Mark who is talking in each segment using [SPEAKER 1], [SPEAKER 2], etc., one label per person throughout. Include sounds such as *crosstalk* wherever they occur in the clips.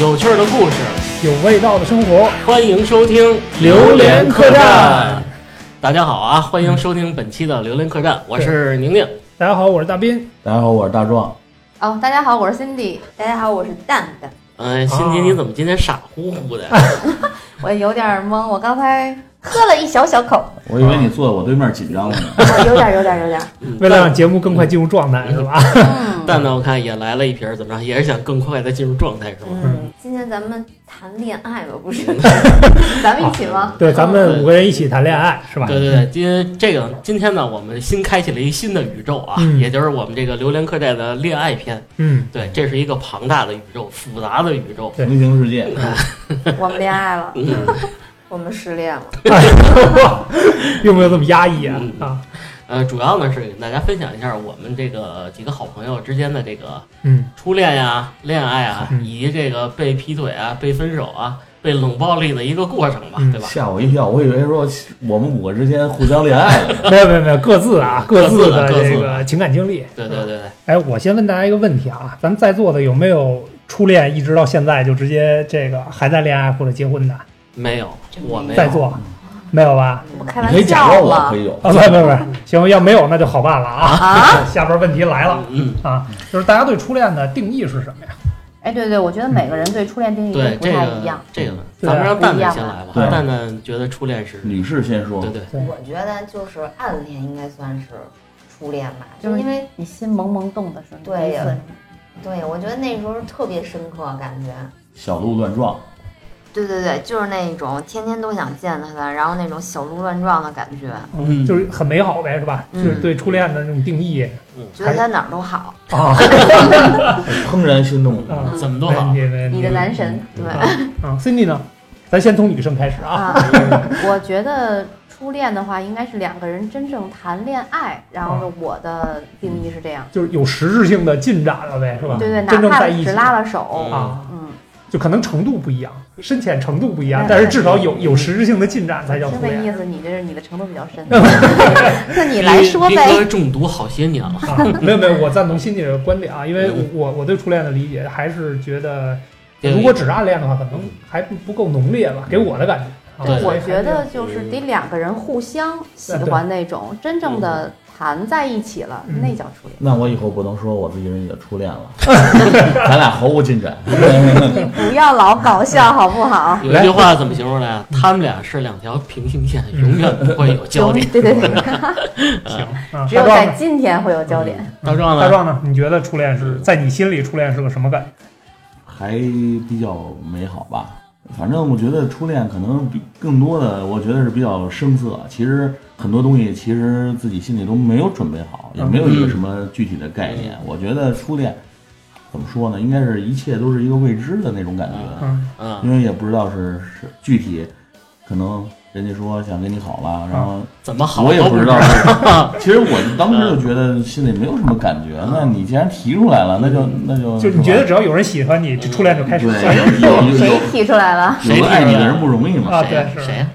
[SPEAKER 1] 有趣儿的故事，
[SPEAKER 2] 有味道的生活，
[SPEAKER 1] 欢迎收听《
[SPEAKER 2] 榴莲客栈》。
[SPEAKER 1] 大家好啊，欢迎收听本期的《榴莲客栈》，我是宁宁。
[SPEAKER 2] 大家好，我是大斌。
[SPEAKER 3] 大家好，我是大壮。
[SPEAKER 4] 哦，大家好，我是 Cindy。大家好，我是蛋蛋。
[SPEAKER 1] 嗯、辛迪，
[SPEAKER 2] 啊
[SPEAKER 1] 你怎么今天傻乎乎的？
[SPEAKER 4] 我有点懵，我刚才喝了一小小 *laughs* 口，
[SPEAKER 3] 我以为你坐在我对面紧张了呢。
[SPEAKER 4] 有点，有点，有 *laughs* 点。
[SPEAKER 1] 嗯
[SPEAKER 2] 为了让节目更快进入状态，是吧？
[SPEAKER 4] 嗯
[SPEAKER 1] 蛋蛋，我看也来了一瓶，怎么着？也是想更快的进入状态，是吗？
[SPEAKER 4] 嗯，今天咱们谈恋爱吧，
[SPEAKER 5] *laughs*
[SPEAKER 4] 不是？咱们一起吗？
[SPEAKER 2] 啊对，咱们五个人一起谈恋爱，是吧？
[SPEAKER 1] 对对对，今天这个今天呢，我们新开启了一新的宇宙啊，
[SPEAKER 2] 嗯
[SPEAKER 1] 也就是我们这个《榴莲客栈》的恋爱篇。
[SPEAKER 2] 嗯，
[SPEAKER 1] 对，这是一个庞大的宇宙，复杂的宇宙。
[SPEAKER 2] 对
[SPEAKER 3] 平行世界，
[SPEAKER 4] 哦我们恋爱
[SPEAKER 2] *laughs*
[SPEAKER 4] 了，
[SPEAKER 1] 嗯，
[SPEAKER 4] 我们失恋了。
[SPEAKER 2] 哎用不用这么压抑啊？
[SPEAKER 1] 嗯
[SPEAKER 2] 啊，
[SPEAKER 1] 呃，主要呢是给大家分享一下我们这个几个好朋友之间的这个
[SPEAKER 2] 嗯，
[SPEAKER 1] 初恋呀、恋爱啊，
[SPEAKER 2] 嗯
[SPEAKER 1] 以及这个被劈腿啊、被分手啊、被冷暴力的一个过程吧，
[SPEAKER 2] 嗯
[SPEAKER 1] 对吧？
[SPEAKER 3] 吓我一跳，我以为说我们五个之间互相恋爱了。
[SPEAKER 2] 没有没有没有，各自啊，各自的
[SPEAKER 1] 各自的
[SPEAKER 2] 这个情感经历。
[SPEAKER 1] 对对对对，
[SPEAKER 2] 哎，我先问大家一个问题啊，咱们在座的有没有初恋一直到现在就直接这个还在恋爱或者结婚的？
[SPEAKER 1] 没有，我没有。
[SPEAKER 2] 在座没有吧？
[SPEAKER 4] 我开
[SPEAKER 3] 你
[SPEAKER 4] 玩
[SPEAKER 3] 可以假
[SPEAKER 4] 笑啊
[SPEAKER 3] 装我
[SPEAKER 4] 了
[SPEAKER 3] 可以有，
[SPEAKER 2] 啊，不不不，行，要没有那就好办了啊。
[SPEAKER 1] *laughs*
[SPEAKER 4] 啊！
[SPEAKER 2] 下边问题来了
[SPEAKER 1] 嗯，
[SPEAKER 2] 啊，就是大家对初恋的定义是什么呀？
[SPEAKER 4] 哎，对对，我觉得每
[SPEAKER 5] 嗯
[SPEAKER 4] 个人对初恋定义都
[SPEAKER 1] 对
[SPEAKER 4] 嗯不
[SPEAKER 1] 这
[SPEAKER 4] 太一
[SPEAKER 1] 个
[SPEAKER 4] 样。
[SPEAKER 1] 这个呢，
[SPEAKER 2] 对
[SPEAKER 1] 咱们让蛋
[SPEAKER 4] 不
[SPEAKER 1] 蛋
[SPEAKER 4] 一样
[SPEAKER 1] 先来吧。
[SPEAKER 3] 对嗯
[SPEAKER 1] 蛋蛋觉得初恋是，
[SPEAKER 3] 女士先说
[SPEAKER 1] 对。对，
[SPEAKER 2] 对
[SPEAKER 5] 我觉得就是暗恋应该算是初恋吧，
[SPEAKER 4] 就
[SPEAKER 5] 就是是因为
[SPEAKER 4] 你心萌萌动的时候，
[SPEAKER 5] 对
[SPEAKER 4] 呀，
[SPEAKER 5] 对我觉得那时候特别深刻，感觉。
[SPEAKER 3] 小鹿乱撞，
[SPEAKER 5] 对对对，就是那种天天都想见他的，然后那种小鹿乱撞的感觉，
[SPEAKER 1] 嗯
[SPEAKER 2] 就是很美好呗，是吧？就
[SPEAKER 5] 嗯
[SPEAKER 2] 是对初恋的那种定义
[SPEAKER 5] 觉得他哪儿都好。
[SPEAKER 2] 啊
[SPEAKER 3] *laughs* 怦然心动。
[SPEAKER 2] 啊，
[SPEAKER 1] 怎么
[SPEAKER 2] 没
[SPEAKER 1] 都好
[SPEAKER 2] 问。题，没问题。
[SPEAKER 4] 你的男神。
[SPEAKER 5] 对
[SPEAKER 2] 啊啊，Cindy 呢？咱先从女生开始啊。
[SPEAKER 4] 啊，我觉得初恋的话，应该是两个人真正谈恋爱。然后呢，我的定义是这样，
[SPEAKER 2] 就是有实质性的进展了呗，是吧？
[SPEAKER 4] 对对，
[SPEAKER 2] 真正
[SPEAKER 4] 哪
[SPEAKER 2] 在
[SPEAKER 4] 怕
[SPEAKER 2] 一起
[SPEAKER 4] 只拉了手，
[SPEAKER 2] 啊，
[SPEAKER 4] 嗯，
[SPEAKER 2] 就可能程度不一样，深浅程度不一样，
[SPEAKER 4] 对
[SPEAKER 2] 但是至少有有实质性的进展才叫初
[SPEAKER 4] 听那
[SPEAKER 2] 恋
[SPEAKER 4] 意思，你这是你的程度比较
[SPEAKER 2] *laughs*
[SPEAKER 4] 深。那你来说
[SPEAKER 1] 斌哥
[SPEAKER 4] 呗。
[SPEAKER 1] 中毒好些年了，
[SPEAKER 2] 啊。没有没有，我赞同欣姐的观点啊，因为我我我对初恋的理解还是觉得，如果只是暗恋的话，可能还不不够浓烈吧，给我的感觉。啊
[SPEAKER 1] 对
[SPEAKER 2] 所
[SPEAKER 4] 我
[SPEAKER 2] 以还
[SPEAKER 4] 觉
[SPEAKER 2] 是
[SPEAKER 4] 得就是得两个人互相喜欢那种，真正的谈在一起了，
[SPEAKER 2] 嗯
[SPEAKER 4] 那叫初
[SPEAKER 3] 那我以后不能说我自己是你的初
[SPEAKER 2] *laughs*
[SPEAKER 3] 恋了，咱俩毫无进展。
[SPEAKER 4] 恋。你不要老搞笑好
[SPEAKER 1] *laughs*
[SPEAKER 4] 不好？
[SPEAKER 1] 有一句话怎么形容来啊？他们俩是两条平行线，永远不会有交
[SPEAKER 5] 嗯
[SPEAKER 1] 点。
[SPEAKER 4] 对对对，
[SPEAKER 2] *laughs* 行啊。
[SPEAKER 4] 只
[SPEAKER 2] 大
[SPEAKER 4] 有
[SPEAKER 2] 壮
[SPEAKER 4] 在
[SPEAKER 2] 呢？
[SPEAKER 4] 今天会有焦点。
[SPEAKER 1] 大壮
[SPEAKER 2] 大
[SPEAKER 1] 呢？
[SPEAKER 2] 壮呢？你觉得初恋是在你心里初恋是个什么感觉？
[SPEAKER 3] 还比较美好吧。反正我觉得初恋可能比更多的，我觉得是比较生涩。其实很多东西，其实自己心里都没有准备好，也没有一个什么具体的概念。我觉得初恋怎么说呢？应该是一切都是一个未知的那种感觉，
[SPEAKER 2] 嗯
[SPEAKER 1] 嗯，
[SPEAKER 3] 因为也不知道是是具体，可能人家说想跟你好了，然后
[SPEAKER 1] 怎么好
[SPEAKER 3] 我也
[SPEAKER 1] 都
[SPEAKER 3] 不知
[SPEAKER 1] 知
[SPEAKER 3] 道。 *laughs* 其实我当时就觉得心里没有什么感觉。那你既然提出来了，那就那
[SPEAKER 1] 嗯
[SPEAKER 3] 就
[SPEAKER 2] 就是你觉得只要有人喜欢你，这初恋就开始了。
[SPEAKER 3] 对有有有
[SPEAKER 4] 谁提出来了？
[SPEAKER 3] 有个爱你的人不容易嘛。
[SPEAKER 2] 啊，
[SPEAKER 1] 谁呀
[SPEAKER 2] 对，是
[SPEAKER 1] 谁呀？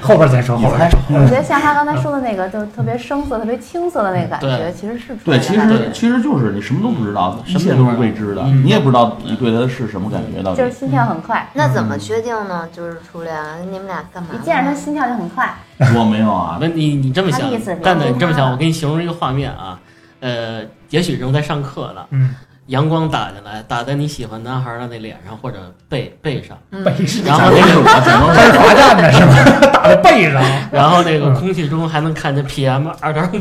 [SPEAKER 2] 后边再说，后
[SPEAKER 3] 你
[SPEAKER 2] 边
[SPEAKER 3] 猜
[SPEAKER 2] 再说。
[SPEAKER 4] 我觉得像他刚才
[SPEAKER 5] 嗯
[SPEAKER 4] 说的那个，就特别生涩、特别青涩的那个感觉，
[SPEAKER 1] 对
[SPEAKER 4] 其实是初
[SPEAKER 3] 对，
[SPEAKER 4] 恋
[SPEAKER 3] 其
[SPEAKER 4] 的感觉。
[SPEAKER 3] 实其实就是你什么都不知道，
[SPEAKER 1] 什么
[SPEAKER 3] 一
[SPEAKER 1] 都
[SPEAKER 3] 切都是未知的，
[SPEAKER 1] 嗯
[SPEAKER 3] 你也不知道你对他是什么感觉到底
[SPEAKER 4] 就是。心
[SPEAKER 5] 嗯
[SPEAKER 4] 跳很快，
[SPEAKER 5] 那怎么
[SPEAKER 3] 嗯
[SPEAKER 5] 确定呢？就是初恋啊，你们俩干嘛呢？
[SPEAKER 4] 一见着他心跳就很
[SPEAKER 5] 嗯
[SPEAKER 4] 快。
[SPEAKER 3] 我没有啊，
[SPEAKER 1] *laughs* 那你你这么想
[SPEAKER 4] 他的意思是，
[SPEAKER 1] 蛋蛋
[SPEAKER 4] 聊
[SPEAKER 1] 你这么
[SPEAKER 4] 天
[SPEAKER 1] 想，
[SPEAKER 4] 啊
[SPEAKER 1] 我给你形容一个画面啊，呃，也许正在上课呢，
[SPEAKER 2] 嗯，
[SPEAKER 1] 阳光打进来，打在你喜欢男孩的那脸上或者背背上，
[SPEAKER 2] 背上
[SPEAKER 1] 然
[SPEAKER 3] 假
[SPEAKER 1] 后
[SPEAKER 3] 装是我，假
[SPEAKER 4] *laughs*
[SPEAKER 3] 装
[SPEAKER 2] 开
[SPEAKER 3] 是
[SPEAKER 2] 始罚站呢，是吧？ *laughs* 打在背上。
[SPEAKER 4] 嗯
[SPEAKER 1] 然后
[SPEAKER 2] 嗯
[SPEAKER 1] 那个空气中还能看见 PM 二点五，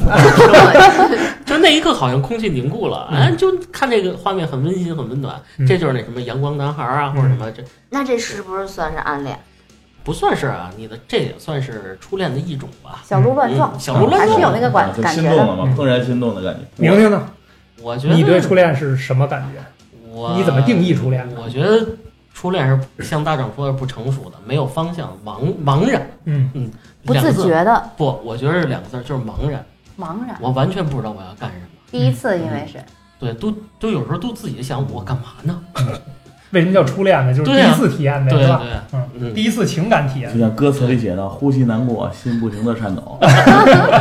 [SPEAKER 1] 就那一刻好像空气凝固了，哎，就看这个画面很温馨很温暖，
[SPEAKER 2] 嗯
[SPEAKER 1] 这就是那什么阳光男孩啊
[SPEAKER 2] 嗯
[SPEAKER 1] 或者什么，这
[SPEAKER 5] *laughs* 那这是不是算是暗恋？
[SPEAKER 1] 不算是啊，你的这也算是初恋的一种吧，
[SPEAKER 4] 小鹿乱撞
[SPEAKER 1] 嗯，小鹿乱
[SPEAKER 4] 还是有
[SPEAKER 1] 撞，
[SPEAKER 4] 那个感
[SPEAKER 3] 啊就
[SPEAKER 4] 感
[SPEAKER 3] 心
[SPEAKER 4] 觉
[SPEAKER 3] 动
[SPEAKER 4] 的。
[SPEAKER 3] 了嘛，怦然心动的感觉。
[SPEAKER 2] 宁宁呢？
[SPEAKER 1] 我觉得
[SPEAKER 2] 你对初恋是什么感觉？
[SPEAKER 1] 我
[SPEAKER 2] 你怎么定义初恋呢？
[SPEAKER 1] 我觉得初恋是像大壮说的不成熟的，没有方向，茫茫然，
[SPEAKER 2] 嗯，
[SPEAKER 1] 嗯，
[SPEAKER 4] 不
[SPEAKER 1] 两
[SPEAKER 4] 自
[SPEAKER 1] 个字。
[SPEAKER 4] 觉的
[SPEAKER 1] 不，我觉得是两个字儿，就是茫然。
[SPEAKER 4] 茫然。
[SPEAKER 1] 我完全不知道我要干什么。
[SPEAKER 4] 第一次因为是，
[SPEAKER 1] 对，都都有时候都自己想我干嘛呢？
[SPEAKER 2] 为什么叫初恋呢？就是
[SPEAKER 1] 对
[SPEAKER 2] 第
[SPEAKER 1] 啊
[SPEAKER 2] 一次体验呗，
[SPEAKER 1] 对
[SPEAKER 2] 是吧？
[SPEAKER 1] 对，
[SPEAKER 2] 嗯，
[SPEAKER 1] 嗯
[SPEAKER 2] 第一次情感体验
[SPEAKER 3] 就。像歌词里写的，呼吸
[SPEAKER 4] *laughs*
[SPEAKER 3] 难过，心不停的颤抖。
[SPEAKER 1] 啊，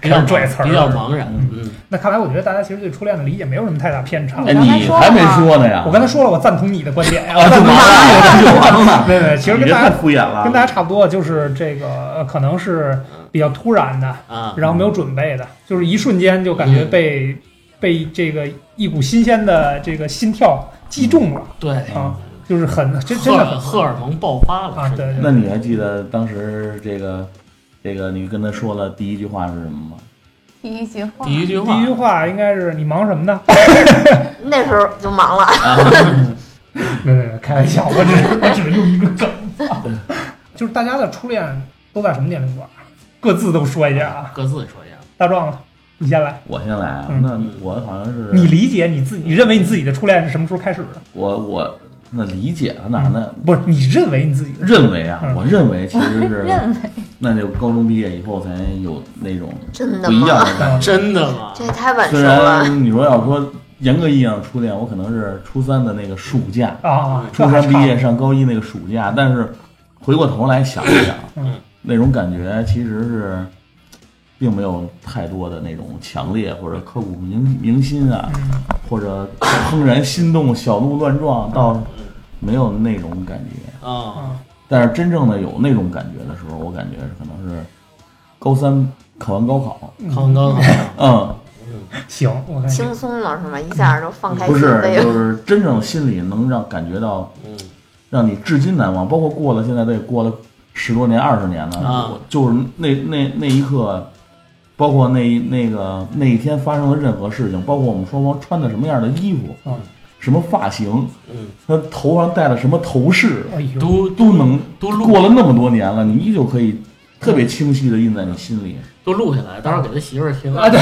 [SPEAKER 1] 比较
[SPEAKER 2] 开始拽词儿了
[SPEAKER 1] 比较茫然。嗯，
[SPEAKER 2] 那看来我觉得大家其实对初恋的理解没有什么太大偏差
[SPEAKER 3] 哎，。
[SPEAKER 4] 刚才
[SPEAKER 3] 你
[SPEAKER 4] 说
[SPEAKER 3] 还
[SPEAKER 4] 了
[SPEAKER 3] 没
[SPEAKER 4] 吗
[SPEAKER 3] 说呢呀？
[SPEAKER 2] 我刚才说了，我赞同你的观点呀，我
[SPEAKER 3] 啊，
[SPEAKER 2] 赞
[SPEAKER 3] 就
[SPEAKER 2] 同
[SPEAKER 3] 完
[SPEAKER 2] 你
[SPEAKER 3] 了， *laughs* 就完了。
[SPEAKER 2] 对对， *laughs* 其实
[SPEAKER 3] 你
[SPEAKER 2] 跟
[SPEAKER 3] 这
[SPEAKER 2] 大
[SPEAKER 3] 太
[SPEAKER 2] 家
[SPEAKER 3] 敷衍了，
[SPEAKER 2] 跟大家差不多，就是这个呃可能是比较突然的，
[SPEAKER 1] 啊，
[SPEAKER 2] 然后没有准备的，就是一瞬间就感觉被、被这个一股新鲜的这个心跳击中了，
[SPEAKER 1] 对，
[SPEAKER 2] 啊就是很真真
[SPEAKER 1] 荷尔
[SPEAKER 2] 的很
[SPEAKER 1] 荷尔蒙爆发了
[SPEAKER 2] 啊
[SPEAKER 1] 是
[SPEAKER 2] 对
[SPEAKER 3] 那你还记得当时这个这个你跟他说的第一句话是什么吗？
[SPEAKER 4] 第一句话
[SPEAKER 1] 第一句话，
[SPEAKER 2] 第一句话应该是你忙什么呢？
[SPEAKER 3] 嗯
[SPEAKER 5] 那时候就忙了。
[SPEAKER 2] *laughs* 没没没，开玩笑，我只是我只是用一个 *laughs* 梗，啊就是大家的初恋都在什么年龄段？各自都说一下啊，
[SPEAKER 1] 各自说一下。
[SPEAKER 2] 大壮，你先来，
[SPEAKER 3] 我先来啊，
[SPEAKER 2] 嗯
[SPEAKER 3] 那我好像是
[SPEAKER 2] 你理解你自己，你认为你自己的初恋是什么时候开始的？
[SPEAKER 3] 我我那理解了哪呢？
[SPEAKER 2] 不是你认为你自己的
[SPEAKER 3] 认为啊，
[SPEAKER 2] 嗯
[SPEAKER 3] 我认为其实
[SPEAKER 5] *laughs*
[SPEAKER 3] 是
[SPEAKER 4] 认为
[SPEAKER 3] 那就高中毕业以后才有那种
[SPEAKER 5] 真的
[SPEAKER 3] 不一样
[SPEAKER 5] 吗？
[SPEAKER 3] 的感觉。
[SPEAKER 1] 真的吗？
[SPEAKER 5] 这也太 *laughs* 晚熟
[SPEAKER 3] 虽
[SPEAKER 5] 了。
[SPEAKER 3] 然你说要说严格意义上初恋，我可能是初三的那个暑假，
[SPEAKER 2] 啊，
[SPEAKER 3] 初
[SPEAKER 2] 这还
[SPEAKER 3] 三毕
[SPEAKER 2] 差
[SPEAKER 3] 业上高一那个暑假，但是回过头来想一想，
[SPEAKER 2] 嗯
[SPEAKER 3] 那种感觉其实是并没有太多的那种强烈或者刻骨铭铭心啊，
[SPEAKER 2] 嗯
[SPEAKER 3] 或者怦然心动、小鹿乱撞，
[SPEAKER 1] 嗯
[SPEAKER 3] 到没有那种感觉。
[SPEAKER 1] 啊，
[SPEAKER 2] 啊
[SPEAKER 3] 但是真正的有那种感觉的时候，我感觉是可能是高三考完高考，
[SPEAKER 1] 康刚好
[SPEAKER 2] *laughs*
[SPEAKER 1] 像
[SPEAKER 3] 嗯，
[SPEAKER 2] 嗯行，我看
[SPEAKER 5] 轻松了是吗？一下就放开
[SPEAKER 3] 不
[SPEAKER 5] 心
[SPEAKER 3] 是，
[SPEAKER 5] 扉了。
[SPEAKER 3] 就是真正心里能让感觉到
[SPEAKER 1] 嗯
[SPEAKER 3] 让你至今难忘，包括过了现在都也过了十多年、二十年了，
[SPEAKER 1] 啊
[SPEAKER 3] 我就是那那那一刻，包括那那个那一天发生的任何事情，包括我们双方穿的什么样的衣服，
[SPEAKER 2] 嗯
[SPEAKER 3] 什么发型，
[SPEAKER 1] 嗯，
[SPEAKER 3] 他头上戴了什么头饰，
[SPEAKER 2] 哎呦，
[SPEAKER 1] 都
[SPEAKER 3] 都能
[SPEAKER 1] 都录
[SPEAKER 3] 过了那么多年了，你依旧可以特别清晰的印在你心里。
[SPEAKER 1] 都录下来，到时候给他媳妇儿听。
[SPEAKER 2] 啊，对，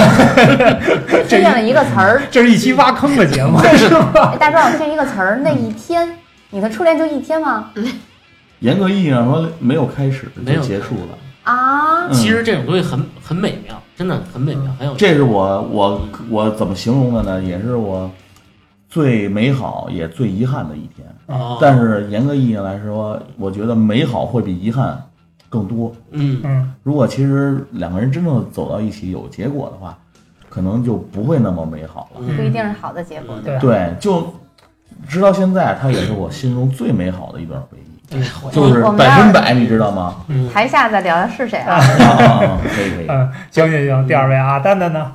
[SPEAKER 2] *laughs*
[SPEAKER 4] 推荐了一个词儿，
[SPEAKER 2] 这是一期挖坑的节目，是吧？ *laughs*
[SPEAKER 4] 哎大壮推荐一个词儿，那一天，你的初恋就一天吗？
[SPEAKER 5] 嗯
[SPEAKER 3] 严格意义上说，没有开始
[SPEAKER 1] 没
[SPEAKER 3] 就
[SPEAKER 1] 有
[SPEAKER 3] 结束了。
[SPEAKER 4] 啊，
[SPEAKER 3] 嗯
[SPEAKER 1] 其实这种东西很很美妙，真的很美
[SPEAKER 2] 嗯
[SPEAKER 1] 妙，很有
[SPEAKER 3] 这是我我我怎么形容的呢？也是我最美好也最遗憾的一天。
[SPEAKER 1] 啊，
[SPEAKER 3] 但是严格意义上来说，我觉得美好会比遗憾更多。
[SPEAKER 1] 嗯
[SPEAKER 2] 嗯，
[SPEAKER 3] 如果其实两个人真正走到一起有结果的话，可能就不会那么美好了。
[SPEAKER 1] 嗯
[SPEAKER 4] 不一定是好的结果，对
[SPEAKER 2] 啊
[SPEAKER 4] 吧？
[SPEAKER 3] 对，就直到现在，它也是我心中最美好的一段回忆，
[SPEAKER 1] 对，我
[SPEAKER 3] 就是
[SPEAKER 4] 嗯我们
[SPEAKER 3] 百分百，你知道
[SPEAKER 4] *laughs*
[SPEAKER 3] 吗？
[SPEAKER 1] 嗯
[SPEAKER 4] 台下再聊聊是谁啊？
[SPEAKER 5] 嗯
[SPEAKER 3] 啊啊，啊可以可以。
[SPEAKER 2] 嗯，行行行，第二位啊，蛋蛋呢？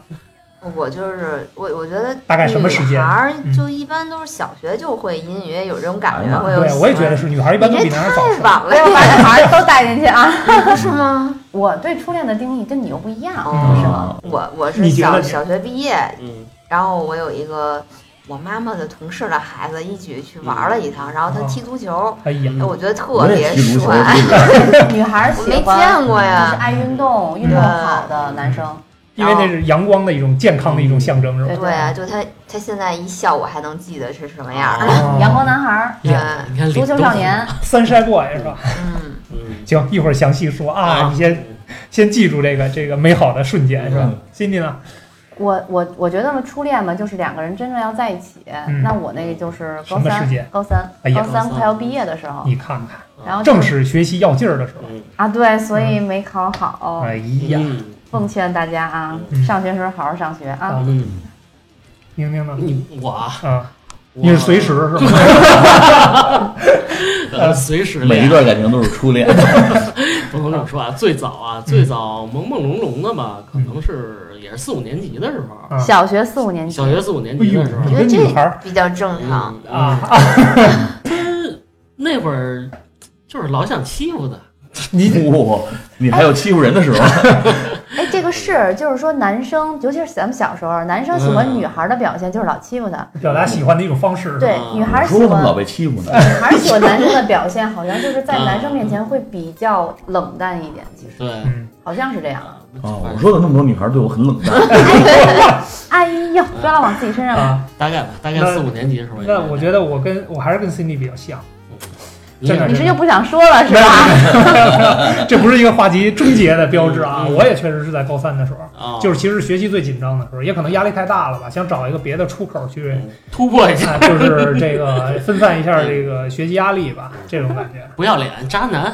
[SPEAKER 5] 我就是我，我觉得
[SPEAKER 2] 大概什么时间
[SPEAKER 5] 女孩儿
[SPEAKER 2] 嗯啊
[SPEAKER 5] 就一般都是小学就会隐隐约约有这种感
[SPEAKER 3] 哎
[SPEAKER 5] 觉，
[SPEAKER 3] 呀
[SPEAKER 5] 会有喜
[SPEAKER 2] 对，
[SPEAKER 5] 欢。
[SPEAKER 2] 我也觉得是，哎女孩一般都比
[SPEAKER 5] 你这
[SPEAKER 2] 男孩早
[SPEAKER 5] 太
[SPEAKER 2] 熟。
[SPEAKER 5] 晚
[SPEAKER 4] 没
[SPEAKER 5] 了，
[SPEAKER 4] 有把小孩都带进去
[SPEAKER 5] *laughs*
[SPEAKER 4] 啊！
[SPEAKER 5] 不是吗？
[SPEAKER 4] 我对初恋的定义跟你又不一样，
[SPEAKER 5] 哦
[SPEAKER 4] 是吗？
[SPEAKER 5] 我我是
[SPEAKER 2] 你觉得
[SPEAKER 5] 小
[SPEAKER 2] 你
[SPEAKER 5] 小学毕业，
[SPEAKER 1] 嗯
[SPEAKER 5] 然后我有一个我妈妈的同事的孩子一起去玩了一趟，然后他踢足球，
[SPEAKER 2] 哎呀，
[SPEAKER 4] 嗯
[SPEAKER 5] 哎，我觉得特
[SPEAKER 3] 我也
[SPEAKER 5] 别
[SPEAKER 3] 踢足球，
[SPEAKER 5] *laughs* 帅，
[SPEAKER 4] *laughs* 女孩
[SPEAKER 5] 我
[SPEAKER 4] 喜
[SPEAKER 5] 没
[SPEAKER 4] 欢
[SPEAKER 5] 见过
[SPEAKER 4] 就是
[SPEAKER 5] 呀。
[SPEAKER 4] 爱运动、运动好的男生，
[SPEAKER 2] 因为那是阳光的一种健康的一种象征，是吧？
[SPEAKER 4] 对
[SPEAKER 5] 对啊，就他他现在一笑，我还能记得是什么样儿。嗯
[SPEAKER 1] 哦
[SPEAKER 4] 嗯阳光男孩、
[SPEAKER 5] 对，
[SPEAKER 1] 你看
[SPEAKER 4] 足球少，年，
[SPEAKER 2] 啊三筛 boy 是吧？
[SPEAKER 5] 嗯，
[SPEAKER 1] 嗯
[SPEAKER 2] 行，一会儿详细说啊，你先先记住这个这个美好的瞬间，是吧
[SPEAKER 3] 嗯
[SPEAKER 2] ？Cindy 呢？
[SPEAKER 4] 我我我觉得嘛，初恋嘛，就是两个人真正要在一起。
[SPEAKER 2] 嗯
[SPEAKER 5] 嗯
[SPEAKER 4] 那我那个就是高
[SPEAKER 2] 什么时
[SPEAKER 4] 三
[SPEAKER 2] 间，
[SPEAKER 4] 高三
[SPEAKER 2] 哎，呀
[SPEAKER 4] 高三
[SPEAKER 1] 高三
[SPEAKER 4] 快要毕业的时候，
[SPEAKER 2] 你看看，
[SPEAKER 4] 然后就
[SPEAKER 2] 正是学习要劲儿的时候。
[SPEAKER 1] 嗯
[SPEAKER 4] 啊，对，所以没考好。
[SPEAKER 2] 哎呀，
[SPEAKER 1] 嗯
[SPEAKER 4] 奉劝大家啊，
[SPEAKER 2] 嗯
[SPEAKER 4] 上学时候好好上学啊。
[SPEAKER 1] 嗯，
[SPEAKER 2] 宁宁呢？
[SPEAKER 1] 你我啊
[SPEAKER 2] 啊，
[SPEAKER 1] 我
[SPEAKER 2] 你是随时是吧？
[SPEAKER 1] 呃随时
[SPEAKER 3] 每一
[SPEAKER 1] 练
[SPEAKER 3] 段感情都是初
[SPEAKER 1] *laughs*
[SPEAKER 3] 恋。
[SPEAKER 1] 不能这么说啊，最早啊最早朦朦胧胧的吧，可
[SPEAKER 2] 嗯
[SPEAKER 1] 能是也是四五年级的时候，
[SPEAKER 2] 啊
[SPEAKER 4] 小学四五年级
[SPEAKER 1] 小，学四五年级的时候
[SPEAKER 2] 哎
[SPEAKER 5] 因
[SPEAKER 2] 呦
[SPEAKER 5] 为
[SPEAKER 2] 这女孩儿
[SPEAKER 5] 这比较
[SPEAKER 2] 哎
[SPEAKER 5] 正常。
[SPEAKER 1] 嗯
[SPEAKER 2] 啊，
[SPEAKER 1] 那会儿就是老想欺负他，
[SPEAKER 3] *laughs*
[SPEAKER 2] 你
[SPEAKER 3] 哇，你还有欺负人的时候？
[SPEAKER 4] 哎，这个是，就是说男生，尤其是咱们小时候，男生喜
[SPEAKER 3] 嗯
[SPEAKER 4] 欢女孩的表现就是老欺负她。
[SPEAKER 2] 表达喜欢的一种方式。
[SPEAKER 4] 对，
[SPEAKER 1] 嗯
[SPEAKER 4] 女孩
[SPEAKER 3] 说
[SPEAKER 4] 喜
[SPEAKER 3] 我怎么
[SPEAKER 4] 欢哎
[SPEAKER 3] 老被欺负呢？
[SPEAKER 4] 女孩喜欢男生的表现，好像就是在男生面
[SPEAKER 3] 嗯
[SPEAKER 4] 前会比较冷淡一点，其实
[SPEAKER 1] 对
[SPEAKER 2] 嗯，
[SPEAKER 4] 好像是这样。
[SPEAKER 1] 啊，
[SPEAKER 3] 啊，我说的那么多女孩对我很冷淡，
[SPEAKER 4] *laughs*
[SPEAKER 3] 嗯
[SPEAKER 4] 哎呦，不要往自己身上
[SPEAKER 3] *laughs*
[SPEAKER 2] 啊，
[SPEAKER 1] 大概吧，大概
[SPEAKER 2] 那
[SPEAKER 1] 四五年级的时候。
[SPEAKER 2] 那我觉得我跟我还是跟 Cindy 比较像，
[SPEAKER 3] *laughs*
[SPEAKER 1] 你也
[SPEAKER 2] 真的
[SPEAKER 4] 你是又不想说了是吧？
[SPEAKER 2] 这不是一个话题终结的标志啊！
[SPEAKER 3] 嗯
[SPEAKER 2] 我也确实是在高三的时候，
[SPEAKER 1] 啊，
[SPEAKER 2] 就是其实学习最紧张的时候，也可能压力太大了吧，想找一个别的出口去，
[SPEAKER 1] 嗯突破一下，
[SPEAKER 2] 啊就是这
[SPEAKER 3] *laughs*
[SPEAKER 2] 个分散一下这个学习压力吧，这种感觉。
[SPEAKER 1] 不要脸，渣男。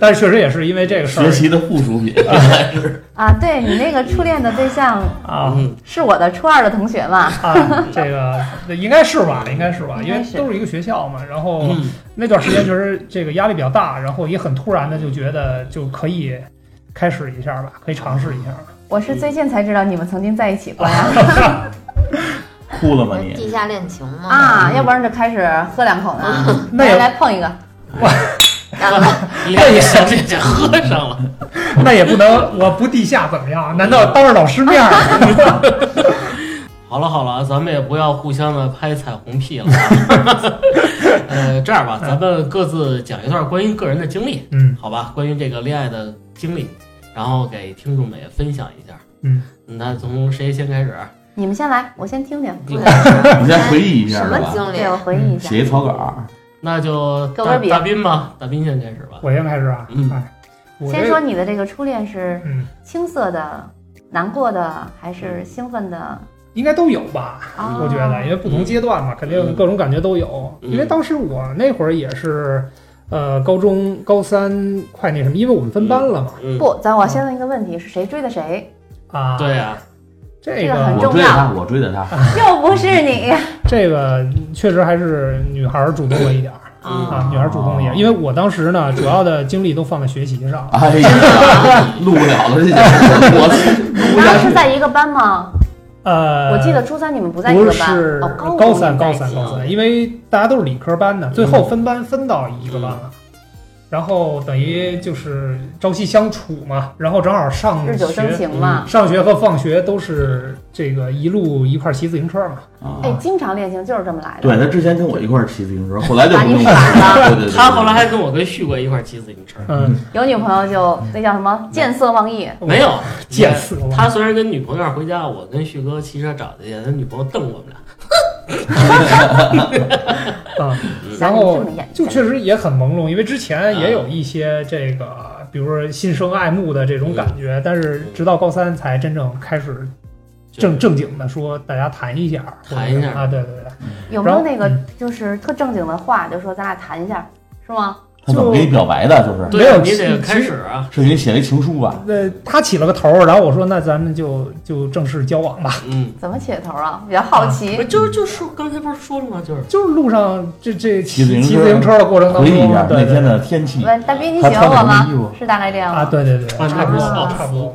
[SPEAKER 2] 但是确实也是因为这个事儿
[SPEAKER 3] 学习的附属品，嗯
[SPEAKER 4] 啊，对你那个初恋的对象
[SPEAKER 2] 啊
[SPEAKER 1] 嗯，
[SPEAKER 4] 是我的初二的同学嘛？
[SPEAKER 2] 啊，这个那应该是吧，应该是吧，因
[SPEAKER 4] 应
[SPEAKER 2] 为
[SPEAKER 4] 该是
[SPEAKER 2] 都是一个学校嘛。然后
[SPEAKER 1] 嗯
[SPEAKER 2] *laughs*
[SPEAKER 1] *laughs*
[SPEAKER 2] 那段时间确实这个压力比较大，然后也很突然的就觉得就可以开始一下吧，可以尝试一下吧。
[SPEAKER 4] 我是最近才知道你们曾经在一起过
[SPEAKER 3] 嗯
[SPEAKER 4] 呀，
[SPEAKER 3] 哭了吧
[SPEAKER 5] 那
[SPEAKER 3] 你？
[SPEAKER 5] 地下恋情嘛，
[SPEAKER 4] 啊，要不然就开始喝两口
[SPEAKER 3] 嗯
[SPEAKER 4] 呢。
[SPEAKER 2] 那
[SPEAKER 4] 来
[SPEAKER 2] 也
[SPEAKER 4] 来碰一个，
[SPEAKER 5] 干了，
[SPEAKER 1] 俩人小姐姐喝上了，
[SPEAKER 2] 那也不能，我不地下怎么样？啊难道当着老师面
[SPEAKER 4] *laughs*
[SPEAKER 2] 儿？
[SPEAKER 1] 好了好了，咱们也不要互相的拍彩虹屁
[SPEAKER 2] *laughs*
[SPEAKER 1] 了。呃，这样吧，咱们各自讲一段关于个人的经历，
[SPEAKER 2] 嗯
[SPEAKER 1] 好吧？关于这个恋爱的经历，然后给听众们也分享一下。
[SPEAKER 2] 嗯，
[SPEAKER 1] 那从谁先开始？啊
[SPEAKER 4] 你们先来，我先听听。
[SPEAKER 1] 你
[SPEAKER 3] 你先回忆一下
[SPEAKER 5] 什
[SPEAKER 3] 是
[SPEAKER 5] 么
[SPEAKER 3] 吧？
[SPEAKER 5] 经历啊
[SPEAKER 4] 对，？我回忆一下。
[SPEAKER 3] 写一草稿，
[SPEAKER 1] 那就
[SPEAKER 4] 哥
[SPEAKER 1] 大
[SPEAKER 4] 们儿比
[SPEAKER 1] 大斌吧，大斌先开始吧。
[SPEAKER 2] 我先开始啊
[SPEAKER 1] 嗯，
[SPEAKER 2] 哎，我
[SPEAKER 4] 先
[SPEAKER 2] 这
[SPEAKER 4] 说你的这个初恋是
[SPEAKER 2] 嗯，
[SPEAKER 4] 青涩的、难过的，还是兴奋的？
[SPEAKER 2] 应该都有吧？
[SPEAKER 4] 啊，
[SPEAKER 2] 我觉得，因为不同阶段嘛，肯定各种感觉都有。
[SPEAKER 1] 嗯
[SPEAKER 2] 因为当时我那会儿也是，呃，高中高三快那什么，因为我们分班了嘛。
[SPEAKER 1] 嗯，
[SPEAKER 4] 不，咱我先问一个问题：是谁追的谁？
[SPEAKER 2] 啊，
[SPEAKER 1] 对，呀、
[SPEAKER 2] 这
[SPEAKER 4] 这个很
[SPEAKER 2] 个
[SPEAKER 3] 我追的他，我追的他，
[SPEAKER 2] 啊
[SPEAKER 4] 又不是你
[SPEAKER 2] 这个确实还是女孩儿主动了一点儿啊，女孩儿主动了一点儿。因为我当时呢，主要的精力都放在学习上。
[SPEAKER 3] 哎呀，录不了了，这就
[SPEAKER 4] *laughs*
[SPEAKER 3] 我录不
[SPEAKER 4] 然后
[SPEAKER 3] 下
[SPEAKER 4] 是
[SPEAKER 3] 去。
[SPEAKER 4] 在一个班吗？
[SPEAKER 2] 呃，
[SPEAKER 4] 我记得初三你们不在一
[SPEAKER 2] 不
[SPEAKER 4] 个
[SPEAKER 2] 是
[SPEAKER 4] 班，哦，五
[SPEAKER 2] 高
[SPEAKER 4] 你
[SPEAKER 2] 三，
[SPEAKER 4] 们在
[SPEAKER 2] 高
[SPEAKER 4] 一
[SPEAKER 2] 三，
[SPEAKER 4] 起
[SPEAKER 2] 高三，因为大家都是理科班的，最后分班分到一个班了，然后等于就是朝夕相处嘛，然后正好上
[SPEAKER 4] 日久生
[SPEAKER 2] 学，
[SPEAKER 4] 情嘛。
[SPEAKER 2] 上学和放学都是这个一路一块儿骑自行车嘛，
[SPEAKER 3] 啊
[SPEAKER 4] 哎，经常恋情就是这么来的。
[SPEAKER 3] 对他之前跟我一块儿骑自行车，后来就
[SPEAKER 4] 把
[SPEAKER 3] 不跟我。
[SPEAKER 4] 你甩了，
[SPEAKER 3] 对对对，
[SPEAKER 1] 他后来还跟我跟旭哥一块儿骑自行车，
[SPEAKER 2] 嗯，
[SPEAKER 4] 有女朋友就那叫什么见色忘义，
[SPEAKER 1] 没有
[SPEAKER 2] 见死了，
[SPEAKER 1] 他虽然跟女朋友回家，我跟旭哥骑车找他去，他女朋友瞪我们俩。
[SPEAKER 2] 嗯，然
[SPEAKER 4] 想你这
[SPEAKER 2] 后
[SPEAKER 4] 么眼
[SPEAKER 2] 就确实也很朦胧，因为之前也有一些这个，比如说心生爱慕的这种感觉，
[SPEAKER 3] 嗯
[SPEAKER 2] 但是直到高三才真正开始正正经的说大家谈一下，
[SPEAKER 1] 谈一下
[SPEAKER 2] 啊，对对对。
[SPEAKER 4] 有没
[SPEAKER 2] 然
[SPEAKER 4] 有
[SPEAKER 2] 后嗯
[SPEAKER 4] 那个就是特正经的话，就说咱俩谈一下，是吗？
[SPEAKER 3] 他怎么给你表白的？就是
[SPEAKER 1] 对啊，你得开始啊，
[SPEAKER 3] 是给你写了一情书吧？
[SPEAKER 2] 那他起了个头，然后我说那咱们就就正式交往
[SPEAKER 3] *laughs*
[SPEAKER 2] 吧。
[SPEAKER 1] 嗯，
[SPEAKER 4] 怎么起的头啊？比较好
[SPEAKER 1] 不
[SPEAKER 2] 嗯
[SPEAKER 4] 奇。
[SPEAKER 1] 哎就就说刚才不是说了吗？就是
[SPEAKER 2] 就是路上这这骑
[SPEAKER 3] 骑自行车
[SPEAKER 2] 骑自行车的过程当
[SPEAKER 3] 回忆一
[SPEAKER 2] 中
[SPEAKER 3] 下，
[SPEAKER 2] 对
[SPEAKER 3] 啊那
[SPEAKER 2] 对
[SPEAKER 3] 天的天气，
[SPEAKER 4] 问大斌，你
[SPEAKER 3] 他
[SPEAKER 4] 喜欢
[SPEAKER 3] 穿的
[SPEAKER 4] 我
[SPEAKER 3] 什么衣
[SPEAKER 4] 吗？
[SPEAKER 3] 服？
[SPEAKER 4] 是大概这样吗？
[SPEAKER 2] 啊，对对对，
[SPEAKER 1] 啊差不多
[SPEAKER 2] 啊差不多。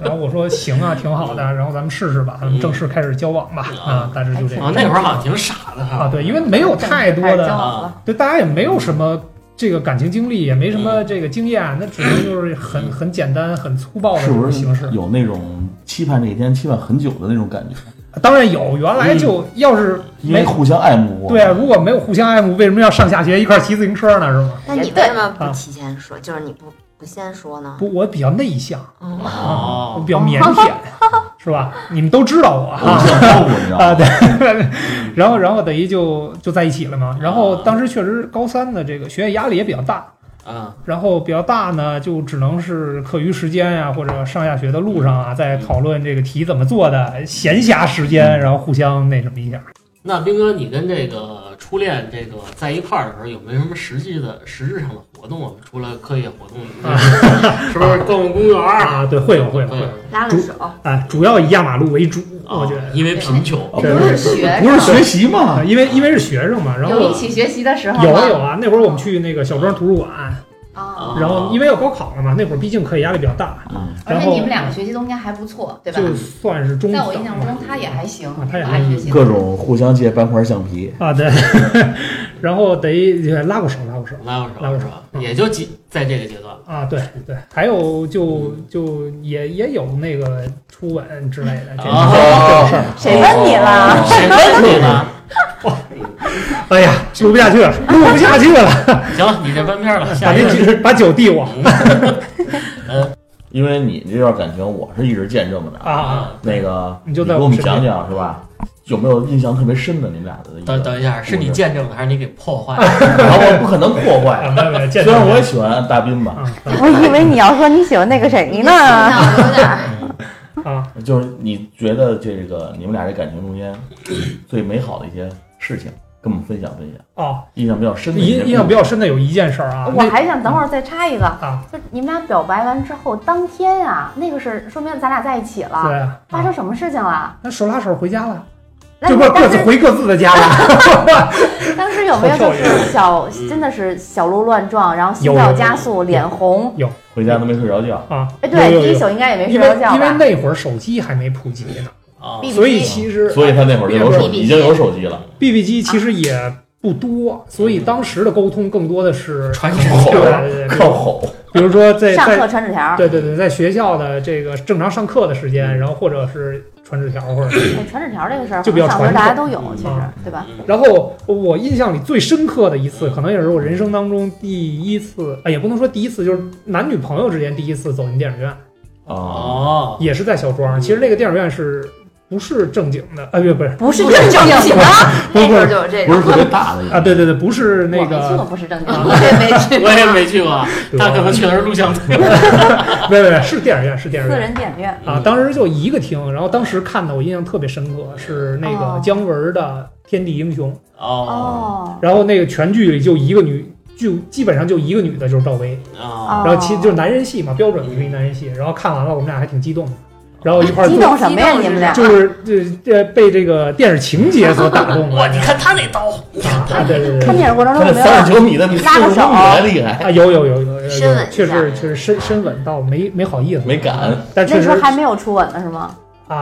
[SPEAKER 2] 然后我说行啊，挺好的，
[SPEAKER 3] 嗯
[SPEAKER 2] 然后咱们试试吧，咱们正式开始交往吧
[SPEAKER 1] 嗯
[SPEAKER 2] 啊，大致就这
[SPEAKER 1] 啊
[SPEAKER 2] 样，
[SPEAKER 1] 那会儿好像挺傻的哈。
[SPEAKER 2] 啊，对，因为没有太多
[SPEAKER 4] 开始
[SPEAKER 2] 的，
[SPEAKER 4] 交往
[SPEAKER 1] 啊
[SPEAKER 4] 了。
[SPEAKER 2] 对大家也没有什么。这个感情经历也没什么这个经验，那只能就是很很简单、很粗暴的这
[SPEAKER 3] 是嗯不
[SPEAKER 2] 种
[SPEAKER 3] 是
[SPEAKER 2] 形式。
[SPEAKER 3] 有那种期盼这一天、期盼很久的那种感觉？
[SPEAKER 2] 当然有，原来就要是
[SPEAKER 3] 嗯因为
[SPEAKER 2] 没
[SPEAKER 3] 互相爱慕。
[SPEAKER 2] 对啊，如果没有互相爱慕，为什么要上下学一块儿骑自行车呢？是吗？
[SPEAKER 5] 那你
[SPEAKER 4] 也
[SPEAKER 5] 为
[SPEAKER 4] 对
[SPEAKER 5] 什么
[SPEAKER 2] 啊
[SPEAKER 5] 不提前说？就是你不不先说呢？
[SPEAKER 2] 不，我比较内向，
[SPEAKER 5] 嗯，
[SPEAKER 2] 我
[SPEAKER 1] 哦，
[SPEAKER 2] 比较腼腆，是吧？你们都知道我
[SPEAKER 3] 我就
[SPEAKER 2] 哈
[SPEAKER 3] 想包裹，你知道
[SPEAKER 2] 啊，
[SPEAKER 3] 吗？
[SPEAKER 2] 对。 *laughs* 然后，然后等于就就在一起了嘛。然后当时确实高三的这个学业压力也比较大，
[SPEAKER 1] 啊，
[SPEAKER 2] 然后比较大呢，就只能是课余时间呀、或者上下学的路上
[SPEAKER 4] 嗯
[SPEAKER 2] 啊，在讨论这个题怎么做的，闲暇时间，然后互相那什么一下。
[SPEAKER 1] 那斌哥，你跟这个初恋这个在一块儿的时候，有没有什么实际的、实质上的活动啊？除了课业活动以外， *laughs* 是不是逛逛公园
[SPEAKER 4] 嗯
[SPEAKER 1] 儿啊？
[SPEAKER 2] 啊，对，会有会有会有，
[SPEAKER 1] 对，
[SPEAKER 5] 拉了手，
[SPEAKER 2] 哎，主要以压马路为主，
[SPEAKER 4] 哦
[SPEAKER 2] 我觉
[SPEAKER 1] 啊，
[SPEAKER 2] 得。哦
[SPEAKER 1] 因为贫穷，
[SPEAKER 3] 啊
[SPEAKER 4] 不是学
[SPEAKER 3] 不是
[SPEAKER 4] 生，
[SPEAKER 3] 学习
[SPEAKER 2] 啊，
[SPEAKER 3] 嘛？
[SPEAKER 2] 因为因为是学生嘛，然后
[SPEAKER 4] 哦有一嗯起学习的时候
[SPEAKER 2] 有
[SPEAKER 4] 吗？
[SPEAKER 5] 哦
[SPEAKER 2] 啊有啊，那会儿我们去那个小庄图书馆，
[SPEAKER 4] 啊，
[SPEAKER 2] 然后因为要高考了嘛，那会儿毕竟课业压力比较大，
[SPEAKER 3] 嗯
[SPEAKER 4] 而
[SPEAKER 2] 然
[SPEAKER 4] 且
[SPEAKER 2] 后
[SPEAKER 4] 你们两个学习都应该还不错，对吧？嗯
[SPEAKER 2] 就算是中
[SPEAKER 4] 在
[SPEAKER 2] 等
[SPEAKER 4] 我印象
[SPEAKER 2] 吧
[SPEAKER 4] 中，他也还行，
[SPEAKER 2] 啊他也
[SPEAKER 4] 我
[SPEAKER 2] 还
[SPEAKER 4] 爱学习的。
[SPEAKER 3] 各种互相借半块橡皮，
[SPEAKER 2] 啊，对， *laughs* 然后得拉过手拉过手
[SPEAKER 1] 拉过手，
[SPEAKER 2] 拉过手
[SPEAKER 1] 是吧
[SPEAKER 2] 嗯
[SPEAKER 1] 也就几在这个阶段了。
[SPEAKER 2] 啊，对对，还有就就也也有那个初吻之类的这种
[SPEAKER 1] 啊
[SPEAKER 2] 这种事儿，
[SPEAKER 4] 谁问你了？
[SPEAKER 1] 谁啊问你了？
[SPEAKER 2] 哎呀，录不下去了，录不下去了，
[SPEAKER 1] 行了，你这翻篇了，
[SPEAKER 2] 把
[SPEAKER 1] 下一
[SPEAKER 2] 那
[SPEAKER 1] 个。
[SPEAKER 2] 酒把酒递我
[SPEAKER 3] 因为你这段感情我是一直见证的。
[SPEAKER 2] 啊啊，
[SPEAKER 3] 那个，
[SPEAKER 2] 你就在
[SPEAKER 3] 给
[SPEAKER 2] 我
[SPEAKER 3] 我
[SPEAKER 2] 们身
[SPEAKER 3] 们
[SPEAKER 2] 边
[SPEAKER 3] 讲讲是吧？有没有印象特别深的你们俩的一
[SPEAKER 1] 等
[SPEAKER 3] 个？
[SPEAKER 1] 等一下，是你见证的还是你给破坏的？
[SPEAKER 3] 然后我不可能破坏
[SPEAKER 2] 啊，，没有没有， *laughs* 见
[SPEAKER 3] 虽然
[SPEAKER 2] 识
[SPEAKER 3] 我也喜欢大斌吧，
[SPEAKER 2] 啊
[SPEAKER 5] 哦
[SPEAKER 4] 我以为你要说你喜欢那个谁呢？
[SPEAKER 5] 那我有点儿
[SPEAKER 2] 啊，
[SPEAKER 3] 就是你觉得这个你们俩这感情中间最美好的一些事情，跟我们分享分享，
[SPEAKER 2] 哦，
[SPEAKER 3] 印象比较深的一些
[SPEAKER 2] 印印象比较深的有一件事儿啊，
[SPEAKER 5] *laughs* 我
[SPEAKER 2] 那
[SPEAKER 5] 还想等会儿再插一个，
[SPEAKER 2] 啊，
[SPEAKER 5] 就你们俩表白完之后当天啊，那个是说明咱俩在一起了，
[SPEAKER 2] 对啊，
[SPEAKER 5] 发生什么事情了？
[SPEAKER 2] 那手拉手回家了，
[SPEAKER 5] 那
[SPEAKER 2] 就
[SPEAKER 5] 你
[SPEAKER 2] 不是各
[SPEAKER 5] 当
[SPEAKER 2] 自
[SPEAKER 5] 时
[SPEAKER 2] 回各自的家了，
[SPEAKER 5] 当时有没有
[SPEAKER 2] 好
[SPEAKER 5] 就
[SPEAKER 2] 讨厌
[SPEAKER 5] 是小
[SPEAKER 1] 嗯
[SPEAKER 5] 真的是小鹿乱撞，然后心
[SPEAKER 2] 有
[SPEAKER 5] 跳
[SPEAKER 2] 有
[SPEAKER 5] 加
[SPEAKER 2] 有
[SPEAKER 5] 速，啊脸红？
[SPEAKER 3] 回家都没睡着觉，
[SPEAKER 2] 啊，
[SPEAKER 5] 哎，对，
[SPEAKER 2] 有有
[SPEAKER 5] 第一
[SPEAKER 2] 有
[SPEAKER 5] 宿应该也没
[SPEAKER 2] 因
[SPEAKER 5] 睡着
[SPEAKER 2] 为
[SPEAKER 5] 觉
[SPEAKER 2] 因为
[SPEAKER 5] 吧？
[SPEAKER 2] 那会儿手机还没普及呢，
[SPEAKER 1] 啊，
[SPEAKER 5] B
[SPEAKER 2] 所以其实
[SPEAKER 3] 所以他那会儿就有手，
[SPEAKER 4] BB
[SPEAKER 3] 已经有手机了，
[SPEAKER 2] B B 机其实也不多，所以当时的沟通更多的是
[SPEAKER 1] 传
[SPEAKER 2] 对
[SPEAKER 1] 简
[SPEAKER 3] 讯
[SPEAKER 2] 对对对
[SPEAKER 3] 靠吼，
[SPEAKER 2] 比如说在
[SPEAKER 5] 上课
[SPEAKER 2] 在
[SPEAKER 5] 传纸条儿，
[SPEAKER 2] 对对对，在学校的这个正常上课的时间，然后或者是传纸条或者
[SPEAKER 5] 哎传纸条儿这个事儿，
[SPEAKER 2] 就比较
[SPEAKER 5] 上学
[SPEAKER 2] 传
[SPEAKER 5] 大家
[SPEAKER 2] 统
[SPEAKER 5] 都有，
[SPEAKER 1] 嗯
[SPEAKER 5] 其实
[SPEAKER 2] 啊
[SPEAKER 5] 对吧？
[SPEAKER 1] 嗯
[SPEAKER 2] 然后我印象里最深刻的一次，可能也是我人生当中第一次，啊、也不能说第一次，就是男女朋友之间第一次走进电影院，
[SPEAKER 3] 啊，
[SPEAKER 1] 哦，
[SPEAKER 2] 也是在小庄。其实那个电影院是不是正经的？嗯啊，不不是，
[SPEAKER 5] 不是
[SPEAKER 4] 不是正经啊，
[SPEAKER 2] 不是
[SPEAKER 4] 那会儿就有这
[SPEAKER 3] 不
[SPEAKER 4] 种
[SPEAKER 3] 是特别大的一个
[SPEAKER 2] 啊，对，对对，不是
[SPEAKER 5] 我
[SPEAKER 2] 那
[SPEAKER 5] 没去过
[SPEAKER 2] 个，
[SPEAKER 5] 不是正经
[SPEAKER 4] 我
[SPEAKER 5] 的，
[SPEAKER 4] 也没去
[SPEAKER 1] *laughs*
[SPEAKER 4] 过
[SPEAKER 1] 我也没去过，啊
[SPEAKER 2] 对
[SPEAKER 1] 他可能
[SPEAKER 2] 吧
[SPEAKER 1] 去的是录像厅。
[SPEAKER 2] *laughs* 没有没有，是电影院， *laughs* 是电影
[SPEAKER 5] 私
[SPEAKER 2] 院。
[SPEAKER 5] 人电影院。
[SPEAKER 2] 啊，当时就一个厅，然后当时看的我印象特别深刻，是那个
[SPEAKER 5] 哦
[SPEAKER 2] 姜文的《天地英雄》，
[SPEAKER 1] 哦
[SPEAKER 5] 哦
[SPEAKER 2] 然后那个全剧里就一个女，就基本上就一个女的，就是赵薇。
[SPEAKER 5] 哦
[SPEAKER 1] 啊，
[SPEAKER 2] 然后其实就是男人戏嘛，标准的一个男人戏。然后看完了，我们俩还挺激动的，然后一块儿
[SPEAKER 5] 哦激
[SPEAKER 2] 坐，
[SPEAKER 5] 动什么呀？你们俩
[SPEAKER 2] 就是这这被这个电影情节所打动了。
[SPEAKER 1] 哇，你看他那刀，
[SPEAKER 2] 啊，对对对
[SPEAKER 5] 看
[SPEAKER 2] 对，
[SPEAKER 5] 电影过程
[SPEAKER 3] 他
[SPEAKER 5] 中
[SPEAKER 3] 那
[SPEAKER 5] 有没有
[SPEAKER 3] 三十九米的比四
[SPEAKER 5] 拉
[SPEAKER 3] 十
[SPEAKER 5] 着
[SPEAKER 3] 五米
[SPEAKER 5] 手
[SPEAKER 3] 还厉害，
[SPEAKER 2] 啊，有有有有有
[SPEAKER 4] 深吻一
[SPEAKER 2] 有，
[SPEAKER 4] 下
[SPEAKER 2] 确实确实深深吻到没没好意思，
[SPEAKER 3] 没敢，
[SPEAKER 2] 但确
[SPEAKER 5] 那时
[SPEAKER 2] 实
[SPEAKER 5] 候还没有初吻呢，是吗？
[SPEAKER 2] 啊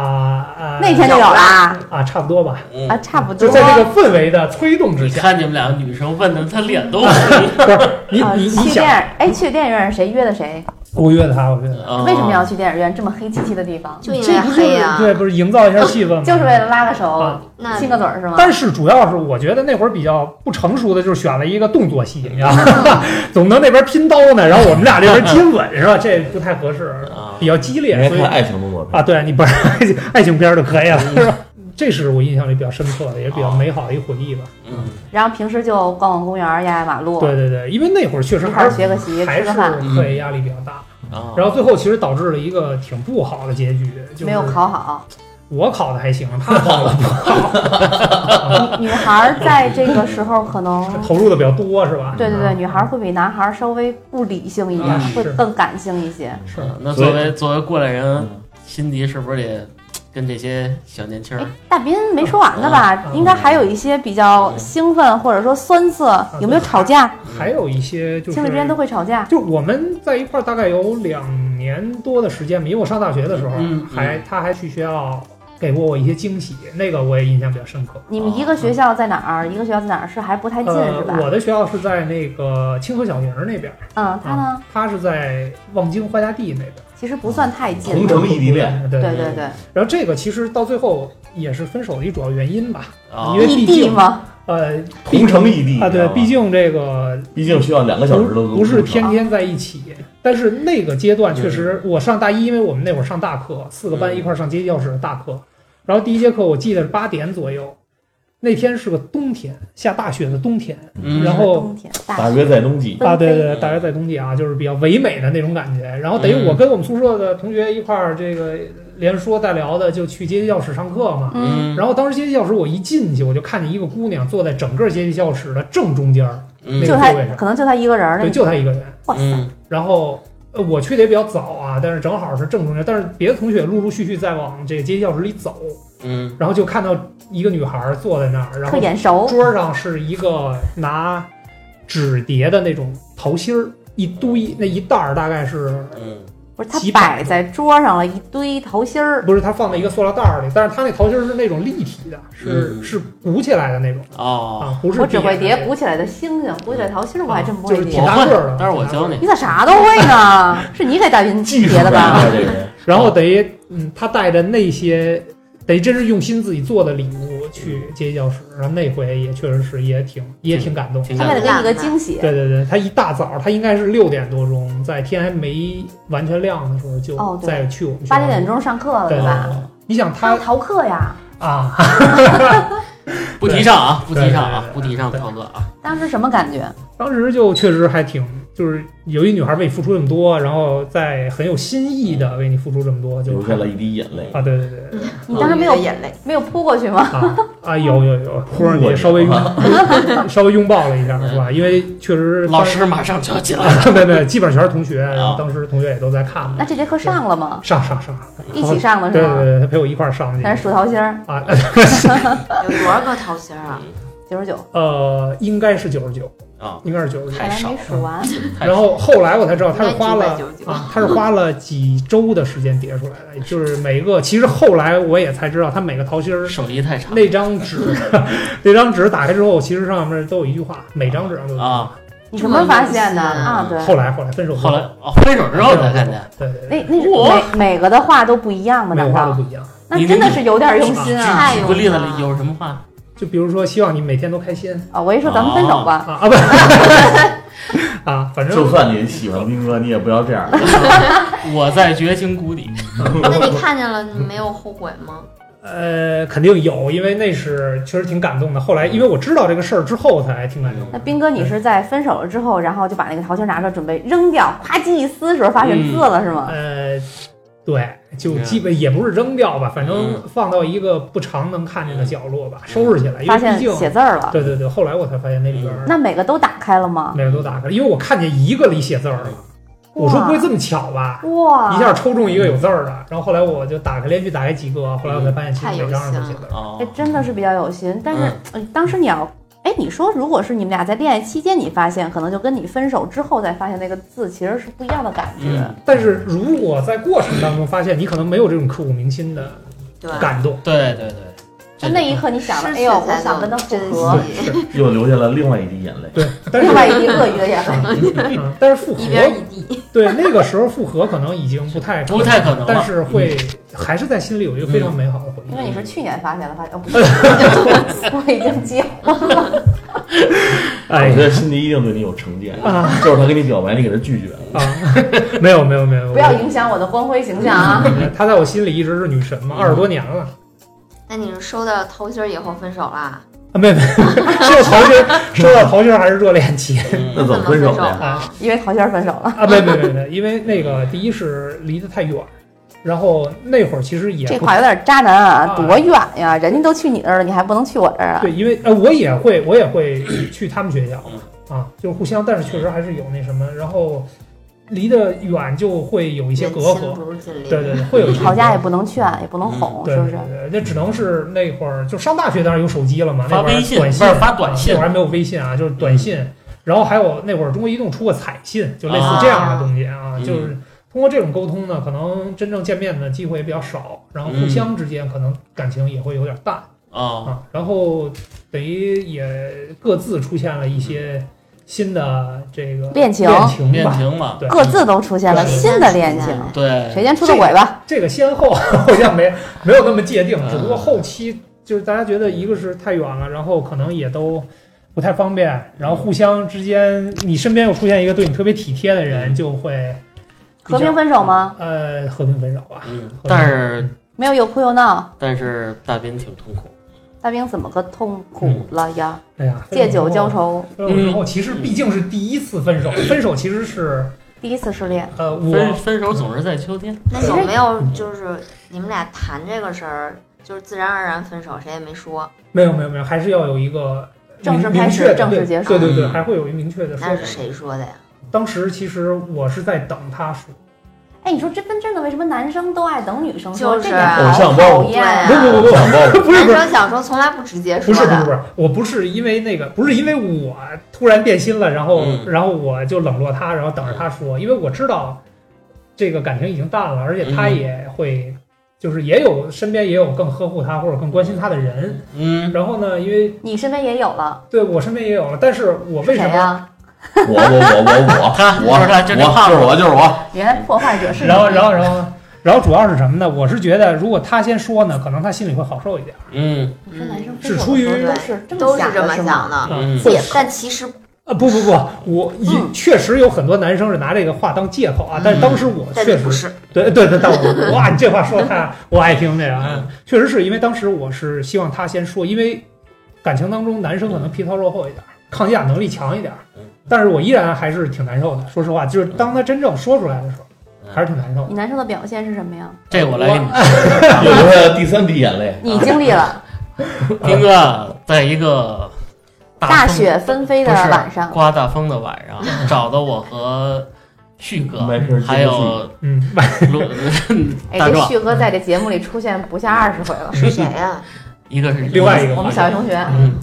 [SPEAKER 2] 啊，
[SPEAKER 5] 那天就有啦
[SPEAKER 2] 啊，差不多吧，
[SPEAKER 1] 嗯
[SPEAKER 5] 啊，差不多
[SPEAKER 2] 就。在这个氛围的催动之
[SPEAKER 1] 你
[SPEAKER 2] 下，
[SPEAKER 1] 看你们俩女生问的，他脸都红
[SPEAKER 2] 不是你
[SPEAKER 5] 啊，
[SPEAKER 2] 你
[SPEAKER 5] 去
[SPEAKER 2] 你
[SPEAKER 5] 电影
[SPEAKER 2] 想，
[SPEAKER 5] 哎，去电影院是谁约的谁？
[SPEAKER 2] 我约他，我约他，
[SPEAKER 1] 了。
[SPEAKER 5] 为什么要去电影院这么黑漆漆的地方？
[SPEAKER 4] 就因为
[SPEAKER 2] 啊这不是
[SPEAKER 4] 黑呀，
[SPEAKER 2] 对，不是营造一下气氛吗？
[SPEAKER 5] 就是为了拉个手
[SPEAKER 2] 啊、
[SPEAKER 4] 那
[SPEAKER 5] 亲个嘴儿是吗？
[SPEAKER 2] 但是主要是我觉得那会儿比较不成熟的，就是选了一个动作戏，你知道
[SPEAKER 5] *laughs*
[SPEAKER 2] 吗？总能那边拼刀呢，然后我们俩这边接吻是吧？这不太合适，
[SPEAKER 1] 啊
[SPEAKER 2] 比？较激
[SPEAKER 3] 应该
[SPEAKER 2] 烈，所以
[SPEAKER 3] 看爱情动作片
[SPEAKER 2] 啊，对你不是 *laughs* 爱情片儿就可以了，是吧？这是我印象里比较深刻的，也比较美好的一个回忆吧。
[SPEAKER 1] 嗯
[SPEAKER 5] 然后平时就逛逛公园、压压马路，
[SPEAKER 2] 对对对，因为那会儿确实
[SPEAKER 5] 哦一块
[SPEAKER 2] 还
[SPEAKER 5] 儿
[SPEAKER 2] 是
[SPEAKER 5] 学个习、
[SPEAKER 2] 还
[SPEAKER 5] 吃
[SPEAKER 2] 是
[SPEAKER 5] 个饭，
[SPEAKER 2] 课业压力比较大，
[SPEAKER 1] 啊，
[SPEAKER 2] 然后最后其实导致了一个挺不好的结局，就是
[SPEAKER 5] 没有考好。
[SPEAKER 2] 我考的还行，他考的不好，
[SPEAKER 5] 女孩儿在这个时候可能，
[SPEAKER 2] *laughs* 投入的比较多是吧？
[SPEAKER 5] 对对对，女孩儿会比男孩儿稍微不理性一点
[SPEAKER 2] 嗯，
[SPEAKER 5] 会
[SPEAKER 2] 是
[SPEAKER 5] 更感性一些。
[SPEAKER 2] 是
[SPEAKER 1] 那
[SPEAKER 3] 所以
[SPEAKER 1] 作为作为过来人，
[SPEAKER 3] 嗯
[SPEAKER 1] 辛迪是不是得跟这些小年轻
[SPEAKER 5] 哎
[SPEAKER 1] 儿？，
[SPEAKER 5] 大斌没说完呢吧？
[SPEAKER 2] 嗯
[SPEAKER 5] 应该还有一些比较兴奋或者说酸涩，有没有吵架？
[SPEAKER 2] 还有一些啊就是
[SPEAKER 5] 情侣之间都会吵架。
[SPEAKER 2] 就我们在一块儿大概有两年多的时间吧，因为我上大学的时候，
[SPEAKER 1] 嗯嗯
[SPEAKER 2] 还他还去学校给过我一些惊喜，那个我也印象比较深刻。
[SPEAKER 5] 你们一个学校在哪儿？一个学校在哪儿？是还不太近是吧
[SPEAKER 2] 呃，？我的学校是在那个清河小营那边，
[SPEAKER 5] 嗯，他呢，
[SPEAKER 2] 他是在望京花家地那边。
[SPEAKER 5] 其实不算太近
[SPEAKER 3] 同。城异地恋，
[SPEAKER 2] 对
[SPEAKER 5] 对
[SPEAKER 2] 对
[SPEAKER 5] 对对，
[SPEAKER 2] 然后这个其实到最后也是分手的一主要原因吧。
[SPEAKER 1] 啊
[SPEAKER 2] 因为毕
[SPEAKER 5] 异地
[SPEAKER 2] 竟
[SPEAKER 5] 吗？
[SPEAKER 2] 呃
[SPEAKER 3] 同城异地
[SPEAKER 2] 啊，对，毕
[SPEAKER 3] 竟
[SPEAKER 2] 竟这个
[SPEAKER 3] 毕竟需要两个小时的路
[SPEAKER 2] 不不是天天在一起，但是那个阶段确实，我上大一，因为我们那会儿上大课，四个班一块儿上街机教室的大课，然后第一节课我记得是八点左右，那天是个冬天，下大雪的冬天
[SPEAKER 1] 嗯
[SPEAKER 2] 然后
[SPEAKER 5] 冬天大
[SPEAKER 3] 大
[SPEAKER 5] 学
[SPEAKER 3] 约在冬季，
[SPEAKER 5] 纷
[SPEAKER 2] 啊，对
[SPEAKER 5] 飞
[SPEAKER 2] 对，哦对大约在冬季啊，就是比较唯美的那种感觉。然后等于我跟我们宿舍的同学一块儿，这个连说带聊的就去街机教室上课嘛。
[SPEAKER 5] 嗯，
[SPEAKER 2] 然后当时街机教室我一进去，我就看见一个姑娘坐在整个街机教室的正中间儿，
[SPEAKER 1] 嗯
[SPEAKER 2] 那
[SPEAKER 5] 就
[SPEAKER 2] 个
[SPEAKER 5] 他
[SPEAKER 2] 座位上
[SPEAKER 5] 可能就他一个人儿
[SPEAKER 2] 对，
[SPEAKER 5] 那
[SPEAKER 2] 就她一个人。
[SPEAKER 5] 哇塞，
[SPEAKER 1] 嗯
[SPEAKER 2] 然后呃，我去的也比较早啊，但是正好是正中间，但是别的同学陆陆续续在往这个街机教室里走，
[SPEAKER 1] 嗯
[SPEAKER 2] 然后就看到一个女孩坐在那儿，然
[SPEAKER 5] 特
[SPEAKER 2] 后
[SPEAKER 5] 眼熟。
[SPEAKER 2] 桌上是一个拿纸叠的那种桃心儿，一堆那一袋儿大概是。
[SPEAKER 1] 嗯
[SPEAKER 5] 不是他
[SPEAKER 2] 几百
[SPEAKER 5] 摆在桌上了一堆桃心儿，
[SPEAKER 2] 不是，它放在一个塑料袋儿里，但是它那桃心儿是那种立体的，是、
[SPEAKER 1] 嗯
[SPEAKER 2] 是鼓起来的那种
[SPEAKER 1] 哦，
[SPEAKER 2] 啊，不是
[SPEAKER 5] 我只会
[SPEAKER 2] 叠
[SPEAKER 5] 叠鼓起来的星星，鼓起来桃心儿我还真
[SPEAKER 2] 啊
[SPEAKER 5] 不
[SPEAKER 2] 就
[SPEAKER 5] 会
[SPEAKER 2] 是
[SPEAKER 5] 叠
[SPEAKER 2] 挺。大个儿
[SPEAKER 1] 我会，
[SPEAKER 2] 的
[SPEAKER 1] 待会儿我教你
[SPEAKER 5] 你咋啥都会呢？
[SPEAKER 2] *laughs*
[SPEAKER 5] 是你给大云
[SPEAKER 3] 技术
[SPEAKER 5] 叠的吧？
[SPEAKER 3] 这人
[SPEAKER 2] 然
[SPEAKER 1] 啊
[SPEAKER 2] 后等于嗯，他带着那些，等于真是用心自己做的礼物去街机教室，然后那回也确实是也挺也挺感动。
[SPEAKER 1] 挺
[SPEAKER 5] 他
[SPEAKER 1] 感
[SPEAKER 5] 为
[SPEAKER 1] 动
[SPEAKER 5] 了给你个惊喜，
[SPEAKER 2] 对对对，他一大早，他应该是六点多钟，在天还没完全亮的时候就
[SPEAKER 5] 哦对
[SPEAKER 2] 再去我们学校
[SPEAKER 5] 八九点。钟上课了
[SPEAKER 2] 对
[SPEAKER 5] 对吧？？
[SPEAKER 1] 哦
[SPEAKER 2] 你想
[SPEAKER 5] 他 *laughs*
[SPEAKER 2] 他
[SPEAKER 5] 逃课呀，
[SPEAKER 2] 啊，
[SPEAKER 1] 不提倡啊，不
[SPEAKER 2] 对
[SPEAKER 1] 提倡啊，
[SPEAKER 2] 对
[SPEAKER 1] 不
[SPEAKER 2] 对
[SPEAKER 1] 提倡
[SPEAKER 2] 对
[SPEAKER 1] 操作啊。
[SPEAKER 4] 当时什么感觉？
[SPEAKER 2] 当时就确实还挺，就是有一女孩为你付出这么多，然后再很有心意的为你付出这么多，就
[SPEAKER 3] 流下了一滴眼
[SPEAKER 2] *laughs*
[SPEAKER 3] 泪。
[SPEAKER 2] 啊，对对对
[SPEAKER 5] *laughs*
[SPEAKER 2] 对
[SPEAKER 4] 你当时没有
[SPEAKER 5] 女的眼泪，
[SPEAKER 4] 没有扑过去吗？
[SPEAKER 2] 啊啊，有有有，忽然也稍微
[SPEAKER 3] 我
[SPEAKER 1] *laughs*
[SPEAKER 2] 拥稍微拥抱了一下，是吧？因为确实
[SPEAKER 1] 老师马上就要
[SPEAKER 2] *laughs*
[SPEAKER 1] 进来了。
[SPEAKER 2] 当时，对对，基本上全是同学，然
[SPEAKER 1] 啊
[SPEAKER 2] 后当时同学也都在看嘛
[SPEAKER 4] 那，这节课上了吗？
[SPEAKER 2] 上上上，
[SPEAKER 4] 一起上的
[SPEAKER 5] 嗯
[SPEAKER 2] 对
[SPEAKER 4] 是
[SPEAKER 2] 嗯对
[SPEAKER 4] 吗？
[SPEAKER 2] 对，他陪我一块儿上
[SPEAKER 4] 还
[SPEAKER 2] 去
[SPEAKER 4] 是数桃心儿，
[SPEAKER 2] 啊，
[SPEAKER 5] 有多少个桃心儿
[SPEAKER 1] 嗯
[SPEAKER 5] 啊？
[SPEAKER 4] 九十九，
[SPEAKER 2] 呃，应该是九十九
[SPEAKER 1] 啊，
[SPEAKER 2] 应该是九十九。
[SPEAKER 1] 太
[SPEAKER 4] 看来
[SPEAKER 1] 少
[SPEAKER 4] 没
[SPEAKER 1] 了
[SPEAKER 4] 数完。
[SPEAKER 1] 太
[SPEAKER 2] 然后后来我才知道，他是花了
[SPEAKER 5] 应该999
[SPEAKER 2] 啊，他是花了几周的时间叠出来的，就是每个。其实后来我也才知道，他每个桃心儿
[SPEAKER 1] 手艺太差
[SPEAKER 2] 那张纸， *laughs* 那张纸打开之后，其实上面都有一句话，每张纸上都有。
[SPEAKER 1] 啊！
[SPEAKER 4] 你什么时候发现的
[SPEAKER 5] 这么有意思
[SPEAKER 4] 啊？对，
[SPEAKER 2] 后来后来分手之
[SPEAKER 1] 后来哦，分手之后才看见，
[SPEAKER 2] 对对
[SPEAKER 4] 那那是
[SPEAKER 1] 我
[SPEAKER 4] 每每个的话都不一样吗？
[SPEAKER 2] 每
[SPEAKER 4] 难
[SPEAKER 2] 个话都
[SPEAKER 4] 道
[SPEAKER 2] 不一样。
[SPEAKER 4] 那
[SPEAKER 1] 你
[SPEAKER 4] 真的是有点用心啊
[SPEAKER 5] 太
[SPEAKER 1] 举
[SPEAKER 5] 有
[SPEAKER 1] 个例子
[SPEAKER 5] 了
[SPEAKER 1] 有什么
[SPEAKER 4] *laughs*
[SPEAKER 1] 话？
[SPEAKER 2] 就比如说，希望你每天都开心
[SPEAKER 4] 啊！我一说咱们分手吧，
[SPEAKER 2] 啊啊不 *laughs* 啊，反正
[SPEAKER 3] 就算你喜欢兵哥，你也不要这样。
[SPEAKER 1] 我在绝情谷底，
[SPEAKER 5] 那你看见了，你没有后悔吗？
[SPEAKER 2] 呃肯定有，因为那是确实挺感动的。后来因为我知道这个事儿之后，才挺感动
[SPEAKER 4] *laughs* 那
[SPEAKER 2] 的。
[SPEAKER 4] 斌哥你是在分手了之后，然后就把那个桃心拿出来准备扔掉，咵叽一撕的时候发现字了是
[SPEAKER 5] 嗯
[SPEAKER 4] 吗？
[SPEAKER 2] 呃，对，就基本也不是扔掉吧，反正放到一个不常能看见的角落吧，收拾起来，因
[SPEAKER 4] 发
[SPEAKER 2] 为毕
[SPEAKER 4] 现
[SPEAKER 2] 竟
[SPEAKER 4] 写字儿了。
[SPEAKER 2] 对对对，后来我才发现那里边
[SPEAKER 5] 嗯
[SPEAKER 2] 儿
[SPEAKER 4] 那每个都打开了吗？
[SPEAKER 2] 每个都打开了，因为我看见一个里写字儿了，我说不会这么巧吧？
[SPEAKER 4] 哇，
[SPEAKER 2] 一下抽中一个有字儿的，然后后来我就打开连续打开几个，后来我才发现其实每张上都写字儿。
[SPEAKER 1] 哦
[SPEAKER 4] 这，哎真的是比较有心。但是、呃当时你要，哎，你说如果是你们俩在恋爱期间你发现，可能就跟你分手之后再发现那个字其实是不一样的感觉。
[SPEAKER 1] 嗯，
[SPEAKER 2] 但是如果在过程当中发现你可能没有这种刻骨铭心的
[SPEAKER 5] 对，
[SPEAKER 2] 感
[SPEAKER 1] *laughs*
[SPEAKER 2] 动，
[SPEAKER 1] 对对对，这
[SPEAKER 4] 就那一刻你想了，哎呦，我想跟他复
[SPEAKER 5] 珍
[SPEAKER 4] 合。
[SPEAKER 5] 惜，
[SPEAKER 3] 又流下了另外一滴眼泪。
[SPEAKER 2] 对，但是
[SPEAKER 4] 另外一滴鳄鱼的眼泪，
[SPEAKER 2] 嗯但是复
[SPEAKER 4] *laughs*
[SPEAKER 2] 合
[SPEAKER 5] 一边一
[SPEAKER 2] *laughs*
[SPEAKER 5] 地，
[SPEAKER 2] 对那个时候复合可能已经不太
[SPEAKER 1] 不太可能了
[SPEAKER 2] 但是会还是在心里有一个非常美好的回忆
[SPEAKER 4] 因。为你是去年发现的，发现哦不是， *laughs* 我已经结婚了。
[SPEAKER 2] 哎
[SPEAKER 3] 我觉
[SPEAKER 2] 呀
[SPEAKER 3] 得辛迪一定对你有成见，
[SPEAKER 2] 啊
[SPEAKER 3] 就是他跟你表白，你给他拒绝了。
[SPEAKER 2] 啊，没有没有没有，
[SPEAKER 4] 不
[SPEAKER 2] *laughs*
[SPEAKER 4] 要影响我的光辉形象啊！
[SPEAKER 2] 她在我心里一直是女神嘛，二十多年了。
[SPEAKER 5] 那你是收到桃心儿以后分手啦？
[SPEAKER 2] 啊，没有没有，只有桃心儿，说到桃心儿还是热恋期
[SPEAKER 1] 嗯
[SPEAKER 3] 那怎么分手的呀？
[SPEAKER 2] 啊
[SPEAKER 4] 因为桃心儿分手了，
[SPEAKER 2] 啊，没有没有没有没有，因为那个第一是离得太远，然后那会儿其实也
[SPEAKER 4] 这
[SPEAKER 2] 不
[SPEAKER 4] 话有点渣男啊，
[SPEAKER 2] 啊
[SPEAKER 4] 多远呀！人家都去你那儿了，你还不能去我这儿啊？
[SPEAKER 2] 对，因为呃我也会我也会去他们学校
[SPEAKER 1] 嗯
[SPEAKER 2] 啊，就是互相，但是确实还是有那什么，然后离得远就会有一
[SPEAKER 5] 一
[SPEAKER 2] 些隔阂，
[SPEAKER 5] 不如近邻。
[SPEAKER 2] 对对对，会有一些
[SPEAKER 4] 吵架也
[SPEAKER 2] 隔
[SPEAKER 4] 不能劝，也不能哄，
[SPEAKER 2] 阂。对
[SPEAKER 4] 是不
[SPEAKER 2] 对
[SPEAKER 4] 是？
[SPEAKER 2] 对，那只能是那会儿就上大学，当然有手机了嘛，那
[SPEAKER 1] 发
[SPEAKER 2] 会
[SPEAKER 1] 微
[SPEAKER 2] 儿
[SPEAKER 1] 信
[SPEAKER 2] 短
[SPEAKER 1] 不
[SPEAKER 2] 信啊
[SPEAKER 1] 是发短
[SPEAKER 2] 那
[SPEAKER 1] 信嗯
[SPEAKER 2] 会儿，还没有微信啊，就是短信。然后还有那会儿中国移动出过彩信，就类似这样的东西啊，
[SPEAKER 1] 啊
[SPEAKER 2] 就是通过这种沟通呢，可能真正见面的机会也比较少，然后
[SPEAKER 1] 嗯
[SPEAKER 2] 互相之间可能感情也会有点淡、
[SPEAKER 1] 哦，
[SPEAKER 2] 啊。然后等于也各自出现了一些新的这个
[SPEAKER 4] 恋情
[SPEAKER 2] 恋情
[SPEAKER 1] 嗯恋
[SPEAKER 2] 吧。
[SPEAKER 1] 情嘛，嗯
[SPEAKER 2] 对
[SPEAKER 4] 各自都出现了新的恋情，
[SPEAKER 1] 对，
[SPEAKER 4] 谁先出的轨吧？
[SPEAKER 2] 嗯这个先后 *laughs* 好像没没有那么界
[SPEAKER 1] 嗯
[SPEAKER 2] 定，只不过后期就是大家觉得一个是太远了，然后可能也都不太方便，然后互相之间，你身边又出现一个对你特别体贴的人，
[SPEAKER 1] 嗯
[SPEAKER 2] 就会比较
[SPEAKER 4] 和平分手吗？
[SPEAKER 2] 呃和平分手吧。
[SPEAKER 1] 嗯，但是
[SPEAKER 4] 没有又哭又闹，
[SPEAKER 1] 但是大斌挺痛苦，
[SPEAKER 4] 大兵怎么个痛苦了呀？
[SPEAKER 2] 哎呀，
[SPEAKER 4] 借酒浇。愁，
[SPEAKER 2] 分手之
[SPEAKER 1] 嗯
[SPEAKER 2] 后，其实毕竟是第一次
[SPEAKER 1] *laughs*
[SPEAKER 2] 分手，分手其实是
[SPEAKER 4] 第一次失恋，
[SPEAKER 2] 呃
[SPEAKER 1] 分
[SPEAKER 2] 我
[SPEAKER 1] 分手总是在秋天，
[SPEAKER 5] 那有没有
[SPEAKER 2] 嗯
[SPEAKER 5] 就是你们俩谈这个事儿，就是自然而然分手，谁也没说，
[SPEAKER 2] 没有没有没有，还是要有一个
[SPEAKER 4] 正式
[SPEAKER 2] 明
[SPEAKER 4] 开
[SPEAKER 2] 明
[SPEAKER 4] 始
[SPEAKER 2] 确的
[SPEAKER 4] 正式
[SPEAKER 2] 对
[SPEAKER 4] 结束
[SPEAKER 2] 对对对，
[SPEAKER 1] 嗯
[SPEAKER 2] 还会有一明确的说
[SPEAKER 5] 那
[SPEAKER 2] 法
[SPEAKER 5] 是。谁说的呀？
[SPEAKER 2] 当时其实我是在等他说。
[SPEAKER 4] 哎，你说这跟这个为什么男生都爱等女生
[SPEAKER 5] 就
[SPEAKER 4] 说？
[SPEAKER 5] 是啊
[SPEAKER 4] 这点
[SPEAKER 3] 偶
[SPEAKER 4] 好
[SPEAKER 3] 像包
[SPEAKER 4] 讨
[SPEAKER 3] 袱
[SPEAKER 4] 厌
[SPEAKER 5] 对
[SPEAKER 2] 不
[SPEAKER 5] 啊
[SPEAKER 2] 不不不，
[SPEAKER 3] 想抱
[SPEAKER 2] 不是
[SPEAKER 5] 男
[SPEAKER 2] 不是
[SPEAKER 5] 生想说从来不直接
[SPEAKER 2] 不
[SPEAKER 5] 说
[SPEAKER 2] 是不是不
[SPEAKER 5] 的，
[SPEAKER 2] 是，我不是因为那个，不是因为我突然变心了，然后、
[SPEAKER 1] 嗯
[SPEAKER 2] 然后我就冷落他，然后等着他说，因为我知道这个感情已经淡了，而且他
[SPEAKER 1] 嗯
[SPEAKER 2] 也会，就是也有身边也有更呵护他或者更关心他的人。
[SPEAKER 1] 嗯，
[SPEAKER 2] 然后呢，因为
[SPEAKER 4] 你身边也有了，
[SPEAKER 2] 对我身边也有了，但是我为
[SPEAKER 4] 谁
[SPEAKER 2] 什么？
[SPEAKER 4] 呀？
[SPEAKER 3] 我我我我我，
[SPEAKER 1] 他
[SPEAKER 3] 我
[SPEAKER 1] 就是他就
[SPEAKER 3] 就是
[SPEAKER 1] 这胖子
[SPEAKER 3] 我就是我，
[SPEAKER 1] *laughs*
[SPEAKER 4] 原来破
[SPEAKER 5] 嗯
[SPEAKER 4] 坏者是你。
[SPEAKER 2] 然后然后然后然后主要是什么呢？我是觉得如果他先说呢，可能他心里会好受一点。
[SPEAKER 1] 嗯
[SPEAKER 4] 你说男生分
[SPEAKER 2] 是
[SPEAKER 4] 手
[SPEAKER 2] 出于
[SPEAKER 4] 的时候都是这
[SPEAKER 5] 都
[SPEAKER 4] 么
[SPEAKER 5] 是
[SPEAKER 4] 想
[SPEAKER 5] 这
[SPEAKER 4] 的，
[SPEAKER 5] 么
[SPEAKER 4] 是
[SPEAKER 5] 想
[SPEAKER 4] 吗？
[SPEAKER 5] 的。
[SPEAKER 1] 嗯，
[SPEAKER 4] 借口
[SPEAKER 5] 但其实
[SPEAKER 2] 啊不不不，我也、
[SPEAKER 5] 嗯
[SPEAKER 2] 确实有很多男生是拿这个话当借口啊，但是当时我
[SPEAKER 5] 但
[SPEAKER 2] 确
[SPEAKER 5] 你
[SPEAKER 2] 实
[SPEAKER 5] 不是，
[SPEAKER 2] 对对对，但 *laughs* 我哇，你这话说的太我爱听这个啊，确实是因为当时我是希望他先说，因为感情当中男生可能皮糙肉厚一点儿，抗压能力强一点儿
[SPEAKER 1] 嗯，
[SPEAKER 2] 但是我依然还是挺难受的。说实话，就是当他真正说出来的时候，还是挺难受的。
[SPEAKER 4] 你难受的表现是什么呀？
[SPEAKER 1] 这我来给你
[SPEAKER 3] 又流下第三滴眼泪。
[SPEAKER 4] 你经历
[SPEAKER 2] 啊
[SPEAKER 4] 了
[SPEAKER 1] 丁哥在一个
[SPEAKER 4] 大
[SPEAKER 1] 风
[SPEAKER 4] 雪纷飞
[SPEAKER 1] 不
[SPEAKER 4] 的
[SPEAKER 1] 是
[SPEAKER 4] 晚上，
[SPEAKER 1] 刮大风的晚
[SPEAKER 4] *laughs*
[SPEAKER 1] 上，找的我和旭哥
[SPEAKER 3] 没事儿
[SPEAKER 1] 还有
[SPEAKER 2] 嗯，
[SPEAKER 1] 卢
[SPEAKER 4] 哎，
[SPEAKER 1] 大
[SPEAKER 4] 这
[SPEAKER 1] 壮，
[SPEAKER 4] 旭哥在这节目里出现不下二十回了。
[SPEAKER 5] 是谁呀？
[SPEAKER 1] 一个是
[SPEAKER 2] 另外一个
[SPEAKER 4] 我们小学同学
[SPEAKER 1] 嗯，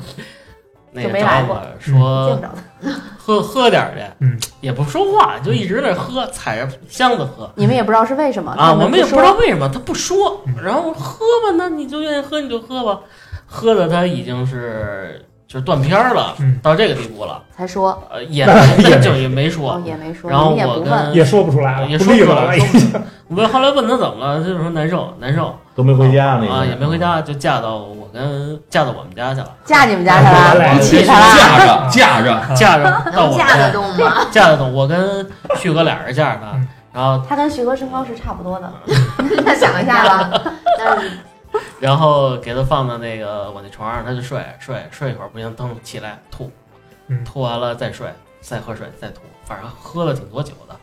[SPEAKER 1] 那
[SPEAKER 4] 就
[SPEAKER 1] 个
[SPEAKER 4] 没来
[SPEAKER 1] 找
[SPEAKER 4] 过嗯
[SPEAKER 1] 我说
[SPEAKER 4] 见不着他，
[SPEAKER 1] 喝喝点儿去，
[SPEAKER 2] 嗯，
[SPEAKER 1] 也不说话，就一直在喝，踩着箱子喝。
[SPEAKER 4] 你们也不知道是为什么
[SPEAKER 1] 啊，我们也不
[SPEAKER 4] 不
[SPEAKER 1] 知道为什么他不说
[SPEAKER 2] 嗯，
[SPEAKER 1] 然后喝吧，那你就愿意喝你就喝吧，喝的他已经是就是断片儿了，
[SPEAKER 2] 嗯
[SPEAKER 1] 到这个地步了，
[SPEAKER 4] 才说，
[SPEAKER 1] 呃，
[SPEAKER 2] *laughs*
[SPEAKER 1] 也
[SPEAKER 2] 也没
[SPEAKER 1] 就也没
[SPEAKER 4] 哦
[SPEAKER 1] 说，，
[SPEAKER 4] 也没说，
[SPEAKER 1] 然后
[SPEAKER 4] 你们也
[SPEAKER 1] 我
[SPEAKER 4] 不问，
[SPEAKER 1] 跟
[SPEAKER 2] 嗯也说不出来了，
[SPEAKER 1] 也
[SPEAKER 2] 不
[SPEAKER 1] 说
[SPEAKER 2] 利
[SPEAKER 1] 不
[SPEAKER 2] 索
[SPEAKER 1] 出来
[SPEAKER 2] 了。
[SPEAKER 1] 说不出来，我后来问他怎么了，他就说难受难受
[SPEAKER 3] 都没回家那个
[SPEAKER 1] 啊，也没回，家，
[SPEAKER 2] 嗯
[SPEAKER 1] 就嫁到我跟嫁到我们家去
[SPEAKER 2] *laughs*
[SPEAKER 1] 了，
[SPEAKER 4] 嫁你们家去了，
[SPEAKER 2] 来
[SPEAKER 4] 一起去了，
[SPEAKER 3] 架着架着，
[SPEAKER 2] 啊
[SPEAKER 1] 嫁着到
[SPEAKER 5] 能
[SPEAKER 4] *laughs*
[SPEAKER 1] 我
[SPEAKER 5] 架得
[SPEAKER 1] 们
[SPEAKER 5] 动吗？
[SPEAKER 1] 家，嫁得动，我跟旭哥俩人嫁着他
[SPEAKER 2] 嗯，
[SPEAKER 1] 然后
[SPEAKER 4] 他跟徐哥身高是差不多的，
[SPEAKER 5] 那想一下吧。但是
[SPEAKER 1] 然后给他放到那个我那床上，他就睡睡睡一会儿，不行，蹬起来吐
[SPEAKER 2] 嗯，
[SPEAKER 1] 吐完了再睡，再喝水，再吐，反正喝了挺多酒的。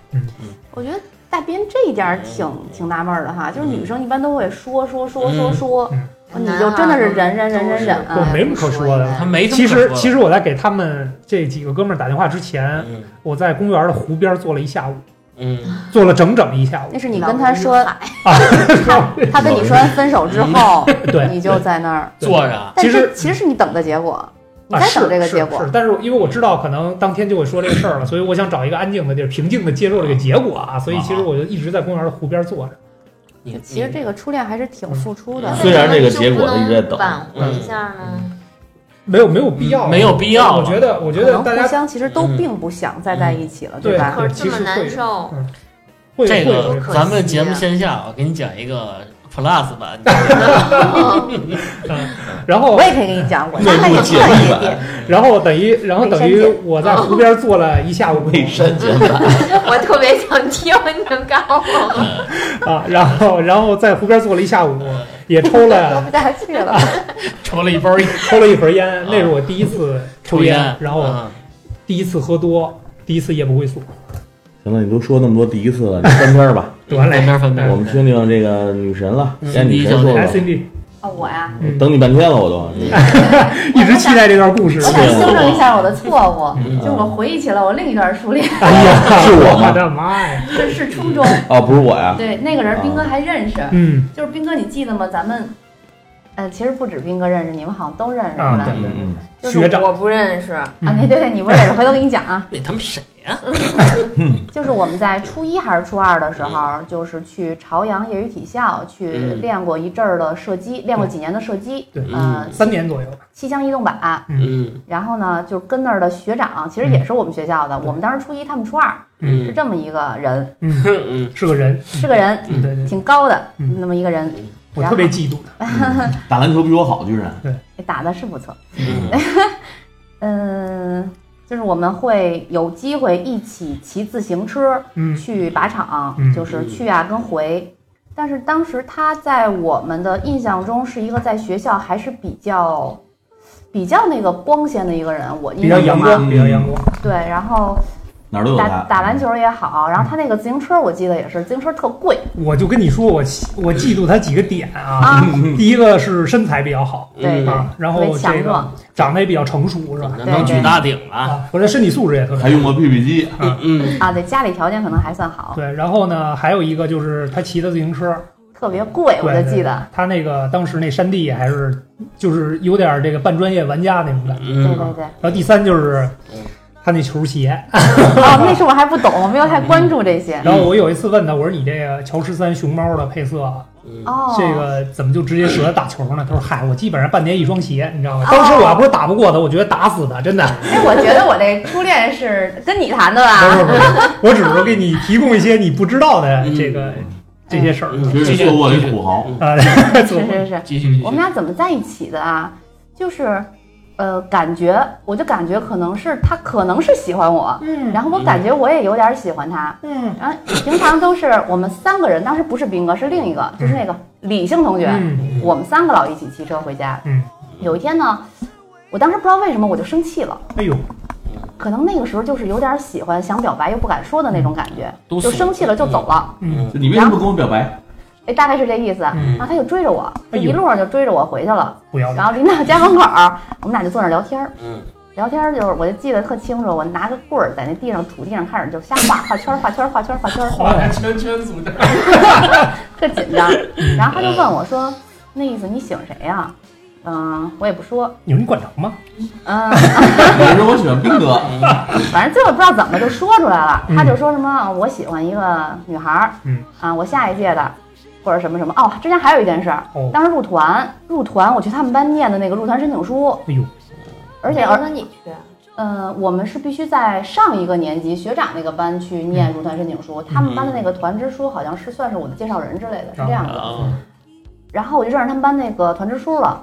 [SPEAKER 4] 我觉得大斌这一点儿挺挺纳闷儿的哈，就是女生一般都会说说说说说，
[SPEAKER 2] 嗯
[SPEAKER 4] 你就真的是忍忍忍忍忍，
[SPEAKER 2] 我
[SPEAKER 4] 啊，
[SPEAKER 2] 没什么可说的
[SPEAKER 1] 他没什么
[SPEAKER 2] 嗯其实
[SPEAKER 1] 可说的
[SPEAKER 2] 其实我在给他们这几个哥们儿打电话之前，
[SPEAKER 1] 嗯
[SPEAKER 2] 我在公园的湖边坐了一下午，
[SPEAKER 1] 嗯，
[SPEAKER 2] 坐了整整一下午
[SPEAKER 4] 那。是你跟他说，
[SPEAKER 2] 啊，
[SPEAKER 4] 他跟你说完分
[SPEAKER 5] *laughs*
[SPEAKER 4] 手之后，
[SPEAKER 1] 嗯
[SPEAKER 2] 对，
[SPEAKER 4] 你就在那儿，
[SPEAKER 1] 坐着，啊
[SPEAKER 4] 但
[SPEAKER 2] *laughs* 其实
[SPEAKER 4] 是其实是你等的结果，你
[SPEAKER 2] 啊
[SPEAKER 4] 在
[SPEAKER 2] 是
[SPEAKER 4] 等这个
[SPEAKER 2] 是
[SPEAKER 4] 结果
[SPEAKER 2] 是，，但是因为我知道可能当天就会说这个事儿了，所以我想找一个安静的地儿，平静的接受这个结果啊，所以其实我就一直在公园的湖边坐着。
[SPEAKER 1] 你
[SPEAKER 4] 其实这个初恋还是挺付出的
[SPEAKER 1] 嗯，
[SPEAKER 3] 虽然这个结果呢一直在等
[SPEAKER 5] 挽回一下呢。
[SPEAKER 2] 没有没有必要，
[SPEAKER 1] 嗯没有必要
[SPEAKER 2] 我觉得我觉
[SPEAKER 4] 可
[SPEAKER 2] 得
[SPEAKER 4] 能
[SPEAKER 2] 大
[SPEAKER 4] 互
[SPEAKER 2] 家嗯
[SPEAKER 4] 相其实
[SPEAKER 1] 嗯
[SPEAKER 4] 都并不想再在一起了，
[SPEAKER 2] 对
[SPEAKER 4] 吧？
[SPEAKER 5] 可是这么难受，
[SPEAKER 2] 会
[SPEAKER 1] 这
[SPEAKER 2] 会有
[SPEAKER 1] 个
[SPEAKER 2] 人
[SPEAKER 5] 可惜啊
[SPEAKER 1] 咱们节目线下，我给你讲一个 plus 版，
[SPEAKER 2] 然后
[SPEAKER 4] 我也可以跟你讲，我
[SPEAKER 3] 内
[SPEAKER 4] 大概
[SPEAKER 3] 部
[SPEAKER 4] 也
[SPEAKER 3] 解
[SPEAKER 4] 这
[SPEAKER 3] 密
[SPEAKER 4] 一点。
[SPEAKER 3] 版，
[SPEAKER 2] 然后等于然后等于我在湖边坐了一下午
[SPEAKER 3] 未删减版，
[SPEAKER 5] 我特别想听，你能告诉我吗？
[SPEAKER 2] 啊，然后然后在湖边坐了一下午，也抽
[SPEAKER 4] 说
[SPEAKER 2] 了
[SPEAKER 4] 不下去了，
[SPEAKER 1] 抽了一包烟，
[SPEAKER 2] 抽了一盒烟，那是我第一次抽烟
[SPEAKER 1] 烟，，
[SPEAKER 2] 然后
[SPEAKER 1] 嗯
[SPEAKER 2] 第一次喝多，第一次夜不归宿，
[SPEAKER 3] 行了，你都说那么多第一次了，你翻篇儿吧。
[SPEAKER 2] 得
[SPEAKER 1] 分
[SPEAKER 2] 嘞
[SPEAKER 1] 嗯边分
[SPEAKER 3] 我
[SPEAKER 1] 边，
[SPEAKER 3] 们听听这个女神了，
[SPEAKER 1] 嗯
[SPEAKER 3] 先女神说
[SPEAKER 2] ，S
[SPEAKER 3] 说
[SPEAKER 2] N D，
[SPEAKER 4] 啊，
[SPEAKER 5] 哦
[SPEAKER 4] 我呀，
[SPEAKER 2] 嗯
[SPEAKER 3] 等你半天了，我都。
[SPEAKER 1] 嗯
[SPEAKER 4] 哎
[SPEAKER 2] 一直期待这段故事
[SPEAKER 4] 我。想修正一下我的错误，
[SPEAKER 1] 嗯
[SPEAKER 4] 就是我回忆起了我另一段初恋， *laughs*
[SPEAKER 2] 哎呀，
[SPEAKER 3] 是我
[SPEAKER 1] *laughs*
[SPEAKER 3] 吗
[SPEAKER 2] 的妈呀！
[SPEAKER 4] 是是初中，
[SPEAKER 3] 啊，不是我呀，
[SPEAKER 4] 对那个人斌哥还认识，
[SPEAKER 2] 嗯
[SPEAKER 4] 就是斌哥你记得吗？咱们，呃，其实不止斌哥认识，你们好像都认识
[SPEAKER 2] 啊，
[SPEAKER 4] 吧？
[SPEAKER 2] 对对，
[SPEAKER 3] 嗯
[SPEAKER 5] 就是
[SPEAKER 2] 学长
[SPEAKER 5] 我不认识，
[SPEAKER 4] 啊，对对对，你不认识，回头给你讲啊。 *laughs*
[SPEAKER 1] 那他们谁呀？
[SPEAKER 4] 就是我们在初一还是初二的时候，就是去朝阳业余体校去
[SPEAKER 1] 嗯
[SPEAKER 4] 练过一阵儿的射击，练过几年的射击，
[SPEAKER 2] 对
[SPEAKER 4] 呃
[SPEAKER 1] 嗯，
[SPEAKER 2] 三年左
[SPEAKER 4] *laughs*
[SPEAKER 2] 右吧。
[SPEAKER 4] 气枪移动靶。
[SPEAKER 1] 嗯
[SPEAKER 4] 然后呢，就跟那儿的学长，其实也是我们学校的，我们当时初一，他们初二，是
[SPEAKER 1] 嗯
[SPEAKER 4] 这么一个人，
[SPEAKER 2] 嗯，
[SPEAKER 1] 嗯
[SPEAKER 2] 是个人，
[SPEAKER 4] 是个人
[SPEAKER 2] 嗯对对，
[SPEAKER 4] 挺高的
[SPEAKER 2] 嗯
[SPEAKER 4] 那么一个人，
[SPEAKER 2] 我特别嫉妒他。
[SPEAKER 3] 嗯，打篮球比我好，居然。
[SPEAKER 4] 打的是不错。
[SPEAKER 1] 嗯
[SPEAKER 4] 嗯，就是我们会有机会一起骑自行车
[SPEAKER 2] 嗯
[SPEAKER 4] 去靶场，
[SPEAKER 2] 嗯
[SPEAKER 4] 就是去啊跟回。但是当时他在我们的印象中是一个在学校还是比较比较那个光鲜的一个人，我印
[SPEAKER 2] 比较
[SPEAKER 4] 象
[SPEAKER 2] 阳
[SPEAKER 4] 中
[SPEAKER 2] 光，
[SPEAKER 4] 啊，
[SPEAKER 2] 比较阳光。
[SPEAKER 4] 对，然后
[SPEAKER 3] 哪儿都有
[SPEAKER 4] 打
[SPEAKER 3] 他。
[SPEAKER 4] 打篮球也好，然后他那个自行车我记得也是，自行车特贵
[SPEAKER 2] 我就跟你说，我嫉我嫉妒他几个点啊。
[SPEAKER 4] 啊，
[SPEAKER 2] 第一个是身材比较好
[SPEAKER 4] 对
[SPEAKER 1] 嗯
[SPEAKER 2] 啊，然
[SPEAKER 4] 特别
[SPEAKER 2] 后
[SPEAKER 4] 强
[SPEAKER 2] 这个
[SPEAKER 4] 壮，
[SPEAKER 2] 长得也比较成熟，是吧？
[SPEAKER 1] 那能举大鼎了，
[SPEAKER 2] 啊，我这身体素质也特别
[SPEAKER 3] 还
[SPEAKER 2] 好。
[SPEAKER 3] 用过 BB 机，
[SPEAKER 1] 嗯
[SPEAKER 4] 啊，对，家里条件可能还算好，
[SPEAKER 2] 对，然后呢，还有一个就是他骑的自行车，
[SPEAKER 4] 特别贵，哎我
[SPEAKER 2] 对
[SPEAKER 4] 就记得，
[SPEAKER 2] 他那个当时那山地还是就是有点这个半专业玩家那种感觉。
[SPEAKER 4] 对
[SPEAKER 1] 嗯
[SPEAKER 4] 对对。
[SPEAKER 2] 然后第三就是
[SPEAKER 1] 嗯
[SPEAKER 2] 他那球鞋，
[SPEAKER 4] 哦，那时候我还不懂，我没有太关注这些。
[SPEAKER 2] 然后我有一次问他，我说你这个乔十三熊猫的配色啊，
[SPEAKER 1] 嗯
[SPEAKER 4] 哦，
[SPEAKER 2] 这个怎么就直接舍得打球呢？他说：“嗨，我基本上半年一双鞋，你知道
[SPEAKER 4] 哦
[SPEAKER 2] 吗？当时我要不是打不过他，我觉得打死他，真的。
[SPEAKER 4] 哎，我觉得我这初恋是跟你谈的啊
[SPEAKER 2] *laughs* 不是
[SPEAKER 4] 吧？
[SPEAKER 2] 不是，我只是给你提供一些你不知道的这个、
[SPEAKER 4] 嗯
[SPEAKER 2] 这些事儿
[SPEAKER 1] 嗯
[SPEAKER 3] 其实做过一土豪，
[SPEAKER 2] 啊。 *laughs*
[SPEAKER 4] 是是是，
[SPEAKER 1] 继续继
[SPEAKER 2] 嗯
[SPEAKER 1] 续
[SPEAKER 4] 我们俩怎么在一起的啊？就是，呃，感觉我就感觉可能是他可能是喜欢我，
[SPEAKER 2] 嗯
[SPEAKER 4] 然后我感觉我也有点喜欢他。
[SPEAKER 2] 嗯
[SPEAKER 4] 然后平常都是我们三个人，当时不是斌哥，是另一个，就是那个李姓同学，啊
[SPEAKER 2] 嗯
[SPEAKER 4] 我们三个老一起骑车回家。
[SPEAKER 2] 嗯
[SPEAKER 4] 有一天呢，我当时不知道为什么我就生气了，
[SPEAKER 2] 哎呦，
[SPEAKER 4] 可能那个时候就是有点喜欢，想表白又不敢说的那种感觉，
[SPEAKER 1] 都
[SPEAKER 4] 就
[SPEAKER 1] 怂
[SPEAKER 4] 生气了就走了，
[SPEAKER 2] 嗯，
[SPEAKER 3] 就你为什么不跟我表白？
[SPEAKER 4] 哎，大概是这意思。
[SPEAKER 1] 嗯
[SPEAKER 4] 然后他就追着我，他
[SPEAKER 2] 哎呦
[SPEAKER 4] 一路上就追着我回去了，
[SPEAKER 2] 不要
[SPEAKER 4] 然
[SPEAKER 2] 了，
[SPEAKER 4] 后临到家门口儿，我们俩就坐那儿聊天儿，
[SPEAKER 1] 嗯
[SPEAKER 4] 聊天儿就是我就记得特清楚，我拿个棍儿在那地上土地上开始就瞎画，画圈儿，画圈儿，画圈儿，画圈儿，
[SPEAKER 1] 画
[SPEAKER 2] 啊
[SPEAKER 1] 个圈圈组织，
[SPEAKER 4] 特紧张。然后他就问我说：“那意思你喜欢谁呀、嗯，我也不说，
[SPEAKER 2] 你说你管着吗？
[SPEAKER 4] 嗯，
[SPEAKER 3] 我说我喜欢兵
[SPEAKER 4] *laughs*
[SPEAKER 3] 哥，
[SPEAKER 4] 反正最后不知道怎么就说出来了，
[SPEAKER 2] 嗯
[SPEAKER 4] 他就说什么我喜欢一个女孩儿，
[SPEAKER 2] 嗯
[SPEAKER 4] 啊，我下一届的，或者什么什么。哦，之前还有一件事儿
[SPEAKER 2] 哦，
[SPEAKER 4] 当时入团，入团我去他们班念的那个入团申请书，
[SPEAKER 2] 哎呦，
[SPEAKER 4] 而且
[SPEAKER 5] 没轮
[SPEAKER 4] 而
[SPEAKER 5] 到你去，
[SPEAKER 4] 呃，我们是必须在上一个年级学长那个班去念入团申请书，他们班的那个团支书好像是算是我的介绍人之类的，是这样的。
[SPEAKER 1] 啊，
[SPEAKER 4] 然后我就认识他们班那个团支书了。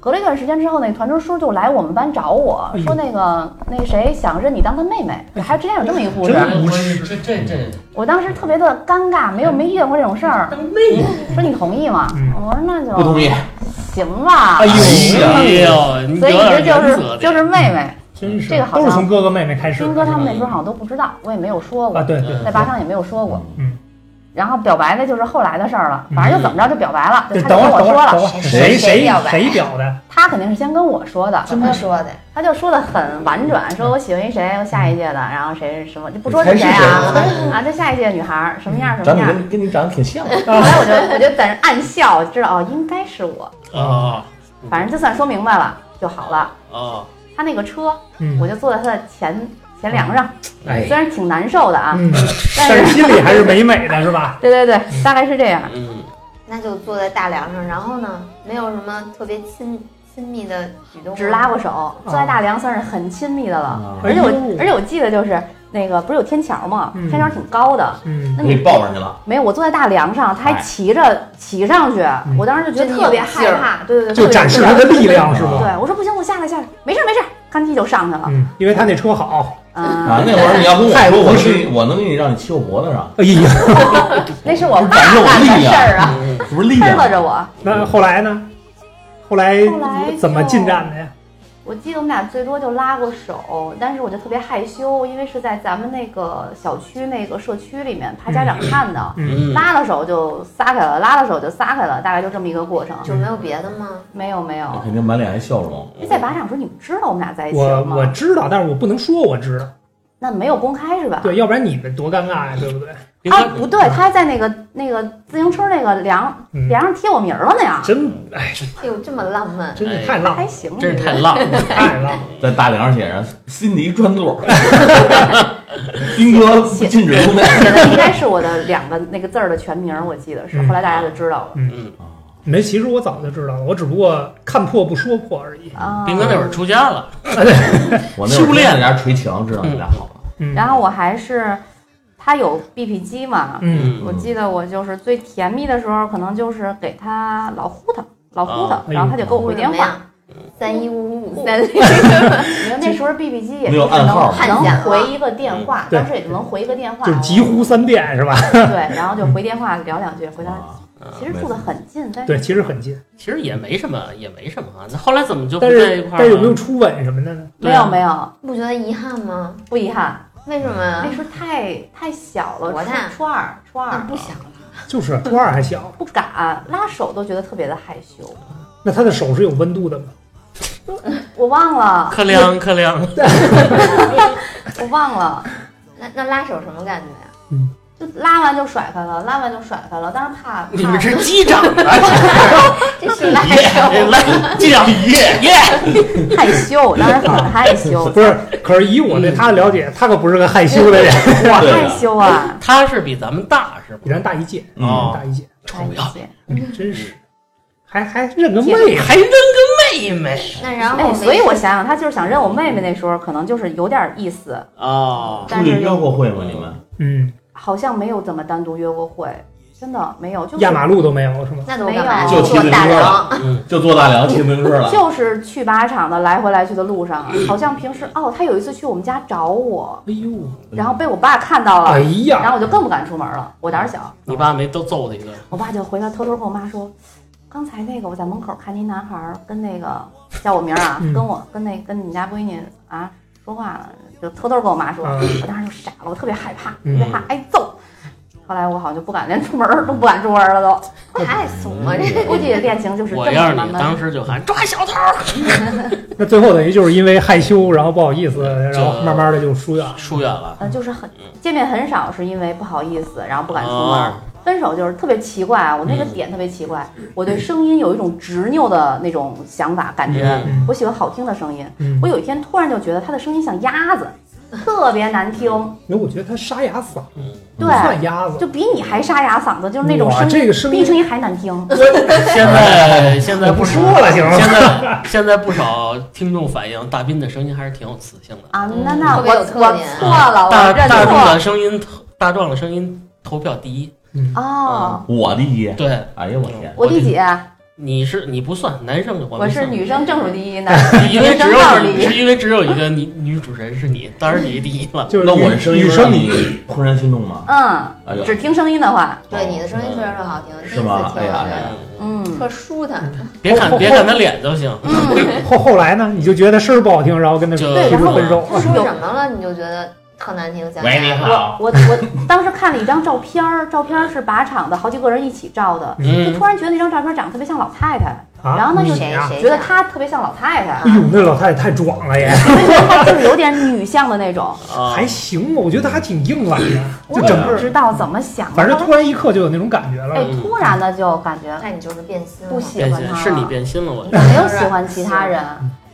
[SPEAKER 4] 隔了一段时间之后，那个团支书就来我们班找我
[SPEAKER 2] 哎呦
[SPEAKER 4] 说，那个那个谁想认你当他妹妹，还之前有这么一故事。
[SPEAKER 2] 真无
[SPEAKER 1] 这
[SPEAKER 2] 耻
[SPEAKER 1] 这这这
[SPEAKER 4] 我当时特别的尴尬，没有没遇见过这种事儿。
[SPEAKER 1] 当妹妹，
[SPEAKER 4] 说你同意吗？
[SPEAKER 2] 嗯
[SPEAKER 4] 我说那就哎
[SPEAKER 3] 不同意。
[SPEAKER 4] 行吧。
[SPEAKER 2] 哎呦
[SPEAKER 1] 哎呦，你
[SPEAKER 4] 所以
[SPEAKER 1] 有点
[SPEAKER 4] 这就
[SPEAKER 1] 原则
[SPEAKER 4] 是就是
[SPEAKER 1] 得
[SPEAKER 4] 妹妹，
[SPEAKER 2] 真是
[SPEAKER 4] 嗯这个好
[SPEAKER 2] 都是
[SPEAKER 4] 像
[SPEAKER 2] 从哥哥妹妹开始的，
[SPEAKER 4] 斌哥他嗯们那时候好像都不知道，我也没有说过，
[SPEAKER 2] 啊，对对，
[SPEAKER 4] 在八上也没有说过。
[SPEAKER 2] 嗯。
[SPEAKER 4] 然后表白的就是后来的事儿了，反正就怎么着就表白了，
[SPEAKER 2] 嗯对，
[SPEAKER 4] 就他
[SPEAKER 2] 等会
[SPEAKER 4] 就跟
[SPEAKER 2] 儿等
[SPEAKER 4] 我说
[SPEAKER 2] 会儿等
[SPEAKER 4] 了，
[SPEAKER 2] 会儿，
[SPEAKER 5] 谁谁
[SPEAKER 2] 谁
[SPEAKER 5] 表白
[SPEAKER 2] 谁表
[SPEAKER 4] *laughs*
[SPEAKER 2] 的？
[SPEAKER 4] 他肯定是先跟我说的，
[SPEAKER 5] 怎么说的？
[SPEAKER 4] 他就说的很婉转，
[SPEAKER 2] 嗯
[SPEAKER 4] 说我喜欢一谁，我下一届的，然后谁是什么，就不说
[SPEAKER 3] 才
[SPEAKER 4] 是
[SPEAKER 3] 是
[SPEAKER 4] 谁啊
[SPEAKER 5] 谁
[SPEAKER 4] 啊，这下一届女孩儿什么
[SPEAKER 2] 嗯
[SPEAKER 4] 样什
[SPEAKER 3] 长
[SPEAKER 4] 么
[SPEAKER 3] 得
[SPEAKER 4] 样。
[SPEAKER 3] 跟跟你长得挺像，
[SPEAKER 4] 后
[SPEAKER 2] 啊
[SPEAKER 4] 来我就我就在那暗笑，知道哦应该是我，
[SPEAKER 1] 啊
[SPEAKER 2] 嗯
[SPEAKER 4] 反正就算说明白了就好了。
[SPEAKER 1] 啊，
[SPEAKER 4] 他那个车，
[SPEAKER 2] 嗯，
[SPEAKER 4] 我就坐在他的前前梁上，
[SPEAKER 2] 哎
[SPEAKER 4] 虽，然挺难受的啊，
[SPEAKER 2] 嗯，但
[SPEAKER 4] 但
[SPEAKER 2] 是
[SPEAKER 4] 是
[SPEAKER 2] 心里还是美美的，是吧？
[SPEAKER 4] 对对对，大概是这样。
[SPEAKER 1] 嗯，
[SPEAKER 5] 那就坐在大梁上，然后呢，没有什么特别亲亲密的举动吗，
[SPEAKER 4] 只拉过手，坐在大梁算是很亲密的了
[SPEAKER 3] 啊。
[SPEAKER 4] 而且我
[SPEAKER 2] 嗯哎呦，
[SPEAKER 4] 而且我记得就是那个不是有天桥吗？
[SPEAKER 2] 嗯
[SPEAKER 4] 天桥挺高的，
[SPEAKER 2] 嗯
[SPEAKER 4] 那
[SPEAKER 3] 给
[SPEAKER 4] 你
[SPEAKER 3] *laughs* 你抱上去了，
[SPEAKER 4] 没有，我坐在大梁
[SPEAKER 2] 哎
[SPEAKER 4] 上，他还骑着骑上去，我当时就觉得特别害怕，对对
[SPEAKER 2] 嗯
[SPEAKER 4] 对，
[SPEAKER 2] 就展示他
[SPEAKER 4] 特别
[SPEAKER 2] 的力量，是
[SPEAKER 4] 害怕
[SPEAKER 2] 吧？
[SPEAKER 4] 对，啊我说不行，我下来下来，没事没事，干踢就上去了。
[SPEAKER 2] 嗯，因为他那车好。
[SPEAKER 3] 啊，
[SPEAKER 4] 嗯，
[SPEAKER 3] 那会儿你要跟我
[SPEAKER 2] 太
[SPEAKER 3] 说，我
[SPEAKER 2] 不
[SPEAKER 3] 能
[SPEAKER 2] 是
[SPEAKER 3] 给你我能给你让你骑我脖子上，
[SPEAKER 2] 哎呀，
[SPEAKER 4] 那是我爸
[SPEAKER 3] 感
[SPEAKER 4] 干
[SPEAKER 3] 受我
[SPEAKER 4] 的
[SPEAKER 3] 力
[SPEAKER 4] 事
[SPEAKER 3] 量
[SPEAKER 4] 儿啊，
[SPEAKER 3] 是不是力
[SPEAKER 4] 呲
[SPEAKER 3] 量？
[SPEAKER 4] 巴着我。
[SPEAKER 2] 那后来呢？后来
[SPEAKER 4] 后来
[SPEAKER 2] 怎么
[SPEAKER 4] 就
[SPEAKER 2] 进站的呀？
[SPEAKER 4] 我记得我们俩最多就拉过手，但是我就特别害羞，因为是在咱们那个小区那个社区里面，怕家长看到，
[SPEAKER 2] 嗯，
[SPEAKER 4] 拉了手就撒开了，拉了手就撒开了，大概就这么一个过程。
[SPEAKER 5] 就嗯没有别的吗？
[SPEAKER 4] 没有没有
[SPEAKER 3] 肯，定满脸还笑容，
[SPEAKER 4] 那在靶场时候你们知道我们俩在一起
[SPEAKER 2] 我
[SPEAKER 4] 了
[SPEAKER 2] 我
[SPEAKER 4] 吗？
[SPEAKER 2] 知道，但是我不能说我知道，
[SPEAKER 4] 那没有公开是吧？
[SPEAKER 2] 对，嗯要不然你们多尴尬呀，对不对？
[SPEAKER 1] 别
[SPEAKER 4] 他
[SPEAKER 1] 看
[SPEAKER 4] 不对，他还在那个那个自行车那个梁
[SPEAKER 2] 嗯，
[SPEAKER 4] 梁上贴我名儿了呢，
[SPEAKER 2] 真哎，
[SPEAKER 5] 哎呦，这么浪漫，
[SPEAKER 2] 真
[SPEAKER 1] 哎
[SPEAKER 2] 是太浪
[SPEAKER 4] 还
[SPEAKER 2] 了，
[SPEAKER 4] 行，
[SPEAKER 1] 真是太浪了，
[SPEAKER 2] 太浪了。
[SPEAKER 3] 在大梁上写上“辛迪专
[SPEAKER 4] *laughs*
[SPEAKER 3] 座”，兵哥不禁止
[SPEAKER 4] *laughs*
[SPEAKER 3] 入内。
[SPEAKER 4] 写的应该是我的两个那个字儿的全名儿，我记得是，
[SPEAKER 2] 嗯
[SPEAKER 4] 后来大家就知道了。
[SPEAKER 1] 嗯，
[SPEAKER 2] 没，其实我早就知道了，我只不过看破不说破而已。
[SPEAKER 4] 啊，
[SPEAKER 1] 斌哥那会儿出家了，
[SPEAKER 3] 我那会
[SPEAKER 1] 修
[SPEAKER 3] 儿
[SPEAKER 1] 炼
[SPEAKER 3] 在家捶墙，知道你俩好了。
[SPEAKER 2] 嗯，
[SPEAKER 4] 然后我还是，他有 BP 机嘛，
[SPEAKER 2] 嗯，
[SPEAKER 1] 嗯
[SPEAKER 4] 我记得我就是最甜蜜的时候，可能就是给他老呼他，老呼他
[SPEAKER 2] 哦
[SPEAKER 1] 啊，
[SPEAKER 4] 然后他就给我回电
[SPEAKER 5] 什么
[SPEAKER 4] 话。
[SPEAKER 5] 呀，哎三一五五 *laughs* 三零，
[SPEAKER 4] 因为那时候 BB 机也
[SPEAKER 3] 没
[SPEAKER 4] 是
[SPEAKER 3] 有暗
[SPEAKER 4] 能
[SPEAKER 3] 号
[SPEAKER 5] 看见
[SPEAKER 4] 能
[SPEAKER 5] 了
[SPEAKER 4] 回一个电话，
[SPEAKER 2] 对
[SPEAKER 4] 当时也就能回一个电话，
[SPEAKER 2] 就是急呼三遍是吧？
[SPEAKER 4] 对，然后就回电话聊两句，嗯回他。
[SPEAKER 3] 啊
[SPEAKER 4] 其实住的很近，但是
[SPEAKER 2] 对，其实很近，
[SPEAKER 1] 其实也没什么，也没什么啊。那后来怎么就不
[SPEAKER 2] 但
[SPEAKER 1] 在一
[SPEAKER 2] 是
[SPEAKER 1] 块
[SPEAKER 2] 但
[SPEAKER 1] 儿
[SPEAKER 2] 是有没有
[SPEAKER 1] 了？
[SPEAKER 2] 初吻什么的呢？
[SPEAKER 1] 对
[SPEAKER 4] 没
[SPEAKER 1] 啊
[SPEAKER 4] 有没有
[SPEAKER 5] 不觉得遗憾吗？
[SPEAKER 4] 不遗憾，
[SPEAKER 5] 为什么
[SPEAKER 4] 那
[SPEAKER 5] 呀？
[SPEAKER 4] 时候太太小了，
[SPEAKER 5] 多大
[SPEAKER 4] 初初二初
[SPEAKER 5] 那
[SPEAKER 4] 二
[SPEAKER 5] 嗯不小了，
[SPEAKER 2] 就是初二还小，
[SPEAKER 4] 不敢拉手都觉得特别的害羞，
[SPEAKER 2] 那他的手是有温度的吗？
[SPEAKER 4] 我忘了
[SPEAKER 1] 可亮可亮，
[SPEAKER 4] 我忘了，
[SPEAKER 5] 那那拉手什么感觉啊呀？
[SPEAKER 4] *laughs* 就拉完就甩开了，拉完就甩开了，但是怕
[SPEAKER 1] 你们
[SPEAKER 4] 怕
[SPEAKER 1] 是机长啊？
[SPEAKER 5] 这是拉
[SPEAKER 4] 哎
[SPEAKER 1] 耶，来机长耶耶，
[SPEAKER 4] 害羞，当时很害
[SPEAKER 2] *laughs*
[SPEAKER 4] 羞，
[SPEAKER 2] 不是，可是以我
[SPEAKER 1] 嗯
[SPEAKER 2] 对他的了解，他可不是个害羞的人，
[SPEAKER 4] 我
[SPEAKER 2] *laughs*
[SPEAKER 3] 对
[SPEAKER 4] 害
[SPEAKER 3] 啊
[SPEAKER 4] 羞啊，
[SPEAKER 1] 他是比咱们大是
[SPEAKER 2] 比
[SPEAKER 1] 吧？
[SPEAKER 2] 咱大一届，
[SPEAKER 3] 嗯
[SPEAKER 1] 哦嗯
[SPEAKER 2] 大一届，
[SPEAKER 1] 丑
[SPEAKER 4] 哎
[SPEAKER 1] 呀，
[SPEAKER 4] 姐
[SPEAKER 2] 真是，还还认个妹，
[SPEAKER 1] 还扔个妹妹
[SPEAKER 5] 那然后
[SPEAKER 4] 哎，
[SPEAKER 5] 哦没
[SPEAKER 4] 所以我想想，他就是想认我妹妹那时候，可能就是有点意思，
[SPEAKER 1] 啊！
[SPEAKER 3] 出
[SPEAKER 4] 但
[SPEAKER 3] 去
[SPEAKER 4] 是
[SPEAKER 3] 约
[SPEAKER 4] 又
[SPEAKER 3] 过会吗？你们
[SPEAKER 2] 嗯，
[SPEAKER 4] 好像没有怎么单独约过会，真的没有，就是
[SPEAKER 2] 压马路都没有是吗？
[SPEAKER 5] 那都干嘛？
[SPEAKER 4] 没有
[SPEAKER 5] 坐大梁，
[SPEAKER 3] 就坐大梁骑自行车了。
[SPEAKER 4] 就是去靶场的来回来去的路上，啊
[SPEAKER 2] 嗯
[SPEAKER 4] 好像平时哦，他有一次去我们家找我，
[SPEAKER 2] 哎呦，
[SPEAKER 4] 然后被我爸看到
[SPEAKER 2] 哎
[SPEAKER 4] 了，啊然
[SPEAKER 2] 呀，
[SPEAKER 4] 后我就更不敢出门了。我胆儿小，
[SPEAKER 1] 你爸没都揍他一顿？
[SPEAKER 4] 我爸就回来偷偷跟我妈说，刚才那个我在门口看那男孩儿跟那个叫我名儿啊，
[SPEAKER 2] 嗯
[SPEAKER 4] 跟我跟那跟你们家闺女啊说话了，就偷偷跟我妈说，
[SPEAKER 2] 啊
[SPEAKER 4] 我当时就傻了，我特别害怕，
[SPEAKER 2] 嗯
[SPEAKER 4] 特别怕挨揍。后来我好像就不敢连出门儿都不敢出门儿了都，
[SPEAKER 5] 太
[SPEAKER 3] 嗯
[SPEAKER 5] 怂了，这
[SPEAKER 4] 估计恋情就是
[SPEAKER 1] 哎我
[SPEAKER 4] 这
[SPEAKER 1] 要
[SPEAKER 4] 么
[SPEAKER 1] 是
[SPEAKER 4] 慢
[SPEAKER 1] 你，
[SPEAKER 4] 慢
[SPEAKER 1] 当时就喊抓小偷儿，
[SPEAKER 2] 那最后等于就是因为害羞，然后不好意思，然后慢慢的就疏远了。
[SPEAKER 1] 疏远了，
[SPEAKER 4] 呃，就是很见面很少，是因为不好意思，然后不敢出门儿。
[SPEAKER 1] 哦
[SPEAKER 4] 分手就是特别奇怪啊，我那个
[SPEAKER 1] 嗯
[SPEAKER 4] 点特别奇怪，我对声音有一种执拗的那种想法感觉。
[SPEAKER 2] 嗯
[SPEAKER 4] 我喜欢好听的声音，
[SPEAKER 2] 嗯
[SPEAKER 4] 我，有一天突然就觉得他的声音像鸭子，特别难听，
[SPEAKER 2] 因为我觉得他沙哑嗓，
[SPEAKER 1] 嗯，
[SPEAKER 2] 不
[SPEAKER 4] 对，
[SPEAKER 2] 算鸭子，
[SPEAKER 4] 就比你还沙哑嗓子，就是那种
[SPEAKER 2] 哇
[SPEAKER 4] 声音，
[SPEAKER 2] 这个声
[SPEAKER 4] 比你声
[SPEAKER 2] 音
[SPEAKER 4] 音还难听。
[SPEAKER 1] 现在现在
[SPEAKER 2] 我不
[SPEAKER 1] 少
[SPEAKER 2] 说了行吗
[SPEAKER 1] 现在现在不少听众反映大斌的声音还是挺有磁性的。
[SPEAKER 4] 啊，那
[SPEAKER 5] 嗯
[SPEAKER 4] 那
[SPEAKER 5] 特
[SPEAKER 4] 我
[SPEAKER 5] 别有特
[SPEAKER 4] 我
[SPEAKER 5] 点
[SPEAKER 4] 错了，
[SPEAKER 1] 大
[SPEAKER 4] 我哦认
[SPEAKER 1] 大众
[SPEAKER 4] 错
[SPEAKER 1] 的声音，大壮的声音投票第一。
[SPEAKER 2] 嗯
[SPEAKER 4] 哦，
[SPEAKER 3] 我第一，
[SPEAKER 1] 对，
[SPEAKER 3] 哎呦我天，
[SPEAKER 1] 呃
[SPEAKER 4] 我第几？
[SPEAKER 1] 你是你不算，男生我
[SPEAKER 4] 我
[SPEAKER 1] 没
[SPEAKER 4] 是
[SPEAKER 1] 算
[SPEAKER 4] 女生正数第一，男生
[SPEAKER 1] 因为
[SPEAKER 4] 女
[SPEAKER 1] 只
[SPEAKER 4] 生
[SPEAKER 1] 有
[SPEAKER 4] 倒数第
[SPEAKER 1] 你，
[SPEAKER 4] 一。
[SPEAKER 1] 是因为只有一个女女主持人是你，当然你第一了。
[SPEAKER 2] 就是
[SPEAKER 3] 那我的声音
[SPEAKER 2] 女
[SPEAKER 3] 能让
[SPEAKER 2] 生
[SPEAKER 3] 你怦然心动吗？
[SPEAKER 4] 嗯，
[SPEAKER 3] 哎呦，
[SPEAKER 4] 只听声音的话，
[SPEAKER 5] 对你的声音确实特好听，第一
[SPEAKER 3] 是
[SPEAKER 5] 次
[SPEAKER 3] 吗哎
[SPEAKER 5] 听啊
[SPEAKER 3] 呀哎
[SPEAKER 5] 对
[SPEAKER 3] 呀
[SPEAKER 4] 嗯，
[SPEAKER 5] 特舒坦。
[SPEAKER 1] 别看别看他脸就行。
[SPEAKER 2] 后后来呢，你就觉得声儿不好听，然后跟他
[SPEAKER 1] 就
[SPEAKER 2] 提出分手
[SPEAKER 4] 哎
[SPEAKER 5] 他说什么了你就觉得特难听？想
[SPEAKER 3] 喂，你
[SPEAKER 5] 想
[SPEAKER 3] 好，
[SPEAKER 4] 我我当时看了一张照片儿，照片儿是靶场的好几个人一起照的，就
[SPEAKER 1] 嗯
[SPEAKER 4] 突然觉得那张照片长得特别像老太太，
[SPEAKER 2] 啊？
[SPEAKER 4] 然后呢
[SPEAKER 2] 你
[SPEAKER 4] 就
[SPEAKER 5] 谁
[SPEAKER 2] 呀？
[SPEAKER 5] 谁
[SPEAKER 4] 觉得她特别像老
[SPEAKER 2] *laughs*
[SPEAKER 4] 太太，
[SPEAKER 2] 哎呦，那老太太太壮了也，
[SPEAKER 4] 她就是有点女像的那种。
[SPEAKER 1] 啊
[SPEAKER 2] 还，行吧，我觉得她还挺硬朗的，
[SPEAKER 4] 我
[SPEAKER 2] 就
[SPEAKER 4] 也
[SPEAKER 2] 整
[SPEAKER 4] 不
[SPEAKER 2] 个，
[SPEAKER 4] 知道怎么想的，
[SPEAKER 2] 反正突然一刻就有那种感觉
[SPEAKER 4] 哎
[SPEAKER 2] 了。，
[SPEAKER 4] 突然的就感觉
[SPEAKER 5] 那你就是变心了，
[SPEAKER 4] 不喜
[SPEAKER 1] 变
[SPEAKER 4] 欢
[SPEAKER 1] 心
[SPEAKER 4] 她嗯
[SPEAKER 1] 是你
[SPEAKER 4] 了，
[SPEAKER 1] 变心了，我觉得
[SPEAKER 4] 我没有喜欢其
[SPEAKER 2] *laughs*
[SPEAKER 4] 他人，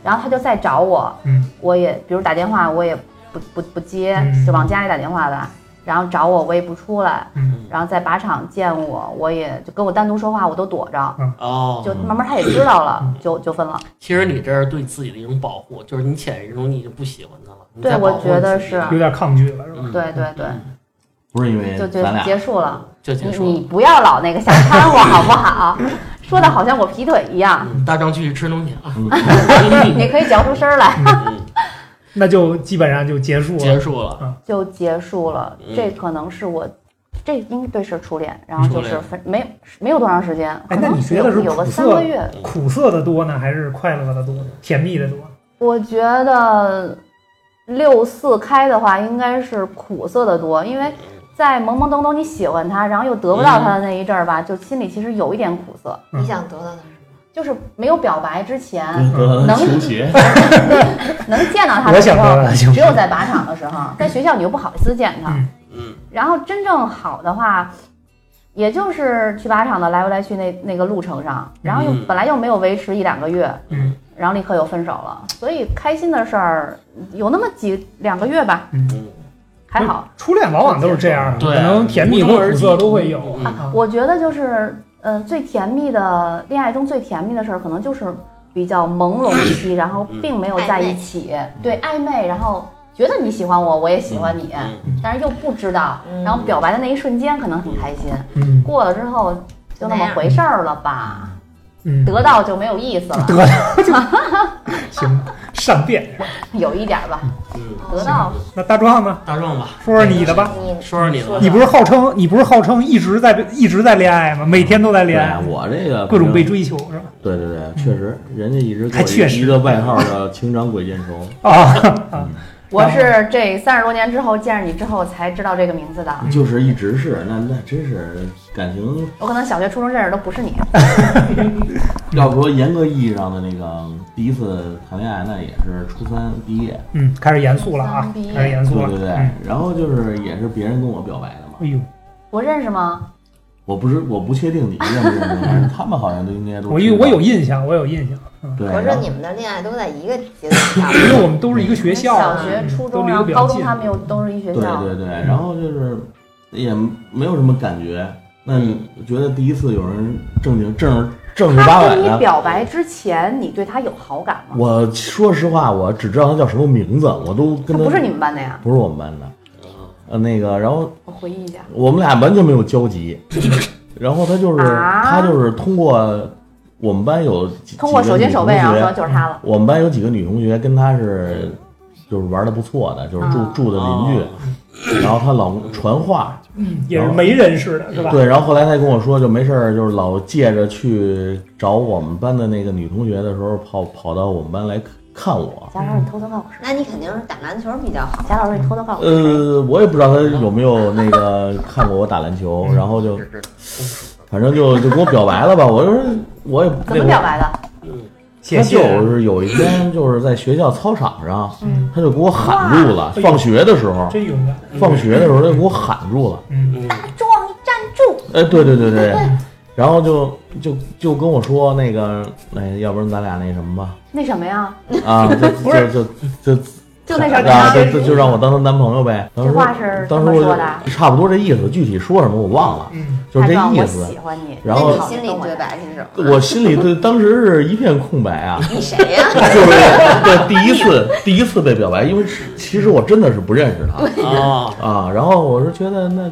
[SPEAKER 4] 然后她就再找我，
[SPEAKER 2] 嗯
[SPEAKER 4] 我也比如打电话我也不不不接
[SPEAKER 2] 嗯，
[SPEAKER 4] 就往家里打电话吧，然后找我我也不出来，
[SPEAKER 2] 嗯
[SPEAKER 4] 然后在靶场见我，我也就跟我单独说话我都躲着，
[SPEAKER 1] 哦，
[SPEAKER 4] 就慢慢他也知道
[SPEAKER 2] 嗯
[SPEAKER 4] 了，就就分了。
[SPEAKER 1] 其实你这是对自己的一种保护，就是你潜意识中你已经不喜欢他了。你
[SPEAKER 4] 对
[SPEAKER 1] 在保护
[SPEAKER 4] 我觉得
[SPEAKER 1] 你自己
[SPEAKER 4] 是
[SPEAKER 2] 有点抗拒了是吧？
[SPEAKER 1] 嗯
[SPEAKER 4] 对对对，
[SPEAKER 3] 不是因为
[SPEAKER 4] 就就
[SPEAKER 3] 咱俩
[SPEAKER 4] 结束了。
[SPEAKER 1] 就
[SPEAKER 4] 你
[SPEAKER 1] 嗯结束
[SPEAKER 4] 你
[SPEAKER 1] 了。
[SPEAKER 4] 不要老那个想掺和好不好？说的好像我劈腿一样，
[SPEAKER 1] 嗯，大壮继续吃东西
[SPEAKER 4] *laughs*
[SPEAKER 1] 啊。
[SPEAKER 3] 嗯
[SPEAKER 1] *laughs*
[SPEAKER 4] 你可以嚼出声儿来，
[SPEAKER 1] 嗯
[SPEAKER 2] 那就基本上就结束
[SPEAKER 1] 结
[SPEAKER 2] 了。
[SPEAKER 1] 束了。
[SPEAKER 4] 就结束了
[SPEAKER 1] 嗯。
[SPEAKER 4] 这可能是我。这应对是初恋，然后就
[SPEAKER 1] 初
[SPEAKER 4] 是
[SPEAKER 1] 恋
[SPEAKER 4] 分没有没有多长时间，可
[SPEAKER 2] 哎那
[SPEAKER 4] 能
[SPEAKER 2] 你觉得是
[SPEAKER 4] 有有个
[SPEAKER 2] 苦涩
[SPEAKER 4] 三个月。
[SPEAKER 2] 苦涩的多呢，还是快乐的多呢？甜蜜的多？
[SPEAKER 4] 我觉得六四开的话，应该是苦涩的多，因为在懵懵懂懂你喜欢他，然后又得不到他
[SPEAKER 1] 嗯
[SPEAKER 4] 的那一阵儿吧，就心里其实有一点苦涩，
[SPEAKER 5] 你想得到的是
[SPEAKER 4] 就是没有表白之前，
[SPEAKER 3] 得
[SPEAKER 4] 能
[SPEAKER 2] *laughs*
[SPEAKER 3] 情节，
[SPEAKER 4] 能见到他
[SPEAKER 2] 嗯我
[SPEAKER 4] 的时
[SPEAKER 2] 想
[SPEAKER 4] 候
[SPEAKER 2] 得到的就，是
[SPEAKER 4] 只有在靶场的时候，在学校你又不好意思见他。
[SPEAKER 2] 嗯
[SPEAKER 1] 嗯
[SPEAKER 4] 然后真正好的话，也就是去靶场的来回来去那那个路程上，然后又、
[SPEAKER 1] 嗯
[SPEAKER 4] 本来又没有维持一两个月，
[SPEAKER 2] 嗯，
[SPEAKER 4] 然后立刻又分手了。所以开心的事儿有那么几两个月吧，
[SPEAKER 1] 嗯，
[SPEAKER 4] 还好。
[SPEAKER 2] 初恋往往都是这样的，
[SPEAKER 1] 对
[SPEAKER 2] 可能甜蜜和苦涩都会有
[SPEAKER 1] 嗯
[SPEAKER 2] 啊。
[SPEAKER 4] 我觉得就是，嗯、最甜蜜的恋爱中最甜蜜的事儿，可能就是比较朦胧
[SPEAKER 1] 嗯
[SPEAKER 4] 期，然后并没有在一起，对暧昧，然后觉得你喜欢我，我也喜欢你，
[SPEAKER 1] 嗯
[SPEAKER 4] 但是又不知道，
[SPEAKER 5] 嗯
[SPEAKER 4] 然后表白的那一瞬间可能很开心，
[SPEAKER 2] 嗯
[SPEAKER 4] 过了之后就那么回事儿了吧，
[SPEAKER 2] 嗯，
[SPEAKER 4] 得到就没有意思了，
[SPEAKER 2] 得到就
[SPEAKER 3] *laughs*
[SPEAKER 2] 行，善变。
[SPEAKER 4] 有一点儿吧，
[SPEAKER 1] 嗯，
[SPEAKER 4] 得到
[SPEAKER 2] 那大壮呢？
[SPEAKER 1] 大壮吧，
[SPEAKER 2] 说说你的吧。
[SPEAKER 5] 你
[SPEAKER 1] 说说你的吧
[SPEAKER 2] 你不是号称你不是号称一直在一直在恋爱吗？每天都在
[SPEAKER 3] 对
[SPEAKER 2] 恋爱，
[SPEAKER 3] 啊我这个
[SPEAKER 2] 各种被
[SPEAKER 3] 反
[SPEAKER 2] 追求是吧？
[SPEAKER 3] 正对对对，确实，人家一直给
[SPEAKER 2] 还
[SPEAKER 3] 我
[SPEAKER 2] 确实
[SPEAKER 3] 一个外号叫“情长鬼见愁
[SPEAKER 2] 啊， *laughs*
[SPEAKER 4] 我是这三十多年之后见着你之后才知道这个名字的，”，
[SPEAKER 2] 嗯
[SPEAKER 3] 就是一直是，那那真是感情，
[SPEAKER 4] 我可能小学、初中认识都不是你，
[SPEAKER 3] 要不说严格意义上的那个第一次谈恋爱，那也是初三毕业，
[SPEAKER 2] 嗯，开始严肃了啊，开始严
[SPEAKER 3] 对
[SPEAKER 2] 肃
[SPEAKER 3] 对对
[SPEAKER 2] 了。嗯，，
[SPEAKER 3] 然后就是也是别人跟我表白的嘛。
[SPEAKER 2] 哎呦，
[SPEAKER 4] 我认识吗？
[SPEAKER 3] 我不是，我不确定你认不认
[SPEAKER 2] *laughs*
[SPEAKER 3] 识，反正他们好像都应该都知道。
[SPEAKER 2] 我有我有印象，我有印象，嗯，
[SPEAKER 3] 对，
[SPEAKER 5] 合
[SPEAKER 3] 然
[SPEAKER 5] 着
[SPEAKER 3] 后
[SPEAKER 5] 你们的恋爱都在一个节奏上，
[SPEAKER 2] 因为我们都是一个学校
[SPEAKER 3] 啊
[SPEAKER 4] 小
[SPEAKER 2] 的，
[SPEAKER 4] 学、初
[SPEAKER 2] 都
[SPEAKER 4] 中，
[SPEAKER 2] 离
[SPEAKER 4] 然
[SPEAKER 2] 得
[SPEAKER 4] 后
[SPEAKER 2] 比
[SPEAKER 4] 高
[SPEAKER 2] 较
[SPEAKER 4] 中
[SPEAKER 2] 近。
[SPEAKER 4] 他们又都是一学
[SPEAKER 3] 对
[SPEAKER 4] 校，嗯
[SPEAKER 3] 对对，然后就是也没有什么感觉。那你觉得第一次有人正经正正儿八
[SPEAKER 4] 嗯他跟
[SPEAKER 3] 百
[SPEAKER 4] 你
[SPEAKER 3] 的？
[SPEAKER 4] 表白之前，你对他有好感吗？
[SPEAKER 3] 我说实话，我只知道他叫什么名字，我都
[SPEAKER 4] 他
[SPEAKER 3] 跟他
[SPEAKER 4] 不是你们班的呀，
[SPEAKER 3] 不是我们班的。呃，那个，然后
[SPEAKER 4] 我回忆一下，
[SPEAKER 3] 我们俩完全没有交集。然后他就是、
[SPEAKER 4] 啊
[SPEAKER 3] 他就是通过我们班有几
[SPEAKER 4] 通过手心手背，
[SPEAKER 3] 几个
[SPEAKER 4] 然后
[SPEAKER 3] 女同
[SPEAKER 4] 说
[SPEAKER 3] 学
[SPEAKER 4] 就是他了。
[SPEAKER 3] 我们班有几个女同学跟他是就是玩的不错的，就是住、
[SPEAKER 4] 啊
[SPEAKER 1] 哦
[SPEAKER 3] 住的邻居。然后她老公传话，
[SPEAKER 2] 嗯也是没人似的，是吧？
[SPEAKER 3] 对，然后后来她跟我说，就没事儿，就是老借着去找我们班的那个女同学的时候，跑跑到我们班来看我。
[SPEAKER 4] 贾老师，你偷偷看我是谁？
[SPEAKER 5] 那你肯定是打篮球比较好。
[SPEAKER 4] 贾老师，你偷偷看我是谁？
[SPEAKER 3] 呃，我也不知道她有没有那
[SPEAKER 2] *laughs*
[SPEAKER 3] 个看过我打篮球，
[SPEAKER 2] 嗯
[SPEAKER 3] 然后就，反正就就跟我表白了吧。我就说我也
[SPEAKER 4] 怎么表白的？
[SPEAKER 3] 他
[SPEAKER 6] 写信
[SPEAKER 3] 就是有一天就是在学校操场上，
[SPEAKER 4] 嗯
[SPEAKER 3] 他就给我喊住了。
[SPEAKER 2] 哇
[SPEAKER 3] 放学的时候，
[SPEAKER 2] 真勇敢，
[SPEAKER 3] 放学的时候他就给我喊住了。
[SPEAKER 2] 嗯，
[SPEAKER 4] 壮，你站住！
[SPEAKER 3] 哎，对对对
[SPEAKER 4] *laughs*
[SPEAKER 3] 对，然后就就就跟我说那个，哎，要不然咱俩那什么吧？
[SPEAKER 4] 那什么呀？ *laughs*
[SPEAKER 3] 啊，就
[SPEAKER 2] 不是
[SPEAKER 3] 就就就
[SPEAKER 4] 就那事儿跟
[SPEAKER 3] 啊，
[SPEAKER 4] 他
[SPEAKER 3] 就就就让我当他男朋友呗。当
[SPEAKER 4] 这
[SPEAKER 3] 时
[SPEAKER 4] 话是这
[SPEAKER 3] 当
[SPEAKER 4] 么
[SPEAKER 3] 时我
[SPEAKER 4] 说的。
[SPEAKER 3] 就差不多这意思，具体说什么我忘了，
[SPEAKER 2] 嗯，。
[SPEAKER 3] 就是这
[SPEAKER 4] 太棒
[SPEAKER 3] 意
[SPEAKER 4] 我
[SPEAKER 3] 思。
[SPEAKER 4] 喜欢你。
[SPEAKER 3] 然
[SPEAKER 1] 哦
[SPEAKER 3] 后
[SPEAKER 5] 那你心里对白是什么？
[SPEAKER 3] 我心里对当时是一片空白
[SPEAKER 4] *laughs*
[SPEAKER 3] 啊，
[SPEAKER 1] 嗯
[SPEAKER 5] 你谁呀、
[SPEAKER 3] 就是对第一次第一次被表白，因为其实我真的是不认识他。
[SPEAKER 1] 啊，
[SPEAKER 3] 啊，然后我是觉得那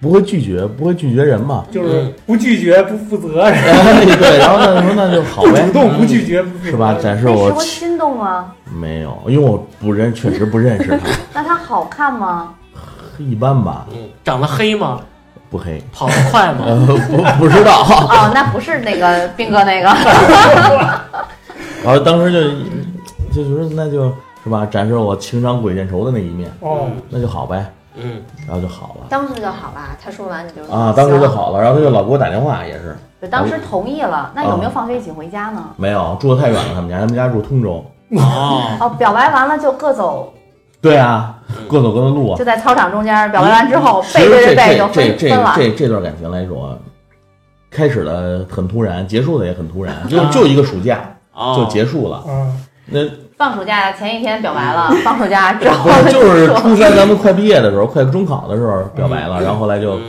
[SPEAKER 3] 不会拒绝，不会拒绝人嘛 *laughs*
[SPEAKER 2] 就是
[SPEAKER 3] 嗯
[SPEAKER 2] 不拒绝不负责，
[SPEAKER 3] 哎对，然后他说那就好
[SPEAKER 2] 不
[SPEAKER 3] 呗
[SPEAKER 2] 主，动不拒绝不负责
[SPEAKER 3] 嗯是吧？展示
[SPEAKER 4] 那时
[SPEAKER 3] 我
[SPEAKER 4] 候哎心动吗？
[SPEAKER 3] 没有，因为我不认，确实不认识他，
[SPEAKER 4] 那他好看吗？
[SPEAKER 3] 一般吧，
[SPEAKER 1] 嗯，长得黑吗？
[SPEAKER 3] 不黑。
[SPEAKER 1] 跑得快吗？
[SPEAKER 3] *laughs* 呃，不不知道。 *laughs*
[SPEAKER 4] 哦，那不是那个斌哥那 *laughs* 个，
[SPEAKER 3] 然后当时就就觉得那就是吧，展示我情商鬼见愁的那一面，
[SPEAKER 2] 哦，
[SPEAKER 3] 那就好呗，
[SPEAKER 1] 嗯，
[SPEAKER 3] 然后就好了。
[SPEAKER 5] 当时就好啦，他说完你就
[SPEAKER 3] 啊，当时就好了，然后他就老给我打电话，也是
[SPEAKER 4] 就当时同意了。那有
[SPEAKER 3] 啊
[SPEAKER 4] 没有放学一起回家呢？
[SPEAKER 3] 没有住的太远了，他们家，他们家住通州。
[SPEAKER 1] 哦，
[SPEAKER 4] 哦，表白完了就各走，
[SPEAKER 3] 对啊，各走各的路啊。
[SPEAKER 4] 就在操场中间表白完之后
[SPEAKER 3] 其
[SPEAKER 4] 背
[SPEAKER 3] 实
[SPEAKER 4] 对着
[SPEAKER 3] 这
[SPEAKER 4] 背就
[SPEAKER 3] 这这
[SPEAKER 4] 分
[SPEAKER 3] 这
[SPEAKER 4] 分了。
[SPEAKER 3] 这这段感情来说，开始的很突然，结束的也很突然，就
[SPEAKER 1] 啊
[SPEAKER 3] 就一个暑假
[SPEAKER 1] 哦，
[SPEAKER 3] 就结束了。
[SPEAKER 2] 啊，
[SPEAKER 3] 那
[SPEAKER 4] 放暑假前一天表白了，
[SPEAKER 3] 嗯
[SPEAKER 4] 放暑假之
[SPEAKER 3] *laughs*
[SPEAKER 4] 后
[SPEAKER 3] 不是就是初三咱们快毕业的时候，快中考的时候表白了，然后后来就
[SPEAKER 1] 嗯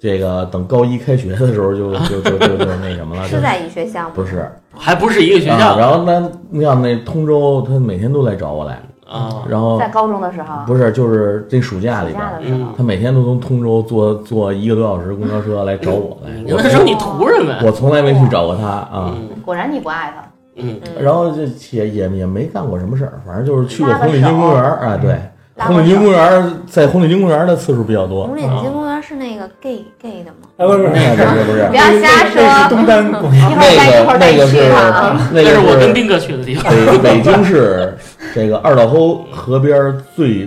[SPEAKER 3] 这个等高一开学的时候就就就就就那什么了，就是
[SPEAKER 5] 在一学校吗？
[SPEAKER 3] 不是？
[SPEAKER 1] 还不是一个学
[SPEAKER 3] 啊
[SPEAKER 1] 校
[SPEAKER 3] 然后那你想那通州，他每天都来找我来，
[SPEAKER 1] 啊，
[SPEAKER 3] 然后
[SPEAKER 4] 在高中的时候，
[SPEAKER 3] 不是就是这暑假里
[SPEAKER 4] 暑
[SPEAKER 3] 边
[SPEAKER 4] 假
[SPEAKER 3] 儿。
[SPEAKER 4] 的时候
[SPEAKER 1] 嗯，
[SPEAKER 3] 他每天都从通州坐坐一个多小时公交车来找我来，
[SPEAKER 1] 你
[SPEAKER 3] 我
[SPEAKER 1] 跟他说嗯你图什么呀？
[SPEAKER 3] 我从来没去找过他啊。
[SPEAKER 1] 嗯
[SPEAKER 4] 果然你不爱他，
[SPEAKER 1] 嗯
[SPEAKER 5] 嗯
[SPEAKER 3] 然后这也也也没干过什么事儿，反正就是去过
[SPEAKER 4] 拉个
[SPEAKER 3] 红领巾公园儿啊，对，
[SPEAKER 4] 拉
[SPEAKER 3] 红
[SPEAKER 4] 过
[SPEAKER 3] 领巾
[SPEAKER 4] 手
[SPEAKER 3] 公园儿在红领巾公园儿的次数比较多
[SPEAKER 5] 红。领巾公园是那个 gay gay 的吗？
[SPEAKER 2] 哎，不是不是，
[SPEAKER 3] 那个不是不是
[SPEAKER 4] 不，要瞎
[SPEAKER 2] 这这是
[SPEAKER 4] 说。
[SPEAKER 2] 东单广
[SPEAKER 4] *laughs* 一会儿带一会儿带
[SPEAKER 3] 那个那
[SPEAKER 4] 你
[SPEAKER 3] 个
[SPEAKER 4] 去
[SPEAKER 3] 是
[SPEAKER 4] 看啊！
[SPEAKER 3] 那
[SPEAKER 1] 是我
[SPEAKER 3] 个
[SPEAKER 1] 跟
[SPEAKER 3] 是
[SPEAKER 1] 斌哥去的地方。
[SPEAKER 3] *laughs* 北北京市这个二道沟河边儿最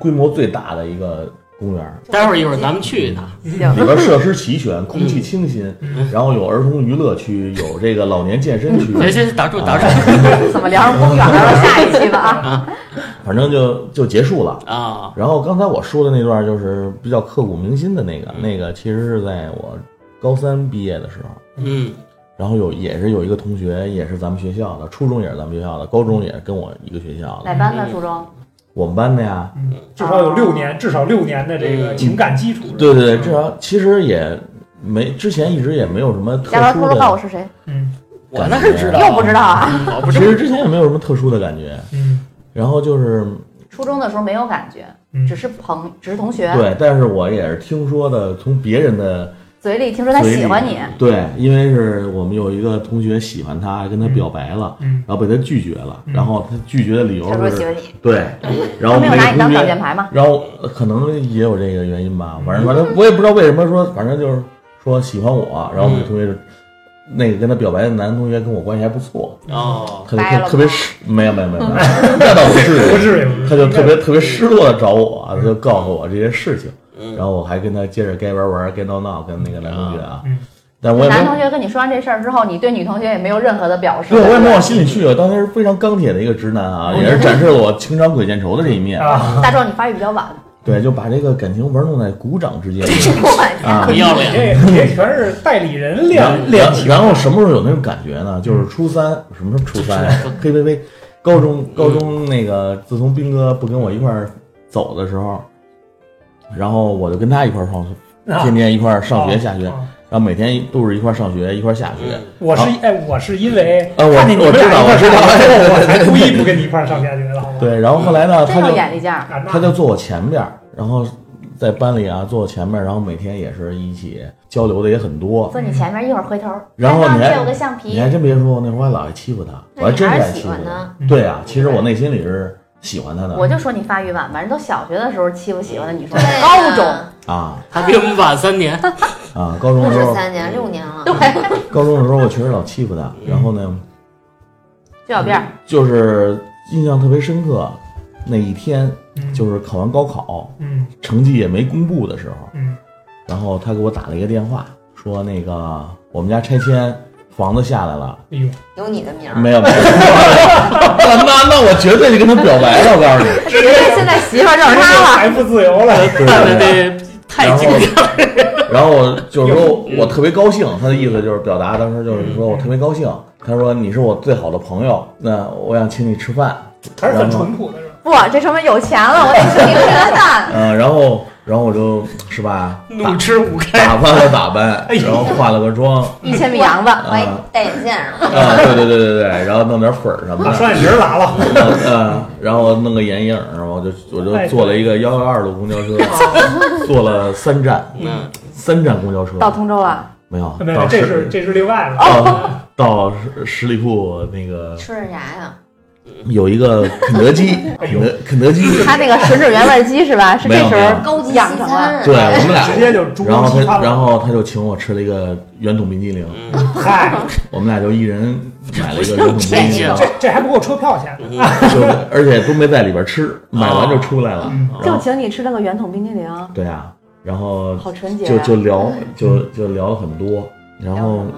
[SPEAKER 3] 规模最大的一个公园儿，
[SPEAKER 1] *laughs* 嗯待会儿一会儿咱们去一趟。
[SPEAKER 3] 里边设施齐全，空气清新，然后有儿童娱乐区，有这个老年健身区，
[SPEAKER 1] 行行，行打住打住
[SPEAKER 4] 怎么聊上公园
[SPEAKER 5] *laughs*
[SPEAKER 4] 了？下一期吧
[SPEAKER 1] 嗯
[SPEAKER 4] 啊！
[SPEAKER 3] 反正就就结束了。
[SPEAKER 1] 啊！
[SPEAKER 3] 然后刚才我说的那段就是比较刻骨铭心的那个，那个其实是在我高三毕业的时候，
[SPEAKER 1] 嗯
[SPEAKER 3] 然后有也是有一个同学也是咱们学校的，初中也是咱们学校的，高中也是跟我一个学校
[SPEAKER 4] 哪
[SPEAKER 3] 的，
[SPEAKER 4] 班的初中？
[SPEAKER 3] 我们班的呀。
[SPEAKER 2] 至少有六年，至少六年的这个情感基础。
[SPEAKER 3] 嗯对对对，至少其实也没之前一直也没有什么特
[SPEAKER 4] 贾老师
[SPEAKER 3] 殊
[SPEAKER 4] 偷偷告诉我
[SPEAKER 3] 的，
[SPEAKER 4] 是谁？
[SPEAKER 2] 嗯
[SPEAKER 1] 我那是知道，
[SPEAKER 4] 又不知道啊？
[SPEAKER 1] 嗯，我不
[SPEAKER 3] 其
[SPEAKER 1] 知
[SPEAKER 3] 实之前也没有什么特殊的感觉。
[SPEAKER 2] 嗯
[SPEAKER 3] 然后就是
[SPEAKER 4] 初中的时候没有感觉，
[SPEAKER 2] 嗯
[SPEAKER 4] 只是朋，只是同学。
[SPEAKER 3] 对，但是我也是听说的，从别人的
[SPEAKER 4] 嘴里听说他喜欢你，
[SPEAKER 3] 对，因为是我们有一个同学喜欢他，跟他表白了。
[SPEAKER 2] 嗯，
[SPEAKER 3] 然后被他拒绝了，
[SPEAKER 2] 嗯
[SPEAKER 3] 然后他拒绝的理由
[SPEAKER 5] 他说喜
[SPEAKER 3] 是，
[SPEAKER 5] 欢 *laughs* 你，
[SPEAKER 3] 对，然后
[SPEAKER 4] 他没有
[SPEAKER 3] 那
[SPEAKER 4] 拿你
[SPEAKER 3] 个同
[SPEAKER 4] 当挡箭
[SPEAKER 3] 学，
[SPEAKER 4] 牌吗？
[SPEAKER 3] 然后呃可能也有这个原因吧，
[SPEAKER 2] 嗯
[SPEAKER 3] 反正反正我也不知道为什么说，反正就是说喜欢我，然后我们
[SPEAKER 1] 嗯
[SPEAKER 3] 同学就那个跟他表白的男同学跟我关系还不错，
[SPEAKER 1] 道哦，
[SPEAKER 3] 特别
[SPEAKER 5] 掰了
[SPEAKER 3] 特
[SPEAKER 5] 吗
[SPEAKER 3] 特别失，没有没有没有，没
[SPEAKER 5] *laughs*
[SPEAKER 3] 有那倒不
[SPEAKER 2] 不
[SPEAKER 3] 至于，
[SPEAKER 2] 至于不至于，
[SPEAKER 3] 他就特别特别失落的找我，啊他就告诉我这些事情，
[SPEAKER 1] 嗯
[SPEAKER 3] 然后我还跟他接着该玩玩该闹闹，跟那个男同学啊
[SPEAKER 2] 嗯，
[SPEAKER 3] 但我也
[SPEAKER 4] 男
[SPEAKER 3] 没
[SPEAKER 4] 同学跟你说完这事儿之后，你对女同学也没有任何的表示
[SPEAKER 3] 对，。我也没往心里去。啊我当时非常钢铁的一个直男啊，也是展示了我情商鬼见愁的这一面。
[SPEAKER 2] 啊，
[SPEAKER 4] 大壮，你发育比较晚，
[SPEAKER 3] 对，就把这个感情玩弄在鼓掌之间
[SPEAKER 5] *laughs*
[SPEAKER 3] 啊
[SPEAKER 1] 不。要
[SPEAKER 2] 这
[SPEAKER 1] 脸，
[SPEAKER 2] 这
[SPEAKER 3] *laughs*
[SPEAKER 2] 全是代理人
[SPEAKER 3] 然
[SPEAKER 2] 恋恋
[SPEAKER 3] 然
[SPEAKER 2] 情。
[SPEAKER 3] 然后什么时候有那种感觉
[SPEAKER 2] 嗯
[SPEAKER 3] 呢？就是初三，什么时候初三呀？呸呸呸！高中
[SPEAKER 2] 嗯
[SPEAKER 3] 高中那个，自从斌哥不跟我一块儿走的时候，然后我就跟他一块儿上，
[SPEAKER 2] 啊
[SPEAKER 3] 天天一块儿上学下学，
[SPEAKER 2] 啊
[SPEAKER 3] 然后每天都是一块儿上学一块儿下学。
[SPEAKER 1] 嗯
[SPEAKER 2] 我是哎，我是因为
[SPEAKER 3] 啊我
[SPEAKER 2] 看见你们
[SPEAKER 3] 我知道
[SPEAKER 2] 俩一块儿上
[SPEAKER 3] 我 *laughs* 知
[SPEAKER 2] 学，
[SPEAKER 3] 道
[SPEAKER 2] 我才故意不跟你一块儿上下学的，好吗？
[SPEAKER 3] 对，然后后来呢，
[SPEAKER 4] 这
[SPEAKER 3] 他
[SPEAKER 4] 叫
[SPEAKER 3] 就
[SPEAKER 4] 眼力劲儿。
[SPEAKER 2] 啊，那
[SPEAKER 3] 他就坐我前边儿，然后在班里啊坐我前面儿，然后每天也是一起交流的也很多。
[SPEAKER 4] 坐你前面，一会儿回头。
[SPEAKER 3] 然后
[SPEAKER 4] 大壮
[SPEAKER 3] 你还
[SPEAKER 4] 借我个橡
[SPEAKER 3] 你
[SPEAKER 4] 皮
[SPEAKER 3] 还。真别说，那会儿我还老爱欺负他，我
[SPEAKER 5] 那
[SPEAKER 3] 还
[SPEAKER 5] 你
[SPEAKER 3] 真
[SPEAKER 5] 还
[SPEAKER 3] 是爱
[SPEAKER 5] 是
[SPEAKER 3] 欺
[SPEAKER 5] 喜
[SPEAKER 3] 负
[SPEAKER 5] 欢
[SPEAKER 3] 他。
[SPEAKER 5] 呢？
[SPEAKER 2] 嗯
[SPEAKER 3] 对啊，其实我内心里是喜欢他
[SPEAKER 4] 我
[SPEAKER 3] 的
[SPEAKER 4] 就说你发育晚吧，人都小学的时候欺负喜欢的女生，
[SPEAKER 5] 对呀
[SPEAKER 4] 高中
[SPEAKER 3] 啊
[SPEAKER 1] 他比我们晚三年，
[SPEAKER 3] 啊！高中
[SPEAKER 5] 不
[SPEAKER 3] 的时
[SPEAKER 5] 是
[SPEAKER 3] 候，
[SPEAKER 5] 三年，六年了。
[SPEAKER 3] 高中的时候我确实老欺负他，然后呢，
[SPEAKER 4] 就小辫儿，
[SPEAKER 3] 就是印象特别深刻，那一天
[SPEAKER 2] 嗯
[SPEAKER 3] 就是考完高考，
[SPEAKER 2] 嗯
[SPEAKER 3] 成绩也没公布的时候，
[SPEAKER 2] 嗯
[SPEAKER 3] 然后他给我打了一个电话，说那个我们家拆迁，房子下来了，
[SPEAKER 2] 哎呦，
[SPEAKER 5] 有你的名儿，
[SPEAKER 3] 没有没 *laughs* 有，那那那我绝对就跟他表白了，我告诉你，
[SPEAKER 5] 绝对现在媳妇儿就是
[SPEAKER 2] 有
[SPEAKER 5] 他了。
[SPEAKER 2] 财富自由了，
[SPEAKER 3] *laughs* 对
[SPEAKER 1] 看
[SPEAKER 3] 对
[SPEAKER 1] 的
[SPEAKER 3] 对。
[SPEAKER 1] 这太经典了。
[SPEAKER 3] 然后我就是说我特别高兴，他的意思就是表达当时就是说我
[SPEAKER 1] 嗯
[SPEAKER 3] 特别高兴。他说你是我最好的朋友，那我想请你吃饭。
[SPEAKER 2] 还是很淳朴的人。
[SPEAKER 4] 不，这说明有钱了，我得请你吃
[SPEAKER 5] *laughs*
[SPEAKER 4] 个饭。
[SPEAKER 3] 嗯，然后然后我就是吧，
[SPEAKER 1] 怒
[SPEAKER 3] 打
[SPEAKER 1] 吃五开，哎
[SPEAKER 3] 打扮了打扮，然后化了个妆，
[SPEAKER 4] 一千米洋子，
[SPEAKER 5] 我也戴眼镜儿了，
[SPEAKER 3] 啊，对对对对对，然后弄点粉儿什么
[SPEAKER 2] 把
[SPEAKER 3] 的，
[SPEAKER 2] 双眼皮儿拉了，
[SPEAKER 3] 嗯，然后弄个眼影儿，我就我
[SPEAKER 1] 哎
[SPEAKER 3] 就坐了一个幺幺二路公交车，坐了三站，
[SPEAKER 1] 嗯，
[SPEAKER 3] 三站公交车，
[SPEAKER 4] 到通州了，
[SPEAKER 3] 没有，
[SPEAKER 2] 没
[SPEAKER 3] 到
[SPEAKER 2] 有，这
[SPEAKER 3] 十
[SPEAKER 2] 是这是另外的。
[SPEAKER 1] 哦
[SPEAKER 3] 到到十十里铺那个
[SPEAKER 5] 吃的啥呀？
[SPEAKER 3] 有一个肯德基，
[SPEAKER 2] *laughs* 哎
[SPEAKER 3] 肯
[SPEAKER 2] 呦
[SPEAKER 3] 德肯德基，
[SPEAKER 4] 他那个吮指原
[SPEAKER 1] *laughs*
[SPEAKER 4] 味鸡是吧？是这时
[SPEAKER 3] 没有没
[SPEAKER 5] *laughs*
[SPEAKER 4] 候
[SPEAKER 3] 有
[SPEAKER 5] 高级西
[SPEAKER 4] 养成了
[SPEAKER 5] 餐，啊
[SPEAKER 3] 对哎我们俩
[SPEAKER 2] 直接就猪
[SPEAKER 3] 然后
[SPEAKER 2] 西
[SPEAKER 3] 他
[SPEAKER 2] 餐
[SPEAKER 3] 然
[SPEAKER 2] 了。
[SPEAKER 3] 后他就请我吃了一个圆筒冰激凌，
[SPEAKER 2] 嗨，
[SPEAKER 3] 我们俩就一人买了一个圆
[SPEAKER 1] 这
[SPEAKER 3] 筒冰
[SPEAKER 1] 不
[SPEAKER 3] 激
[SPEAKER 1] 行
[SPEAKER 3] 凌，
[SPEAKER 2] 这这还不够车票钱呢。
[SPEAKER 1] 嗯
[SPEAKER 3] 就是而且都没在里边吃，买完就出来了，
[SPEAKER 2] 嗯
[SPEAKER 4] 就
[SPEAKER 3] 然后
[SPEAKER 4] 请你吃那个圆筒冰激凌，
[SPEAKER 3] 对啊，然后
[SPEAKER 4] 好纯洁
[SPEAKER 3] 就
[SPEAKER 4] 啊！
[SPEAKER 3] 就聊就就聊了很多，然
[SPEAKER 5] 聊
[SPEAKER 3] 后
[SPEAKER 5] 什么？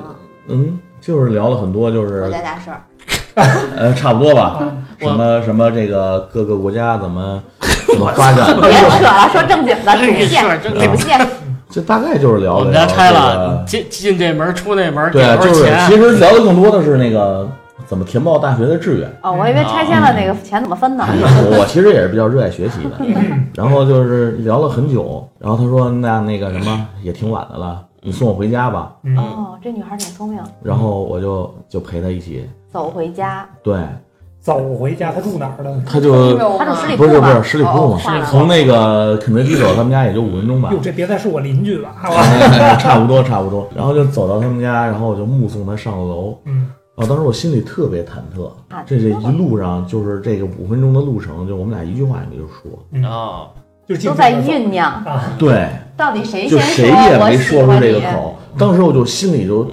[SPEAKER 3] 嗯，就是聊了很多，就是
[SPEAKER 5] 国家大事儿，
[SPEAKER 3] 呃，差不多吧
[SPEAKER 2] 嗯。
[SPEAKER 3] 什么什么这个各个国家怎么怎么发展
[SPEAKER 4] *laughs* 别
[SPEAKER 3] 的，
[SPEAKER 4] 扯了，说正经的，
[SPEAKER 1] 这
[SPEAKER 4] 主
[SPEAKER 1] 个事
[SPEAKER 4] 线
[SPEAKER 1] 儿真
[SPEAKER 4] 主线，
[SPEAKER 3] 这大概就是啊聊
[SPEAKER 1] 我
[SPEAKER 3] 了
[SPEAKER 1] 们
[SPEAKER 3] 聊
[SPEAKER 1] 家拆
[SPEAKER 3] 这
[SPEAKER 1] 了，
[SPEAKER 3] 个
[SPEAKER 1] 进进这门儿出那门儿，给
[SPEAKER 3] 对啊，
[SPEAKER 1] 多
[SPEAKER 3] 就
[SPEAKER 1] 少
[SPEAKER 3] 是
[SPEAKER 1] 钱
[SPEAKER 3] 其？实聊的更多的是那个怎么填报大学的志愿。
[SPEAKER 4] 哦，我以为拆迁了那个钱怎么分呢？
[SPEAKER 3] 我我其实也是比较热爱学习的，然后就是聊了很久，然后他说那那个什么也挺晚的了，你送我回家吧。
[SPEAKER 1] 嗯
[SPEAKER 4] 哦，这女孩挺聪明，
[SPEAKER 3] 然后我就就陪他一起，
[SPEAKER 4] 走回家，
[SPEAKER 3] 对，
[SPEAKER 2] 走回家，他住哪儿呢？
[SPEAKER 3] 他就
[SPEAKER 5] 肉
[SPEAKER 4] 她
[SPEAKER 5] 吗
[SPEAKER 4] 住十里
[SPEAKER 3] 不是
[SPEAKER 4] 铺
[SPEAKER 3] 不
[SPEAKER 4] 吧
[SPEAKER 3] 是十里铺
[SPEAKER 5] 哦
[SPEAKER 3] 嘛
[SPEAKER 5] 换了，
[SPEAKER 3] 从那个肯德基走到他们家也就五分钟吧
[SPEAKER 2] 哟，，这别再是我邻居了，好吧？
[SPEAKER 3] 哎 *laughs* 差不多差不多。然后就走到他们家，然后我就目送他上楼。
[SPEAKER 2] 嗯，
[SPEAKER 3] 然后当时我心里特别忐忑
[SPEAKER 4] 忐忑，
[SPEAKER 3] 这这一路上就是这个五分钟的路程，就我们俩一句话也没有说。
[SPEAKER 1] 哦，
[SPEAKER 2] 就是进
[SPEAKER 4] 都
[SPEAKER 2] 屋
[SPEAKER 4] 在
[SPEAKER 2] 就走
[SPEAKER 4] 酝酿，
[SPEAKER 2] 啊，
[SPEAKER 3] 对，
[SPEAKER 4] 到底谁
[SPEAKER 3] 就
[SPEAKER 4] 哎先
[SPEAKER 3] 谁也
[SPEAKER 4] 说我
[SPEAKER 3] 没
[SPEAKER 4] 喜
[SPEAKER 3] 说出
[SPEAKER 4] 欢
[SPEAKER 3] 这个
[SPEAKER 4] 你？
[SPEAKER 3] 口。当时我就心里就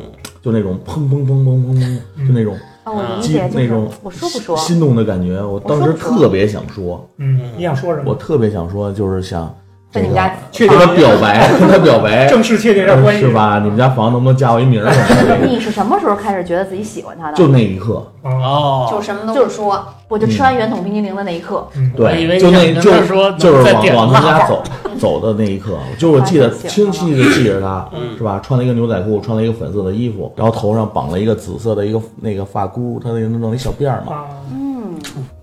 [SPEAKER 3] 就那种砰砰砰砰砰
[SPEAKER 2] 嗯
[SPEAKER 3] 砰，就那种
[SPEAKER 4] 啊，我理
[SPEAKER 3] 激
[SPEAKER 4] 解，就
[SPEAKER 3] 那
[SPEAKER 4] 是
[SPEAKER 3] 种
[SPEAKER 4] 我说不说？
[SPEAKER 3] 心动的感觉。我当时特别想说，
[SPEAKER 2] 嗯，你想说什
[SPEAKER 3] 我
[SPEAKER 2] 么？
[SPEAKER 3] 特别想说，就是想
[SPEAKER 4] 在你们家
[SPEAKER 2] 确
[SPEAKER 3] 这
[SPEAKER 2] 定
[SPEAKER 3] 个跟他表白，跟他表白。
[SPEAKER 2] 正式确定这关系
[SPEAKER 3] 是？吧？你们家房能不能加我一名儿什么的？
[SPEAKER 4] *laughs* 你是什么时候开始觉得自己喜欢他的？
[SPEAKER 3] 就那一刻，
[SPEAKER 2] 啊，
[SPEAKER 1] 哦，
[SPEAKER 5] 就什么都不说，
[SPEAKER 4] 我就
[SPEAKER 3] 嗯
[SPEAKER 4] 吃完圆筒冰激凌的那一刻，
[SPEAKER 1] 我以为
[SPEAKER 3] 对，
[SPEAKER 1] 你
[SPEAKER 3] 就那
[SPEAKER 1] 想跟
[SPEAKER 3] 就
[SPEAKER 1] 他说
[SPEAKER 3] 就是
[SPEAKER 1] 再
[SPEAKER 3] 往
[SPEAKER 1] 点
[SPEAKER 3] 往他们
[SPEAKER 1] 辣
[SPEAKER 3] 家
[SPEAKER 1] 包
[SPEAKER 3] 走走的那一刻，就是我记得
[SPEAKER 4] 发现
[SPEAKER 3] 清晰的记着他
[SPEAKER 1] 嗯，
[SPEAKER 3] 是吧？穿了一个牛仔裤，穿了一个粉色的衣服，然后头上绑了一个紫色的一个那个发箍，他那弄了一小辫儿嘛，
[SPEAKER 2] 啊，
[SPEAKER 4] 嗯，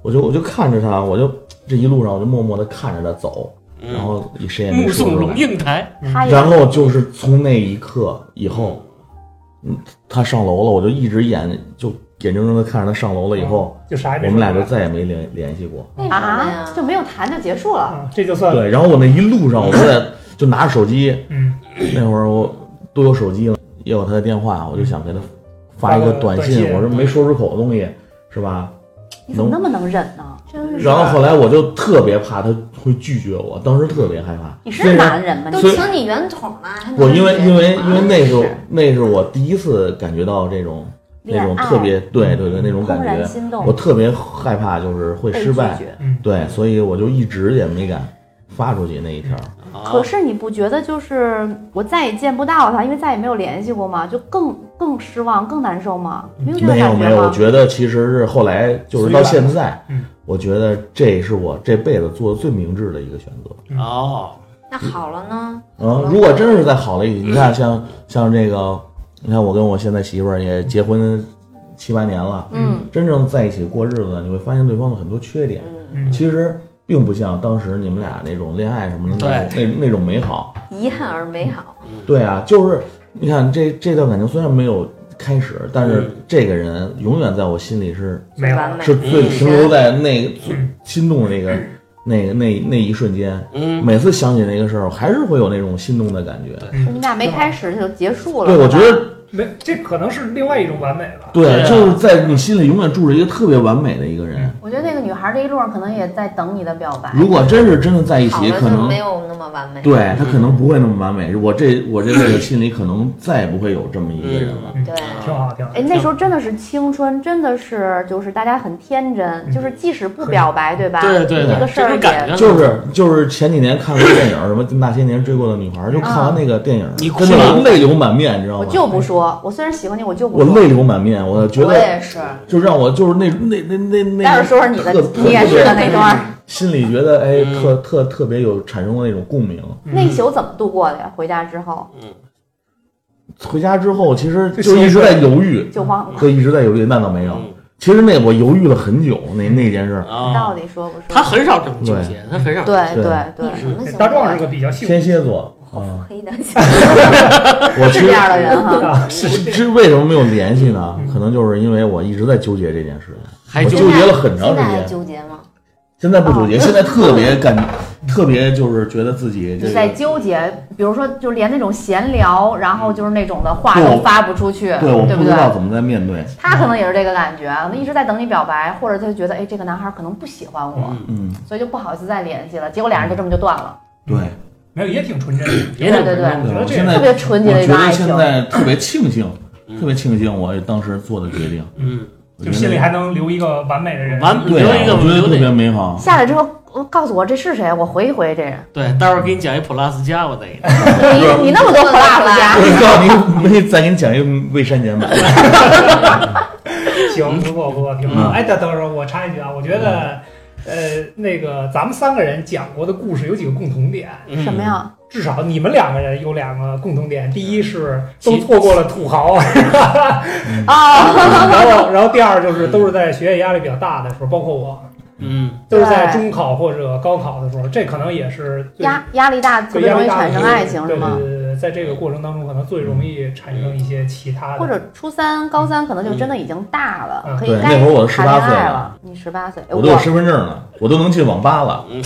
[SPEAKER 3] 我就我就看着他，我就这一路上我就默默的看着他走，
[SPEAKER 1] 嗯
[SPEAKER 3] 然后也谁也没
[SPEAKER 1] 目
[SPEAKER 3] 说
[SPEAKER 1] 送
[SPEAKER 3] 出
[SPEAKER 1] 龙
[SPEAKER 3] 来。
[SPEAKER 1] 应台，
[SPEAKER 4] 他也
[SPEAKER 3] 然后就是从那一刻以后，嗯，他上楼了，我就一直眼就眼睁睁的看着他上楼了以后，
[SPEAKER 2] 就
[SPEAKER 1] 嗯
[SPEAKER 2] 啥也没
[SPEAKER 3] 我
[SPEAKER 2] 说。
[SPEAKER 3] 们俩就再也没联联系过。
[SPEAKER 5] 为什么
[SPEAKER 4] 啊
[SPEAKER 5] 呀？
[SPEAKER 4] 就没有谈就结束了，
[SPEAKER 2] 啊，这就
[SPEAKER 1] 嗯
[SPEAKER 2] 算
[SPEAKER 3] 对，然后我那一路上，我都在就拿着手机，
[SPEAKER 2] 嗯，
[SPEAKER 3] *clears throat* 那会儿我都有手机了，也有他的电话，我就想给他发一个短
[SPEAKER 2] 发个短
[SPEAKER 3] 信，
[SPEAKER 2] 信
[SPEAKER 3] 我说没说出口的东西，是吧？
[SPEAKER 4] 你怎么那么能忍呢？
[SPEAKER 5] 真是
[SPEAKER 3] 然后后来我就特别怕他会拒绝我，当时特别害怕。
[SPEAKER 4] 你是男人吗？
[SPEAKER 5] 都
[SPEAKER 4] 你
[SPEAKER 3] 所以
[SPEAKER 5] 请你圆筒了，还能
[SPEAKER 3] 我因为
[SPEAKER 5] 拒绝
[SPEAKER 3] 因为
[SPEAKER 5] 你吗
[SPEAKER 3] 因为那是
[SPEAKER 4] 嗯是
[SPEAKER 3] 那是我第一次感觉到这种那种
[SPEAKER 4] 恋爱
[SPEAKER 3] 特别对对对那种感
[SPEAKER 4] 怦然
[SPEAKER 3] 觉，
[SPEAKER 4] 心
[SPEAKER 3] 我
[SPEAKER 4] 动
[SPEAKER 3] 特别害怕就是会
[SPEAKER 4] 被
[SPEAKER 3] 失
[SPEAKER 4] 拒
[SPEAKER 3] 败，
[SPEAKER 4] 绝。
[SPEAKER 3] 对，所以我就一直也没敢发出去那一条。
[SPEAKER 1] 啊
[SPEAKER 4] 可是你不觉得就是我再也见不到他，因为再也没有联系过嘛，就更更失望、更难受吗？没有这种
[SPEAKER 3] 没有
[SPEAKER 4] 感
[SPEAKER 3] 没
[SPEAKER 4] 觉
[SPEAKER 3] 有，我
[SPEAKER 4] 吗？
[SPEAKER 3] 觉得其实是后来就是到现在
[SPEAKER 2] 嗯，
[SPEAKER 3] 我觉得这是我这辈子做的最明智的一个选择。
[SPEAKER 1] 哦，
[SPEAKER 5] 那好了呢？
[SPEAKER 3] 嗯，如果真是再好了一点，你看像像这个，你看我跟我现在媳妇儿也结婚七八年了，
[SPEAKER 5] 嗯
[SPEAKER 3] 真正在一起过日子呢，你会发现对方的很多缺点，
[SPEAKER 5] 嗯，
[SPEAKER 2] 嗯
[SPEAKER 3] 其实并不像当时你们俩那种恋爱什么的那那那种美好。
[SPEAKER 5] 遗憾而美好，
[SPEAKER 3] 对啊，就是你看这这段感情虽然没有开始，但是
[SPEAKER 1] 嗯
[SPEAKER 3] 这个人永远在我心里是。
[SPEAKER 2] 没有，
[SPEAKER 5] 完美
[SPEAKER 3] 是最停留在那个最
[SPEAKER 2] 嗯
[SPEAKER 3] 心动的那个那那那一瞬间。
[SPEAKER 1] 嗯，
[SPEAKER 3] 每次想起那个事儿，还是会有那种心动的感觉。
[SPEAKER 4] 就你俩没开始就结束了。
[SPEAKER 3] 对，我
[SPEAKER 4] 是吧
[SPEAKER 3] 觉得
[SPEAKER 2] 没，这可能是另外一种完美了。
[SPEAKER 1] 对啊
[SPEAKER 3] 就是在你心里永远住着一个特别完美的一个人。
[SPEAKER 4] 我觉得那个女孩这一路上可能也在等你的表白。
[SPEAKER 3] 如果真是真的在一
[SPEAKER 5] 好
[SPEAKER 3] 起，
[SPEAKER 5] 了
[SPEAKER 3] 可
[SPEAKER 5] 就
[SPEAKER 3] 能
[SPEAKER 5] 没有那么完美。
[SPEAKER 3] 对他可能不会那么完美。我这我这辈子心里可能再也不会有这么一个人了。
[SPEAKER 2] 嗯
[SPEAKER 5] 对
[SPEAKER 2] 挺好，挺好。
[SPEAKER 4] 哎，那时候真的是青春，真的是就是大家很天真，
[SPEAKER 2] 嗯
[SPEAKER 4] 就是即使不表白，对吧？
[SPEAKER 1] 对对
[SPEAKER 4] 这个
[SPEAKER 1] 对，
[SPEAKER 4] 事儿
[SPEAKER 1] 种感觉
[SPEAKER 3] *laughs* 就是就是前几年看过电影，什么那些年追过的女孩，就看完那个电影，
[SPEAKER 1] 你哭
[SPEAKER 3] 真的
[SPEAKER 1] 了
[SPEAKER 3] 泪流满面，你知道
[SPEAKER 4] 我
[SPEAKER 3] 吗？
[SPEAKER 4] 就不说，我虽然喜欢你，我就不
[SPEAKER 3] 我
[SPEAKER 4] 说。
[SPEAKER 3] 泪流满面，我觉
[SPEAKER 5] 我
[SPEAKER 3] 得
[SPEAKER 5] 也是，
[SPEAKER 3] 就让我就是那那那那那。
[SPEAKER 4] 待会儿说说你的
[SPEAKER 3] 特特，
[SPEAKER 4] 你也是的那段儿。
[SPEAKER 3] 心里觉得哎，
[SPEAKER 1] 嗯
[SPEAKER 3] 特特特别有产生过那种共鸣。
[SPEAKER 2] 嗯
[SPEAKER 4] 那一宿怎么度过的呀？回家之后
[SPEAKER 3] 回家之后，其实
[SPEAKER 2] 就
[SPEAKER 3] 就一直在犹豫，
[SPEAKER 4] 就忘了，
[SPEAKER 3] 对，一直在犹豫。那倒没有，
[SPEAKER 1] 嗯
[SPEAKER 3] 其实那我犹豫了很久，那那件事儿，
[SPEAKER 1] 啊
[SPEAKER 4] 到，底说不说？
[SPEAKER 1] 他很少这么纠结，他很少这么
[SPEAKER 4] 嗯对
[SPEAKER 1] 纠结。
[SPEAKER 4] 对
[SPEAKER 5] 你什
[SPEAKER 4] 对，
[SPEAKER 5] 么星座？
[SPEAKER 2] 哎大壮是个比较幸
[SPEAKER 3] 天蝎座
[SPEAKER 5] 好
[SPEAKER 3] 啊，
[SPEAKER 2] 嗯
[SPEAKER 3] *laughs*
[SPEAKER 5] 黑的，
[SPEAKER 3] 我其实
[SPEAKER 4] 是这样的人
[SPEAKER 2] 福
[SPEAKER 4] 哈。
[SPEAKER 2] 啊，是
[SPEAKER 3] 我这为什么没有联系呢
[SPEAKER 2] 嗯？
[SPEAKER 3] 可能就是因为我一直在纠结这件事情，
[SPEAKER 1] 还
[SPEAKER 3] 我
[SPEAKER 1] 纠
[SPEAKER 3] 纠结了很长时
[SPEAKER 5] 现在还
[SPEAKER 3] 间。
[SPEAKER 5] 纠结吗？
[SPEAKER 3] 现在不纠结，现在特别感，特别就是觉得自己这
[SPEAKER 4] 你在
[SPEAKER 3] 个，
[SPEAKER 4] 纠结，比如说，就连那种闲聊，然后就是那种的话
[SPEAKER 3] 对
[SPEAKER 4] 都
[SPEAKER 3] 我
[SPEAKER 4] 发不出去，
[SPEAKER 3] 对，我
[SPEAKER 4] 不
[SPEAKER 3] 不知
[SPEAKER 4] 对？
[SPEAKER 3] 道怎么在面对。
[SPEAKER 4] 他可能也是这个感觉，啊可能一直在等你表白，或者他就觉得，哎，这个男孩可能不喜欢我，
[SPEAKER 1] 嗯，
[SPEAKER 3] 嗯，
[SPEAKER 4] 所以就不好意思再联系了。结果俩人就这么就断了，
[SPEAKER 3] 对，
[SPEAKER 2] 没有也挺纯真的。
[SPEAKER 1] 也得
[SPEAKER 4] 对对对
[SPEAKER 2] 我觉
[SPEAKER 3] 对
[SPEAKER 2] 得
[SPEAKER 3] 我
[SPEAKER 2] 这
[SPEAKER 3] 现
[SPEAKER 2] 个
[SPEAKER 3] 在
[SPEAKER 4] 特别纯洁的
[SPEAKER 3] 我
[SPEAKER 4] 一
[SPEAKER 3] 觉
[SPEAKER 4] 段
[SPEAKER 3] 得
[SPEAKER 4] 爱情
[SPEAKER 3] 现。在特别庆幸，
[SPEAKER 1] 嗯
[SPEAKER 3] 特别庆幸我当时做的决定。
[SPEAKER 1] 嗯，
[SPEAKER 3] 我觉
[SPEAKER 2] 就
[SPEAKER 3] 得
[SPEAKER 2] 心里还能留一个完美的人。
[SPEAKER 1] 完
[SPEAKER 3] 对啊，
[SPEAKER 1] 留一个
[SPEAKER 3] 我觉得
[SPEAKER 1] 留
[SPEAKER 3] 特
[SPEAKER 1] 得
[SPEAKER 3] 别美
[SPEAKER 1] *laughs*
[SPEAKER 3] 好。
[SPEAKER 4] 下来之后，呃告诉我这是谁，我回一回这人。
[SPEAKER 1] 对，待会儿给你讲一普拉斯加，我再
[SPEAKER 4] 哎
[SPEAKER 1] 给你。
[SPEAKER 4] 你你那么多 plus
[SPEAKER 3] 我
[SPEAKER 4] 呀？
[SPEAKER 3] 告诉你，我再给你讲一个未删减版。
[SPEAKER 2] 行，不错不错，挺好。
[SPEAKER 3] 嗯
[SPEAKER 2] 哎，等等会儿我插一句啊，我觉得，呃，那个咱们三个人讲过的故事有几个共同点，
[SPEAKER 1] 嗯
[SPEAKER 4] 什么？呀？
[SPEAKER 2] 至少你们两个人有两个共同点，第一是都错过了土豪，啊
[SPEAKER 3] *laughs*
[SPEAKER 4] 哦，
[SPEAKER 2] 然后然后第二就是都是在学业压力比较大的时候，包括我，
[SPEAKER 1] 嗯，
[SPEAKER 2] 都是在中考或者高考的时候，这可能也是最
[SPEAKER 4] 压压力大特
[SPEAKER 2] 对
[SPEAKER 4] 别
[SPEAKER 2] 压
[SPEAKER 4] 容
[SPEAKER 2] 力
[SPEAKER 4] 易
[SPEAKER 2] 大的
[SPEAKER 4] 产生爱情是
[SPEAKER 2] 对
[SPEAKER 4] 吗
[SPEAKER 2] 对？对对，对在这个过程当中，可能最容易产
[SPEAKER 3] 嗯
[SPEAKER 2] 生一些其他的，
[SPEAKER 4] 或者初三、高三可能就真的已经大了
[SPEAKER 2] 嗯，
[SPEAKER 4] 可
[SPEAKER 3] 对
[SPEAKER 4] 以该
[SPEAKER 3] 那会儿我
[SPEAKER 4] 谈恋
[SPEAKER 3] 18岁
[SPEAKER 4] 爱
[SPEAKER 3] 了
[SPEAKER 4] 了。你十八岁，
[SPEAKER 3] 我都有身份证了，我都能进网吧了。
[SPEAKER 1] 嗯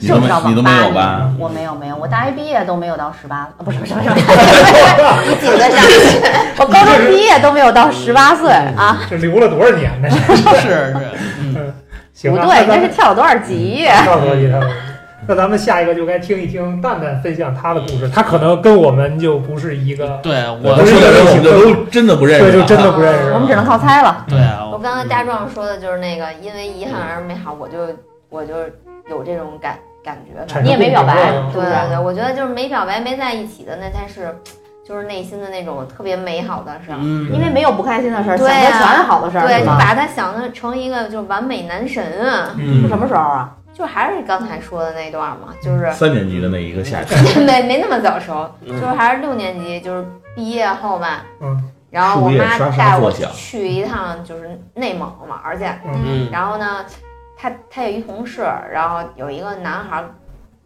[SPEAKER 3] 你
[SPEAKER 4] 是
[SPEAKER 3] 都
[SPEAKER 4] 不
[SPEAKER 3] 没
[SPEAKER 4] 是到
[SPEAKER 3] 你都
[SPEAKER 4] 网
[SPEAKER 3] 没
[SPEAKER 4] 吧
[SPEAKER 3] 有
[SPEAKER 4] 里
[SPEAKER 3] 吧？
[SPEAKER 4] 哎我没有没有，我大学毕业都没有到十八，不是不是不是，
[SPEAKER 5] 你几个上去？
[SPEAKER 4] 我高中毕业都没有到十八岁啊！
[SPEAKER 2] 这留了多少年呢？ *laughs*
[SPEAKER 1] 是是，嗯
[SPEAKER 2] 行
[SPEAKER 4] 不
[SPEAKER 2] 啊，
[SPEAKER 4] 对，
[SPEAKER 2] 那
[SPEAKER 4] 应该
[SPEAKER 2] 咱
[SPEAKER 4] 是
[SPEAKER 2] 们
[SPEAKER 4] 跳了多少级？
[SPEAKER 2] 差不多也差不多。那咱们下一个就该听一听蛋蛋分享他的故事，他可能跟我们就不是一个，
[SPEAKER 1] 对
[SPEAKER 3] 我
[SPEAKER 1] 我
[SPEAKER 3] 这
[SPEAKER 1] 是
[SPEAKER 3] 些人我们都真的不认识
[SPEAKER 2] 对，
[SPEAKER 3] 啊，
[SPEAKER 2] 就真的不认识。
[SPEAKER 4] 我们只能靠猜了。
[SPEAKER 1] 对啊，
[SPEAKER 5] 我刚才大壮说的就是那个，因为遗憾而美好，我就我就有这种感感觉吧。
[SPEAKER 2] 产生
[SPEAKER 4] 你也没表白
[SPEAKER 2] 共鸣
[SPEAKER 5] 对
[SPEAKER 2] 了
[SPEAKER 5] 对对，我觉得就是没表白没在一起的那才是，就是内心的那种特别美好的事儿。
[SPEAKER 1] 嗯
[SPEAKER 4] 因为没有不开心的事儿，想
[SPEAKER 5] 对
[SPEAKER 4] 的
[SPEAKER 5] 啊
[SPEAKER 4] 全是好的事儿，
[SPEAKER 5] 对，嗯
[SPEAKER 4] 是
[SPEAKER 5] 就
[SPEAKER 4] 吧？
[SPEAKER 5] 把他想的成一个就是完美男神啊，
[SPEAKER 2] 嗯
[SPEAKER 4] 是什么时候啊？
[SPEAKER 5] 就还是刚才说的那段嘛，
[SPEAKER 4] 嗯 *laughs*
[SPEAKER 5] 就是
[SPEAKER 3] 三年级的那一个夏天，
[SPEAKER 5] 没没那么早熟，就
[SPEAKER 1] 嗯
[SPEAKER 5] 是还是六年级，就是毕业后吧，
[SPEAKER 2] 嗯，
[SPEAKER 5] 然后我
[SPEAKER 3] 树叶
[SPEAKER 5] 妈
[SPEAKER 3] 沙沙
[SPEAKER 5] 带我
[SPEAKER 3] 作响
[SPEAKER 5] 去一趟就是内蒙玩去，
[SPEAKER 1] 嗯
[SPEAKER 5] 然后呢，他他有一同事，然后有一个男孩儿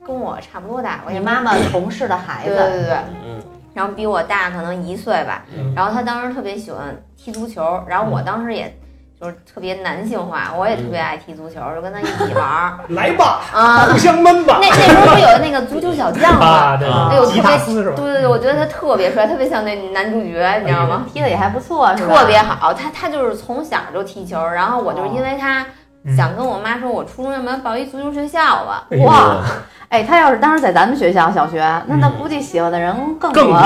[SPEAKER 5] 跟我差不多大，我
[SPEAKER 4] 你
[SPEAKER 5] 也
[SPEAKER 4] 妈妈同事的孩
[SPEAKER 5] 对对
[SPEAKER 4] 子，
[SPEAKER 5] 对对，
[SPEAKER 1] 嗯
[SPEAKER 5] 然后比我大可能一岁吧，
[SPEAKER 2] 嗯
[SPEAKER 5] 然后他当时特别喜欢踢足球，然后我当时也就是特别男性化，我也特别爱踢足球，就跟他一起玩儿
[SPEAKER 2] 来吧，
[SPEAKER 5] 啊。
[SPEAKER 2] 互相闷吧
[SPEAKER 5] 那。那时候不有那个足球小将吗？
[SPEAKER 2] 啊，对，
[SPEAKER 1] 啊
[SPEAKER 5] 哎呦
[SPEAKER 2] 吉塔
[SPEAKER 5] 特别
[SPEAKER 2] 斯是
[SPEAKER 5] 对
[SPEAKER 2] 吧？
[SPEAKER 5] 对对，我觉得他特别帅，特别像那男主角，你知道吗？
[SPEAKER 4] 踢得也还不错，是吧？
[SPEAKER 5] 特别好，他他就是从小就踢球，然后我就是因为他
[SPEAKER 2] 嗯
[SPEAKER 5] 想跟我妈说，我初中要不要报一足球学校吧？
[SPEAKER 2] 哎呦
[SPEAKER 4] 哇！哎，他要是当时在咱们学校小学，那
[SPEAKER 1] 嗯
[SPEAKER 4] 他估计喜欢的人更
[SPEAKER 1] 更
[SPEAKER 4] 多。
[SPEAKER 1] 多，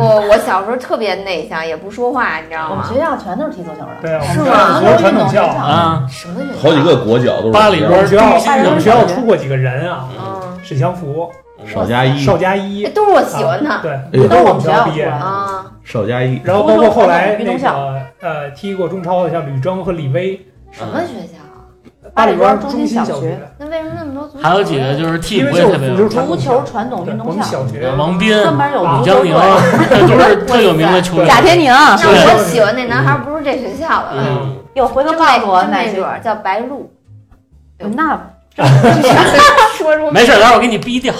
[SPEAKER 5] 我我小时候特别内向，也不说话，你知道
[SPEAKER 4] 我们
[SPEAKER 5] 吗
[SPEAKER 4] 学？校全都是踢足球的，
[SPEAKER 2] 对啊，
[SPEAKER 4] 是
[SPEAKER 2] 我们
[SPEAKER 4] 吧？
[SPEAKER 2] 学校传
[SPEAKER 4] 运动
[SPEAKER 2] 统
[SPEAKER 4] 学校
[SPEAKER 2] 校，
[SPEAKER 1] 啊，
[SPEAKER 5] 什么学校？
[SPEAKER 3] 好几个国脚都是
[SPEAKER 1] 八里
[SPEAKER 3] 这
[SPEAKER 2] 我
[SPEAKER 3] 样
[SPEAKER 1] 边中
[SPEAKER 2] 们学校
[SPEAKER 1] 心人
[SPEAKER 2] 我们学校出过几个人啊，
[SPEAKER 5] 嗯，
[SPEAKER 2] 沈祥福、
[SPEAKER 3] 邵佳一，
[SPEAKER 2] 邵佳
[SPEAKER 5] 哎
[SPEAKER 2] 一，啊
[SPEAKER 5] 都是我喜欢
[SPEAKER 4] 啊
[SPEAKER 5] 的
[SPEAKER 2] 对，
[SPEAKER 3] 嗯哎呦
[SPEAKER 2] 都是我们学校毕业的。
[SPEAKER 5] 啊。
[SPEAKER 3] 邵佳一，
[SPEAKER 2] 然后包括后来那个呃踢过中超的像吕征和李威，
[SPEAKER 5] 什么学校？啊
[SPEAKER 2] 八里
[SPEAKER 4] 边
[SPEAKER 2] 庄
[SPEAKER 4] 中
[SPEAKER 2] 中
[SPEAKER 4] 心小
[SPEAKER 2] 小
[SPEAKER 4] 学，
[SPEAKER 5] 那为什么那么多足球？
[SPEAKER 1] 还有几个就是替
[SPEAKER 2] 因为
[SPEAKER 1] 补也
[SPEAKER 2] 就
[SPEAKER 1] 特
[SPEAKER 2] 是
[SPEAKER 1] 别
[SPEAKER 2] 足
[SPEAKER 1] 有名，
[SPEAKER 2] 球传
[SPEAKER 4] 足
[SPEAKER 2] 统
[SPEAKER 4] 球传统
[SPEAKER 2] 对
[SPEAKER 4] 运
[SPEAKER 2] 我
[SPEAKER 4] 动
[SPEAKER 2] 们
[SPEAKER 4] 校，
[SPEAKER 2] 小学
[SPEAKER 1] 王斌、
[SPEAKER 4] 专门
[SPEAKER 1] *laughs*
[SPEAKER 5] 哦
[SPEAKER 4] 有
[SPEAKER 1] 啊李
[SPEAKER 4] 足
[SPEAKER 1] 江
[SPEAKER 4] 球
[SPEAKER 1] 宁，
[SPEAKER 4] 队、
[SPEAKER 1] 这都是特有名的球员。
[SPEAKER 4] 贾天宁。
[SPEAKER 5] 那我喜欢那男孩不是这学校的了，
[SPEAKER 1] 嗯，
[SPEAKER 4] 哟，回头
[SPEAKER 5] 真
[SPEAKER 4] 告
[SPEAKER 5] 没
[SPEAKER 4] 诉我
[SPEAKER 5] 真
[SPEAKER 4] 哪
[SPEAKER 5] 没
[SPEAKER 4] 些
[SPEAKER 5] 准。儿叫白鹿。 *laughs*
[SPEAKER 4] 那
[SPEAKER 5] 说出
[SPEAKER 1] 没事，待会儿我给你逼掉。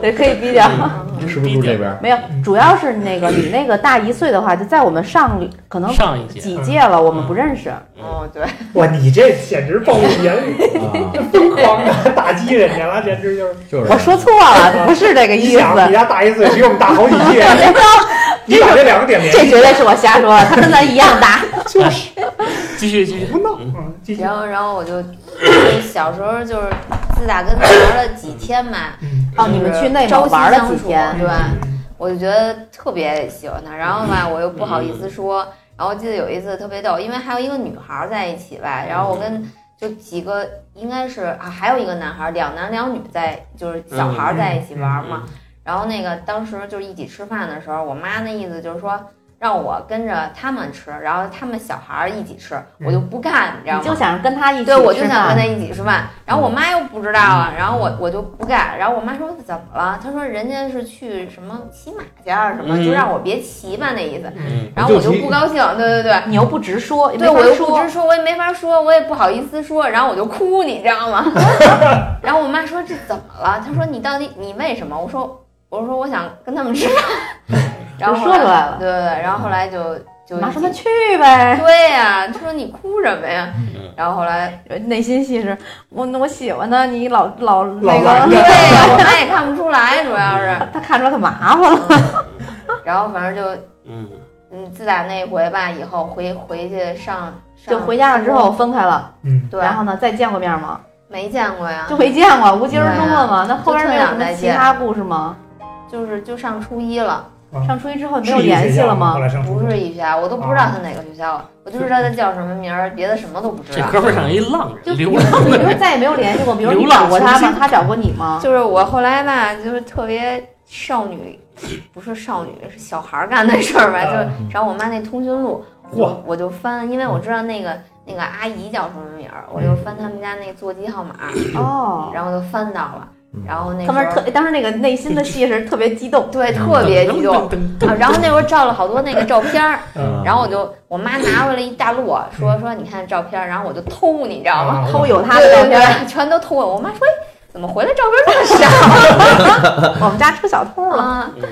[SPEAKER 4] 对，可以逼掉。
[SPEAKER 1] 嗯
[SPEAKER 3] 是不是住这边？
[SPEAKER 4] 没有，主要是那个你那个大一岁的话，就在我们上可能
[SPEAKER 1] 上一届，
[SPEAKER 4] 几届了，我
[SPEAKER 1] 嗯
[SPEAKER 4] 们不认识。
[SPEAKER 5] 哦，对，
[SPEAKER 2] 哇，你这简直暴露年龄，
[SPEAKER 3] 啊，
[SPEAKER 2] 疯狂的打击人家了，简直就是
[SPEAKER 3] 就是
[SPEAKER 4] 我说错了，不是这个
[SPEAKER 2] 你
[SPEAKER 4] 意思。
[SPEAKER 2] 想比他大一岁，比我们大好几届，你把这两个点连
[SPEAKER 4] 这绝对是我瞎说的，他跟咱一样大。
[SPEAKER 2] 就是
[SPEAKER 1] 继续嗯继续
[SPEAKER 2] 胡，闹啊！继续
[SPEAKER 5] 然，后，然后我就就小时候就是自打跟他玩了几天嘛，
[SPEAKER 2] 嗯
[SPEAKER 4] 哦，你们去内蒙玩了几天？
[SPEAKER 5] 对吧？我就觉得特别喜欢他。然后吧，我又不好意
[SPEAKER 4] 嗯
[SPEAKER 5] 思说。然后我记得有一次特别逗，因为还有一个女孩在一起吧，然后我跟
[SPEAKER 4] 嗯
[SPEAKER 5] 就几个应该是啊，还有一个男孩，两男两女在就是小孩在一起玩嘛。然后那个当时就是一起吃饭的时候，我妈那意思就是说让我跟着他们吃，然后他们小孩儿一起吃，我就不干，你知道吗？
[SPEAKER 4] 你就想跟他一起
[SPEAKER 5] 对，我就
[SPEAKER 4] 吃
[SPEAKER 5] 想
[SPEAKER 4] 饭嗯
[SPEAKER 5] 跟他一起吃饭，然后我妈又不知道啊，然后我我就不干，然后我妈说怎么了？她说人家是去什么骑马去啊什么，
[SPEAKER 1] 嗯
[SPEAKER 5] 就让我别骑吧那意思。
[SPEAKER 1] 嗯，
[SPEAKER 5] 然后我就
[SPEAKER 3] 就骑
[SPEAKER 5] 不高兴，对对对，
[SPEAKER 4] 你又不直说，也
[SPEAKER 5] 对
[SPEAKER 4] 没法
[SPEAKER 5] 我又不
[SPEAKER 4] 说
[SPEAKER 5] 直说，我也没法说，我也不好意思说，然后我就哭，你知道吗？ *laughs* 然后我妈说这怎么了？她说你到底你为什么？我说我说我想跟他们吃饭， *laughs* 然后
[SPEAKER 4] 就
[SPEAKER 5] 后
[SPEAKER 4] 说出来了嗯
[SPEAKER 5] 对对对，然后后来就就
[SPEAKER 4] 拿
[SPEAKER 5] 一
[SPEAKER 4] 什么
[SPEAKER 5] 起
[SPEAKER 4] 去呗？
[SPEAKER 5] 对呀、她说你哭什么呀？然后后来
[SPEAKER 4] 内心戏是，我我喜欢他，你老老那
[SPEAKER 2] 拦
[SPEAKER 4] 个，
[SPEAKER 5] 对
[SPEAKER 2] 着
[SPEAKER 5] 呀，我妈也看不出来，主要
[SPEAKER 1] *laughs*
[SPEAKER 5] 是。
[SPEAKER 4] 他看出来可麻烦了。
[SPEAKER 5] 然后反正就，
[SPEAKER 1] 嗯
[SPEAKER 5] 嗯，自打那回吧，以后回回去上上
[SPEAKER 4] 就回家了之后，分开了，
[SPEAKER 2] 嗯，
[SPEAKER 5] 对，啊
[SPEAKER 4] 然后呢再见过面吗？
[SPEAKER 5] 没见过呀，
[SPEAKER 4] 就没见过，无疾而终了吗？那后边
[SPEAKER 5] 就
[SPEAKER 4] 没
[SPEAKER 5] 特
[SPEAKER 4] 有
[SPEAKER 5] 想
[SPEAKER 4] 什么
[SPEAKER 5] 再
[SPEAKER 4] 其
[SPEAKER 5] 见
[SPEAKER 4] 他故事吗？
[SPEAKER 5] 就是就上初一了，
[SPEAKER 4] 上初一之后没
[SPEAKER 2] 是
[SPEAKER 4] 有
[SPEAKER 2] 啊一起
[SPEAKER 4] 联系
[SPEAKER 2] 学校
[SPEAKER 4] 了
[SPEAKER 2] 后
[SPEAKER 4] 吗？
[SPEAKER 2] 来上初
[SPEAKER 5] 不
[SPEAKER 2] 中
[SPEAKER 5] 是一学校，我都不知道他哪个学校，我就知道他叫什么名儿，别的什么都不知
[SPEAKER 1] 这
[SPEAKER 5] 道。
[SPEAKER 1] 哥们儿像一浪
[SPEAKER 4] 就
[SPEAKER 1] 人，
[SPEAKER 4] 比
[SPEAKER 1] 流
[SPEAKER 4] 如
[SPEAKER 1] 浪
[SPEAKER 4] 比
[SPEAKER 1] 的 *laughs*
[SPEAKER 4] 如说
[SPEAKER 1] 人，
[SPEAKER 4] 再也没有联系过，比如
[SPEAKER 1] 流
[SPEAKER 4] 你
[SPEAKER 1] 浪
[SPEAKER 4] 找过
[SPEAKER 1] 重
[SPEAKER 4] 他吗
[SPEAKER 1] 新？
[SPEAKER 4] 他找过你吗？
[SPEAKER 5] 就是我后来吧，就是特别少女， *coughs* 不是少女，是小孩儿干的事儿吧，
[SPEAKER 2] 啊
[SPEAKER 5] 就是找我妈那通讯录，我我就翻，因为我知道那个那个阿姨叫什么名儿，我就翻他们家那座机号码，
[SPEAKER 4] 哦，
[SPEAKER 5] 然后就翻到了，
[SPEAKER 3] 嗯
[SPEAKER 5] 然后那
[SPEAKER 4] 他
[SPEAKER 5] 时
[SPEAKER 4] 们
[SPEAKER 5] 候
[SPEAKER 4] 特当时那个内心的戏是特别激动，
[SPEAKER 5] 对特别激动
[SPEAKER 1] 嗯
[SPEAKER 5] 啊，然后那时候照了好多那个照片儿，
[SPEAKER 2] 嗯
[SPEAKER 5] 然后我就我妈拿回来一大摞，说说你看照片儿，然后我就偷，你知道吗？
[SPEAKER 2] 啊
[SPEAKER 4] 偷有他
[SPEAKER 5] 对
[SPEAKER 4] 的照
[SPEAKER 5] 对
[SPEAKER 4] 片。
[SPEAKER 5] 对，全都偷我，我妈说。哎怎么回来照片这么少
[SPEAKER 4] 我们家出小偷 *laughs* 了，
[SPEAKER 5] 啊？
[SPEAKER 1] 嗯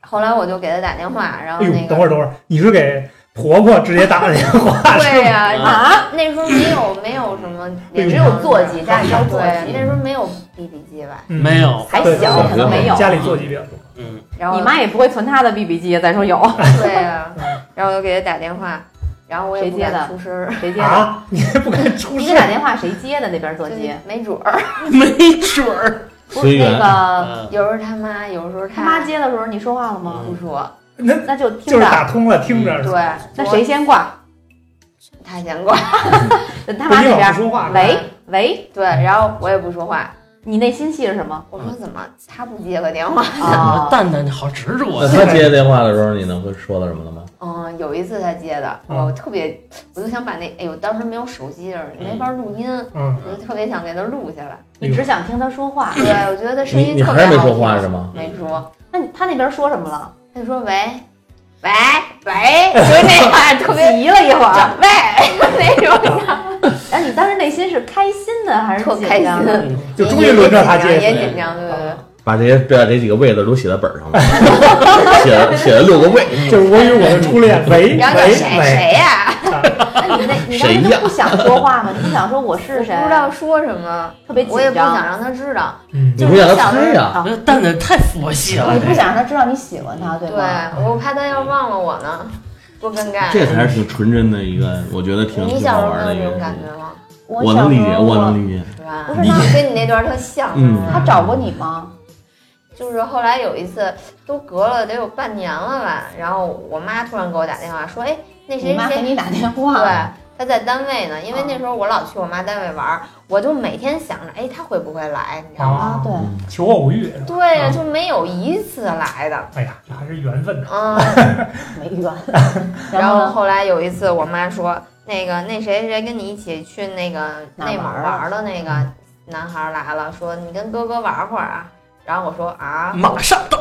[SPEAKER 5] 后来我就给她打电话，然后
[SPEAKER 2] 哎呦
[SPEAKER 5] 那，个
[SPEAKER 2] 等会儿等会儿，你是给婆婆直接打的电话是
[SPEAKER 5] 对
[SPEAKER 2] 吗？
[SPEAKER 5] 呀、
[SPEAKER 4] 啊
[SPEAKER 5] 那时候没有没有什么，也
[SPEAKER 4] 只有
[SPEAKER 2] 哎
[SPEAKER 4] 座机，家里只有座
[SPEAKER 5] 对，那
[SPEAKER 4] 机，
[SPEAKER 5] 时候没有 BB 机吧？
[SPEAKER 2] 嗯
[SPEAKER 1] 没，有，
[SPEAKER 4] 还
[SPEAKER 2] 对
[SPEAKER 4] 小，
[SPEAKER 3] 对
[SPEAKER 4] 可能没有。
[SPEAKER 2] 家里座机表，
[SPEAKER 1] 嗯，
[SPEAKER 5] 然后
[SPEAKER 4] 你妈也不会存他的 BB 机，再说有
[SPEAKER 5] 对呀、然后我就给她打电话，然后我也不
[SPEAKER 4] 谁接的
[SPEAKER 5] 敢出声儿，
[SPEAKER 4] *laughs* 谁接的？
[SPEAKER 2] 啊，你还不敢出
[SPEAKER 4] 你
[SPEAKER 2] 事
[SPEAKER 4] 给？打电话谁接的？那边 *laughs* 座
[SPEAKER 5] 就
[SPEAKER 4] 机
[SPEAKER 5] 没准儿。
[SPEAKER 1] 没准儿，
[SPEAKER 4] 不是
[SPEAKER 3] 随缘
[SPEAKER 4] 那个
[SPEAKER 1] 嗯
[SPEAKER 5] 有时候他妈，有时候
[SPEAKER 4] 他妈
[SPEAKER 5] 他
[SPEAKER 4] 接的时候你说话了吗？
[SPEAKER 3] 嗯
[SPEAKER 5] 不说，
[SPEAKER 2] 那
[SPEAKER 4] 那就
[SPEAKER 2] 就
[SPEAKER 4] 听
[SPEAKER 2] 是
[SPEAKER 4] 着，
[SPEAKER 2] 打通了，听
[SPEAKER 4] 嗯
[SPEAKER 2] 着。
[SPEAKER 5] 对，
[SPEAKER 4] 那谁先挂？
[SPEAKER 5] 我他先挂，
[SPEAKER 4] 等他
[SPEAKER 2] 不
[SPEAKER 4] 妈
[SPEAKER 2] 你老
[SPEAKER 4] 那
[SPEAKER 2] 不
[SPEAKER 4] 边
[SPEAKER 2] 说话，
[SPEAKER 4] 喂喂，
[SPEAKER 5] 对，然后我也不说话。
[SPEAKER 4] 你内心戏是
[SPEAKER 5] *laughs*
[SPEAKER 4] 什么？
[SPEAKER 5] 我
[SPEAKER 2] 嗯
[SPEAKER 5] 说怎么他不接个电话？
[SPEAKER 1] 我说
[SPEAKER 5] 哦
[SPEAKER 4] 啊，
[SPEAKER 1] *laughs* 蛋蛋，你好指着
[SPEAKER 3] 那
[SPEAKER 1] 我，
[SPEAKER 5] *laughs*
[SPEAKER 3] 他接电话的时候，你能会说到什么了吗？
[SPEAKER 5] 嗯，有一次他接的，
[SPEAKER 2] 嗯
[SPEAKER 5] 我特别，我就想把那，哎呦，当时没有手机，没法录音，
[SPEAKER 2] 嗯，
[SPEAKER 5] 我就特别想给他录下
[SPEAKER 3] *clears throat*
[SPEAKER 5] 来。
[SPEAKER 4] 你只想听他说话。
[SPEAKER 5] 对，我觉得他声
[SPEAKER 3] 你
[SPEAKER 5] 音
[SPEAKER 3] 你
[SPEAKER 5] 特
[SPEAKER 3] 还
[SPEAKER 5] 别
[SPEAKER 3] 是没
[SPEAKER 5] 好
[SPEAKER 3] 说话
[SPEAKER 5] 听。
[SPEAKER 3] 是吗？
[SPEAKER 5] 没说，
[SPEAKER 4] 那你他那边说什么了？
[SPEAKER 5] 他就说喂，喂喂，
[SPEAKER 3] *laughs*
[SPEAKER 5] 就是那
[SPEAKER 4] *laughs*
[SPEAKER 5] 样，特别
[SPEAKER 4] 急了一会儿，
[SPEAKER 5] 长喂那种，
[SPEAKER 4] *laughs* 然后你当时内心是开心的还是
[SPEAKER 5] 特
[SPEAKER 4] 紧
[SPEAKER 5] 开
[SPEAKER 4] 张的？
[SPEAKER 5] 心。
[SPEAKER 2] 就终于轮着他接
[SPEAKER 5] 也
[SPEAKER 2] 了。
[SPEAKER 5] 紧张，对对对。
[SPEAKER 3] 把这些把这几个位置都写在本上了， *laughs* 写了写了六个位，
[SPEAKER 2] 就是我与我的初恋，
[SPEAKER 3] 嗯
[SPEAKER 2] 喂
[SPEAKER 5] 然后叫
[SPEAKER 2] 喂
[SPEAKER 5] 谁
[SPEAKER 2] 喂，
[SPEAKER 5] 谁
[SPEAKER 3] *laughs*
[SPEAKER 5] 呀？
[SPEAKER 4] 那你那你当
[SPEAKER 3] 谁
[SPEAKER 4] 时
[SPEAKER 3] 呀
[SPEAKER 4] 就不想说话吗？你不想说我是谁？啊
[SPEAKER 5] 我 *laughs* 不知道说什么，
[SPEAKER 4] 特别紧张
[SPEAKER 5] 我也不想让他知道。
[SPEAKER 2] 嗯，
[SPEAKER 3] 你不想让他猜呀？
[SPEAKER 4] 啊，
[SPEAKER 1] 我说蛋蛋太佛系了
[SPEAKER 5] *laughs*
[SPEAKER 4] 你，不想让他知道你喜欢他，对
[SPEAKER 5] 对
[SPEAKER 4] 吧？
[SPEAKER 5] 我怕他要忘了我呢，多尴尬。
[SPEAKER 3] 这才是挺纯真的一个，我觉得挺
[SPEAKER 5] 啊你
[SPEAKER 3] 挺
[SPEAKER 5] 小
[SPEAKER 3] 好
[SPEAKER 5] 时候
[SPEAKER 3] 玩的
[SPEAKER 5] 没
[SPEAKER 3] 一
[SPEAKER 5] 有这种
[SPEAKER 3] 个
[SPEAKER 5] 感
[SPEAKER 3] 事情。
[SPEAKER 5] 觉吗？
[SPEAKER 4] 我
[SPEAKER 3] 我
[SPEAKER 4] 小
[SPEAKER 3] 能理
[SPEAKER 4] 时
[SPEAKER 3] 解，
[SPEAKER 4] 候
[SPEAKER 3] 我能理解。
[SPEAKER 5] 是吧
[SPEAKER 4] 不？是
[SPEAKER 5] 你
[SPEAKER 4] 那
[SPEAKER 5] 跟你那段儿特像，
[SPEAKER 3] 嗯
[SPEAKER 5] 是
[SPEAKER 4] 他
[SPEAKER 5] 吧
[SPEAKER 4] 找过你吗？
[SPEAKER 5] 就是后来有一次，都隔了得有半年了吧，然后我妈突然给我打电话说，哎，那
[SPEAKER 4] 你
[SPEAKER 5] 谁
[SPEAKER 4] 妈给
[SPEAKER 5] 谁
[SPEAKER 4] 你打电话
[SPEAKER 5] 对
[SPEAKER 4] 了，，
[SPEAKER 5] 他在单位呢，因
[SPEAKER 4] 啊
[SPEAKER 5] 为那时候我老去我妈单位玩儿，我就每天想着，哎，他会不会来，你知道吗？
[SPEAKER 4] 啊
[SPEAKER 2] 啊，，
[SPEAKER 4] 对，
[SPEAKER 2] 求偶欲，
[SPEAKER 5] 对
[SPEAKER 4] 嗯
[SPEAKER 5] 呀、
[SPEAKER 2] 啊
[SPEAKER 5] 就没有一次来的。
[SPEAKER 2] 哎呀，这还是缘分呐。
[SPEAKER 4] *laughs*
[SPEAKER 5] 嗯，
[SPEAKER 4] 没
[SPEAKER 5] *laughs*
[SPEAKER 4] 缘。
[SPEAKER 5] 然
[SPEAKER 4] 后
[SPEAKER 5] 后
[SPEAKER 4] 呢
[SPEAKER 5] 后来有一次，我妈说，那个那谁谁跟你一起去那个
[SPEAKER 4] 哪
[SPEAKER 5] 内蒙
[SPEAKER 4] 玩儿
[SPEAKER 5] 玩
[SPEAKER 4] 啊
[SPEAKER 5] 儿的那个男孩儿来了，说你跟哥哥玩会儿啊。然后我说啊，
[SPEAKER 1] 马上到，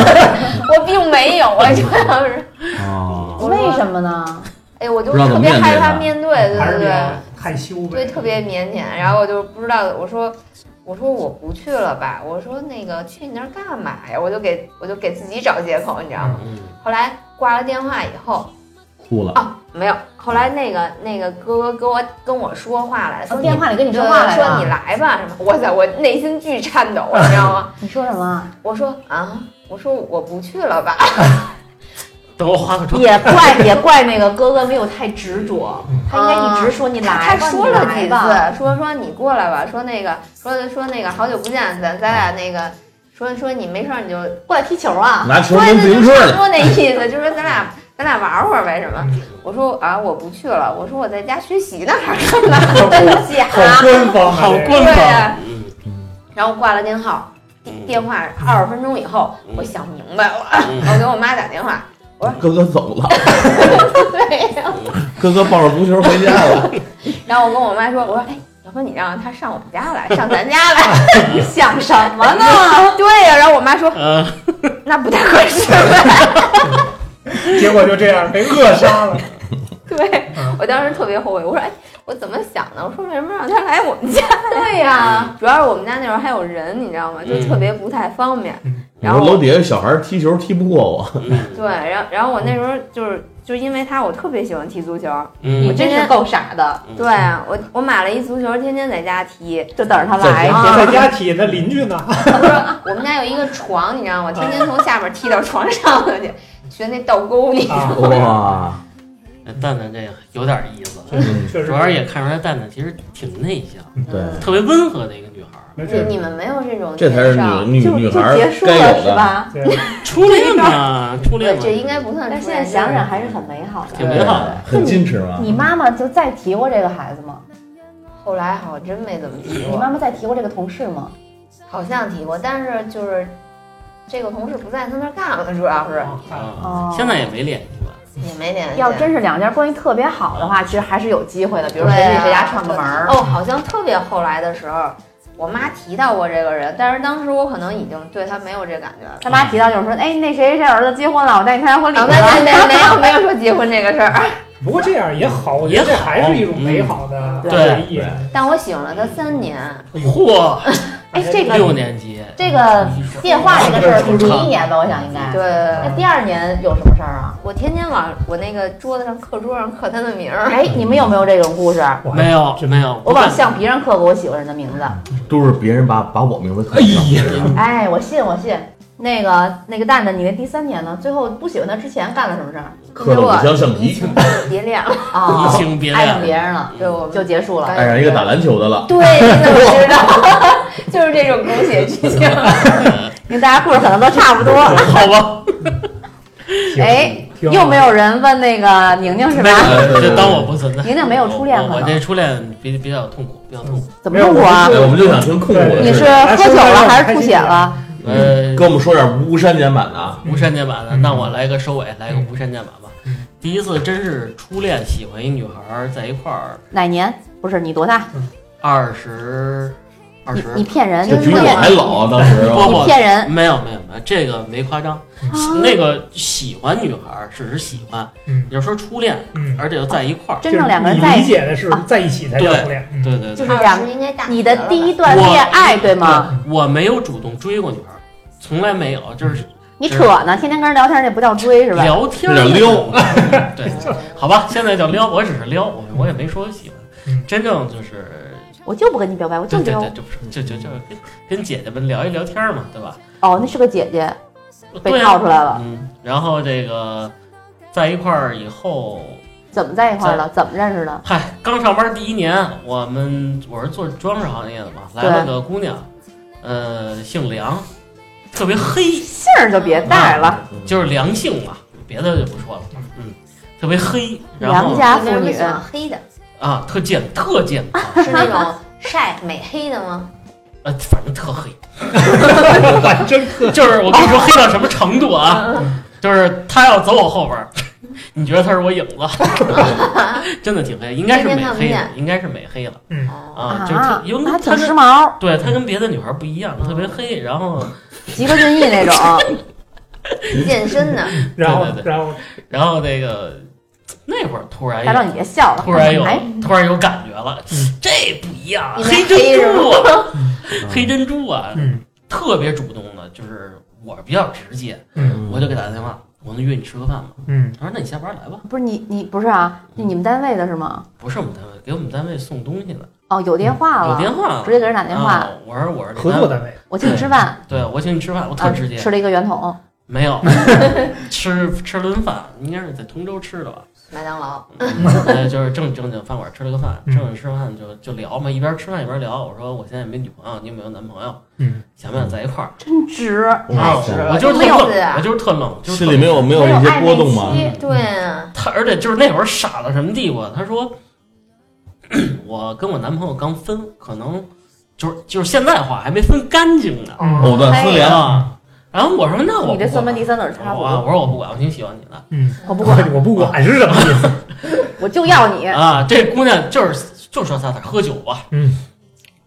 [SPEAKER 5] 我并没有啊，主要是，
[SPEAKER 3] 啊，
[SPEAKER 5] 我说
[SPEAKER 4] 为什么呢？
[SPEAKER 5] 哎，我就
[SPEAKER 3] 不知道
[SPEAKER 5] 特
[SPEAKER 3] 怎么
[SPEAKER 5] 别
[SPEAKER 3] 面对
[SPEAKER 5] 害怕
[SPEAKER 3] 他
[SPEAKER 5] 面对，对
[SPEAKER 2] 还
[SPEAKER 5] 对
[SPEAKER 2] 是比
[SPEAKER 5] 对。
[SPEAKER 2] 较害羞呗，
[SPEAKER 5] 对，特别腼腆。然后我就不知道，我说我说我不去了吧，我说那个去你那儿干嘛呀？我就给我就给自己找借口，你知道吗？
[SPEAKER 1] 嗯
[SPEAKER 5] 后来挂了电话以后，
[SPEAKER 3] 哭了。
[SPEAKER 5] 哦，没有。后来那个那个哥哥跟我跟我说话来，说
[SPEAKER 4] 哦
[SPEAKER 5] 你
[SPEAKER 4] 电话里跟你
[SPEAKER 5] 对
[SPEAKER 4] 说话来
[SPEAKER 5] 说你
[SPEAKER 4] 了，
[SPEAKER 5] 来吧什么？哇塞，我内心巨颤抖，你知道吗？
[SPEAKER 4] 啊你说什么？
[SPEAKER 5] 我说啊，我说我不去了吧。
[SPEAKER 1] 等我化个妆，
[SPEAKER 4] 也怪也怪那个哥哥没有太执着，
[SPEAKER 3] 嗯
[SPEAKER 4] 他应该一直说你来
[SPEAKER 5] 嗯他
[SPEAKER 4] 吧，
[SPEAKER 5] 说
[SPEAKER 4] 你
[SPEAKER 5] 了
[SPEAKER 4] 来
[SPEAKER 5] 几
[SPEAKER 4] 吧。
[SPEAKER 5] 次，说说你过来吧，说那个说说那个好久不见，咱咱俩那个说说你没事儿你就
[SPEAKER 4] 过来踢球啊，
[SPEAKER 3] 拿球
[SPEAKER 5] 对
[SPEAKER 3] 跟自行车
[SPEAKER 5] 就差不
[SPEAKER 3] 去。
[SPEAKER 5] 多那意思，就说咱俩咱俩玩会儿呗什么
[SPEAKER 2] 嗯。
[SPEAKER 5] 我说啊我不去了，我说我在家学习呢， *laughs* 还是干嘛？
[SPEAKER 4] 真假？
[SPEAKER 2] 好官方啊，
[SPEAKER 1] 好
[SPEAKER 2] 这个
[SPEAKER 1] 官
[SPEAKER 5] 对
[SPEAKER 1] 方
[SPEAKER 5] 呀。
[SPEAKER 1] 嗯
[SPEAKER 5] 然后挂了电号，
[SPEAKER 1] 嗯
[SPEAKER 5] 电话二十分钟以后，我想明白了，我给我妈打电话， *laughs*
[SPEAKER 3] 哥哥走了，
[SPEAKER 5] 对呀，
[SPEAKER 3] 哥哥抱着足球回家了。
[SPEAKER 5] 然后我跟我妈说，我说哎。要不你让她上我们家来，上咱家来，你想什么呢？对呀、然后我妈说
[SPEAKER 1] 呃，
[SPEAKER 5] 那不太合适吧？
[SPEAKER 2] 结果就这样被扼杀 *laughs* 了。
[SPEAKER 5] *laughs* 对
[SPEAKER 2] 嗯
[SPEAKER 5] 我当时特别后悔，我说哎，我怎么想的？我说为什么让她来我们家？
[SPEAKER 4] 对呀，
[SPEAKER 5] *laughs* 主要是我们家那会儿还有人，你知道吗？就
[SPEAKER 1] 嗯
[SPEAKER 5] 特别不太方便
[SPEAKER 2] 嗯。
[SPEAKER 3] 你
[SPEAKER 5] 然
[SPEAKER 3] 说
[SPEAKER 5] 后
[SPEAKER 3] 楼底下小孩踢球踢不过我，
[SPEAKER 1] 嗯
[SPEAKER 5] 对，然后然后我那时候就是就因为他，我特别喜欢踢足球。
[SPEAKER 4] 你
[SPEAKER 1] 嗯
[SPEAKER 4] 真是够傻的，
[SPEAKER 1] 嗯
[SPEAKER 5] 对啊我我买了一足球，天天在家踢。
[SPEAKER 4] 就等着他
[SPEAKER 3] 在
[SPEAKER 4] 来。
[SPEAKER 5] 家
[SPEAKER 2] 在家体那邻居呢？
[SPEAKER 5] 我们家有一个床，你知道吗？天天从下面踢到床上头去，学那倒钩，你知道吗。
[SPEAKER 2] *laughs* 啊，
[SPEAKER 3] 哇，嗯
[SPEAKER 1] 蛋蛋这个有点意思，啊
[SPEAKER 2] 确实
[SPEAKER 1] 主要也看出来蛋蛋其实挺内向，
[SPEAKER 3] 对，
[SPEAKER 1] 特别温和的一个女
[SPEAKER 4] *laughs*
[SPEAKER 1] 孩儿。
[SPEAKER 2] 没
[SPEAKER 5] 你
[SPEAKER 2] 事。
[SPEAKER 5] 你们没有这种
[SPEAKER 3] 这才是
[SPEAKER 5] 年少
[SPEAKER 3] 女女
[SPEAKER 4] 就
[SPEAKER 3] 女
[SPEAKER 4] 就
[SPEAKER 3] 孩
[SPEAKER 4] 结束
[SPEAKER 3] 儿该
[SPEAKER 4] 了
[SPEAKER 3] 有
[SPEAKER 4] 是
[SPEAKER 3] 的。
[SPEAKER 4] 吧？
[SPEAKER 2] 对，
[SPEAKER 1] 初恋嘛，初恋
[SPEAKER 5] 对
[SPEAKER 1] 嘛，
[SPEAKER 5] 这应该不算初恋。
[SPEAKER 4] 但现在想想还是很美好的
[SPEAKER 1] 挺。美好的。
[SPEAKER 3] 很矜持嘛。
[SPEAKER 4] 你妈妈就再提过这个孩子吗？
[SPEAKER 5] 后来好像真没怎么
[SPEAKER 3] 啊
[SPEAKER 5] 提
[SPEAKER 4] 你
[SPEAKER 5] 过，
[SPEAKER 4] 妈妈再提过这个同事吗？
[SPEAKER 5] 好像提过，但是就是这个同事不在他那儿干了，主要是
[SPEAKER 4] 哦
[SPEAKER 2] 啊
[SPEAKER 1] 啊，现在也没联系吧？
[SPEAKER 5] 也没联系。
[SPEAKER 4] 要真是两家关系特别好的话，其实还是有机会的。比
[SPEAKER 5] 比
[SPEAKER 4] 如
[SPEAKER 3] 啊
[SPEAKER 4] 说谁谁家串个门
[SPEAKER 5] 啊
[SPEAKER 4] 儿，
[SPEAKER 5] 哦，好像特别后来的时候，我妈提到过这个人，但是当时我可能已经对他没有这感觉了。
[SPEAKER 4] 他妈提到就是说，哎，那谁谁谁儿子结婚了，我哦带你参加婚礼
[SPEAKER 3] 哦
[SPEAKER 5] 啊，
[SPEAKER 4] 吧。
[SPEAKER 5] 没没没没有没有说结婚这个事儿，
[SPEAKER 2] 不过这样也好，嗯我觉得这还是一种美好的
[SPEAKER 4] 对
[SPEAKER 2] 回忆。
[SPEAKER 5] 但我喜欢了他三年，
[SPEAKER 1] 嚯，
[SPEAKER 4] 哎，这
[SPEAKER 1] 六
[SPEAKER 4] 个
[SPEAKER 1] 年级，
[SPEAKER 4] 这个电话这个事儿是
[SPEAKER 1] 出
[SPEAKER 4] 第
[SPEAKER 1] 场
[SPEAKER 4] 一年吧，我想应该。
[SPEAKER 5] 对。
[SPEAKER 4] 那第二年有什么事儿啊？
[SPEAKER 5] 我天天往我那个桌子上课桌上刻他的名儿，
[SPEAKER 4] 哎，你们有没有这种故事？
[SPEAKER 2] 我还
[SPEAKER 1] 没有没有，不
[SPEAKER 4] 我往
[SPEAKER 1] 敢
[SPEAKER 4] 橡皮上刻过我喜欢人的名字。
[SPEAKER 3] 都是别人把把我名字刻上了。
[SPEAKER 4] 哎，我信我信。那个那个蛋蛋，你那第三年呢？最后不喜欢他之前干了什么事儿
[SPEAKER 3] 刻了五箱橡
[SPEAKER 5] 移
[SPEAKER 3] 皮
[SPEAKER 5] 情，别恋
[SPEAKER 4] *laughs*
[SPEAKER 5] 了，
[SPEAKER 4] 啊？
[SPEAKER 1] 移情别恋
[SPEAKER 4] 爱上别人了，
[SPEAKER 5] 对我们
[SPEAKER 4] 就结束了。
[SPEAKER 3] 爱哎上一个打篮球的了。
[SPEAKER 5] 对，你怎么知道？ *laughs* 就是这种狗血剧情。
[SPEAKER 4] 因为大家故事可能都
[SPEAKER 1] *laughs*
[SPEAKER 4] 差不多。
[SPEAKER 1] 好吧，
[SPEAKER 2] 挺
[SPEAKER 4] 哎，
[SPEAKER 2] 挺好
[SPEAKER 4] 又没有人问那个宁宁是吧？
[SPEAKER 3] 哎
[SPEAKER 1] 就当我不存在。
[SPEAKER 4] 宁宁没有初恋
[SPEAKER 1] 我
[SPEAKER 4] 可
[SPEAKER 1] 我
[SPEAKER 4] 能
[SPEAKER 1] 这，初恋比比较痛苦，比较痛苦。
[SPEAKER 4] 怎么痛苦啊
[SPEAKER 2] 没？
[SPEAKER 3] 哎
[SPEAKER 2] 有
[SPEAKER 3] 我们就想听控股的
[SPEAKER 2] 对
[SPEAKER 4] 你是
[SPEAKER 3] 事，
[SPEAKER 4] 喝
[SPEAKER 1] 哎
[SPEAKER 4] 酒了还是吐血了？
[SPEAKER 1] 呃，
[SPEAKER 3] 给我们说点无删减版的啊。
[SPEAKER 1] 无删减版的，
[SPEAKER 2] 嗯
[SPEAKER 1] 那我来个收尾，来个无删减版吧
[SPEAKER 2] 嗯。
[SPEAKER 1] 第一次真是初恋，喜欢一女孩儿，在一块儿，
[SPEAKER 4] 哪年？不是你多大？
[SPEAKER 1] 二十，二
[SPEAKER 4] 你
[SPEAKER 1] 十，
[SPEAKER 4] 你骗人！
[SPEAKER 3] 这
[SPEAKER 4] 你
[SPEAKER 3] 比我
[SPEAKER 4] 骗
[SPEAKER 3] 还老，啊当时
[SPEAKER 1] 不
[SPEAKER 4] 你骗人！嗯
[SPEAKER 1] 没有没有没有，这个没夸张。那个喜欢女孩儿只是喜欢，
[SPEAKER 2] 嗯
[SPEAKER 1] 也就是说初恋，
[SPEAKER 5] 哎
[SPEAKER 2] 嗯，
[SPEAKER 1] 而且又在一块儿。
[SPEAKER 4] 真正两个人
[SPEAKER 2] 就是
[SPEAKER 4] 在
[SPEAKER 2] 你理
[SPEAKER 4] 一起，
[SPEAKER 2] 解的
[SPEAKER 5] 啊
[SPEAKER 2] 是在一起才叫初恋。嗯
[SPEAKER 1] 对对
[SPEAKER 4] 就
[SPEAKER 1] 对
[SPEAKER 4] 是，两
[SPEAKER 5] 应该大
[SPEAKER 4] 你的第
[SPEAKER 5] 一
[SPEAKER 4] 一段恋爱对吗？
[SPEAKER 1] 对我没有主动追过女孩儿，从来没有，就是
[SPEAKER 4] 你扯呢，天天跟人聊天那不叫追是吧？
[SPEAKER 1] 聊天儿
[SPEAKER 3] 有点撩。
[SPEAKER 1] *laughs* 对，好吧，现在叫撩，我只是撩，我我也没说喜
[SPEAKER 2] 嗯
[SPEAKER 1] 欢，真正就是
[SPEAKER 4] 我就不跟你表白，我就
[SPEAKER 1] 对对
[SPEAKER 4] 撩
[SPEAKER 1] 对，。就不是就就就跟跟姐姐们聊一聊天儿嘛，对吧？
[SPEAKER 4] 哦，那是个姐姐被
[SPEAKER 1] 对
[SPEAKER 4] 套
[SPEAKER 1] 啊，
[SPEAKER 4] 出来了，
[SPEAKER 1] 嗯，然后这个在一块儿以后，
[SPEAKER 4] 怎么在一块儿了？怎么认识的？
[SPEAKER 1] 嗨，刚上班第一年，我们我是做装饰行业的嘛，来了个姑娘，呃，姓梁，特别黑，
[SPEAKER 4] 姓儿就别带
[SPEAKER 1] 啊
[SPEAKER 4] 了，
[SPEAKER 1] 就是良性嘛，别的就不说了，嗯，特别黑，然
[SPEAKER 4] 良
[SPEAKER 1] 后
[SPEAKER 4] 家妇女
[SPEAKER 5] 喜。欢黑的，
[SPEAKER 1] 啊，特贱，特贱，啊
[SPEAKER 5] 是那种晒美黑的吗？
[SPEAKER 1] 呃，反正特
[SPEAKER 4] *laughs*
[SPEAKER 1] 黑。
[SPEAKER 2] 反正特
[SPEAKER 1] 就是我跟你说黑到什么程度
[SPEAKER 4] 嗯
[SPEAKER 1] 啊？就是他要走我后边儿， *laughs* 你觉得他是我影子？ *laughs* 真的挺黑，应该是美
[SPEAKER 5] 天天看不
[SPEAKER 1] 黑了
[SPEAKER 5] 见，
[SPEAKER 1] 应该是美黑了啊，
[SPEAKER 5] 哦，
[SPEAKER 4] 啊
[SPEAKER 1] 就是特因为
[SPEAKER 4] 还
[SPEAKER 1] 他
[SPEAKER 4] 挺时
[SPEAKER 1] 跟
[SPEAKER 4] 髦，
[SPEAKER 1] 对他跟别的女孩不一样，特别黑，然后
[SPEAKER 4] 吉格隽逸
[SPEAKER 1] *laughs*
[SPEAKER 4] 那
[SPEAKER 1] 哎
[SPEAKER 4] 种，
[SPEAKER 5] 健身的，
[SPEAKER 2] 然后
[SPEAKER 1] 对对
[SPEAKER 2] 然后
[SPEAKER 1] 然后那个那会儿突然
[SPEAKER 4] 大壮你别笑了，
[SPEAKER 1] 突然有
[SPEAKER 4] 哎，
[SPEAKER 1] 突然有感觉了，这不一样，啊
[SPEAKER 5] 你们
[SPEAKER 1] 黑
[SPEAKER 5] 黑
[SPEAKER 1] 珍
[SPEAKER 5] 人
[SPEAKER 1] 珠啊， *laughs* 黑珍珠啊，
[SPEAKER 2] 嗯
[SPEAKER 1] 特别主动的，就是我比较直接，
[SPEAKER 2] 嗯
[SPEAKER 1] 我就给他打电话，我能约你吃个饭吗？
[SPEAKER 2] 嗯
[SPEAKER 1] 他说那你下班来吧，
[SPEAKER 4] 不是你你不是啊？你们单位的是吗？
[SPEAKER 1] 不是我们单位，给我们单位送东西的。
[SPEAKER 4] 哦，有电话
[SPEAKER 1] 有
[SPEAKER 4] 了，
[SPEAKER 1] 电话，
[SPEAKER 4] 直接给人打电话
[SPEAKER 1] 啊。我说我是
[SPEAKER 2] 合作单位
[SPEAKER 4] 我请你吃饭
[SPEAKER 1] 对我请你吃饭，我特
[SPEAKER 4] 啊， *laughs*
[SPEAKER 1] 直接。
[SPEAKER 4] 吃了一个圆筒，
[SPEAKER 1] 没有，吃吃了顿饭，应该是在通州吃的吧？
[SPEAKER 5] 麦当劳，
[SPEAKER 1] *laughs* 呃，就是正正经饭馆吃了个饭，
[SPEAKER 2] 嗯
[SPEAKER 1] 正经吃饭就就聊嘛，一边吃饭一边聊。我说我现在也没女朋友，你有没有男朋友？
[SPEAKER 2] 嗯，
[SPEAKER 1] 想不想在一块儿？啊
[SPEAKER 4] 真值，
[SPEAKER 3] 哇
[SPEAKER 4] 太值了。
[SPEAKER 1] 我就是特
[SPEAKER 5] 没有
[SPEAKER 1] 愣
[SPEAKER 5] 是啊，
[SPEAKER 1] 我就是特愣，就是
[SPEAKER 3] 心
[SPEAKER 1] 特
[SPEAKER 3] 里没有没有一些波动吗？
[SPEAKER 1] 嗯
[SPEAKER 5] 哎对啊，
[SPEAKER 1] 他，而且就是那会儿傻到什么地步啊？他说 *clears throat* 我跟我男朋友刚分，可能就是就是现在话还没分干净呢
[SPEAKER 2] 嗯
[SPEAKER 3] 藕断丝连，
[SPEAKER 1] 啊。然后我说那我
[SPEAKER 4] 你这
[SPEAKER 1] 不
[SPEAKER 4] 酸
[SPEAKER 1] 管
[SPEAKER 4] 梅地三轮差不
[SPEAKER 1] 我
[SPEAKER 4] 多，
[SPEAKER 1] 我说我不管，我挺喜欢你的
[SPEAKER 2] 嗯，
[SPEAKER 4] 我不
[SPEAKER 2] 我
[SPEAKER 4] 管，
[SPEAKER 2] 我不管是什么意思？
[SPEAKER 4] 我就要你。
[SPEAKER 1] 啊。这姑娘就是就说她她喝酒吧，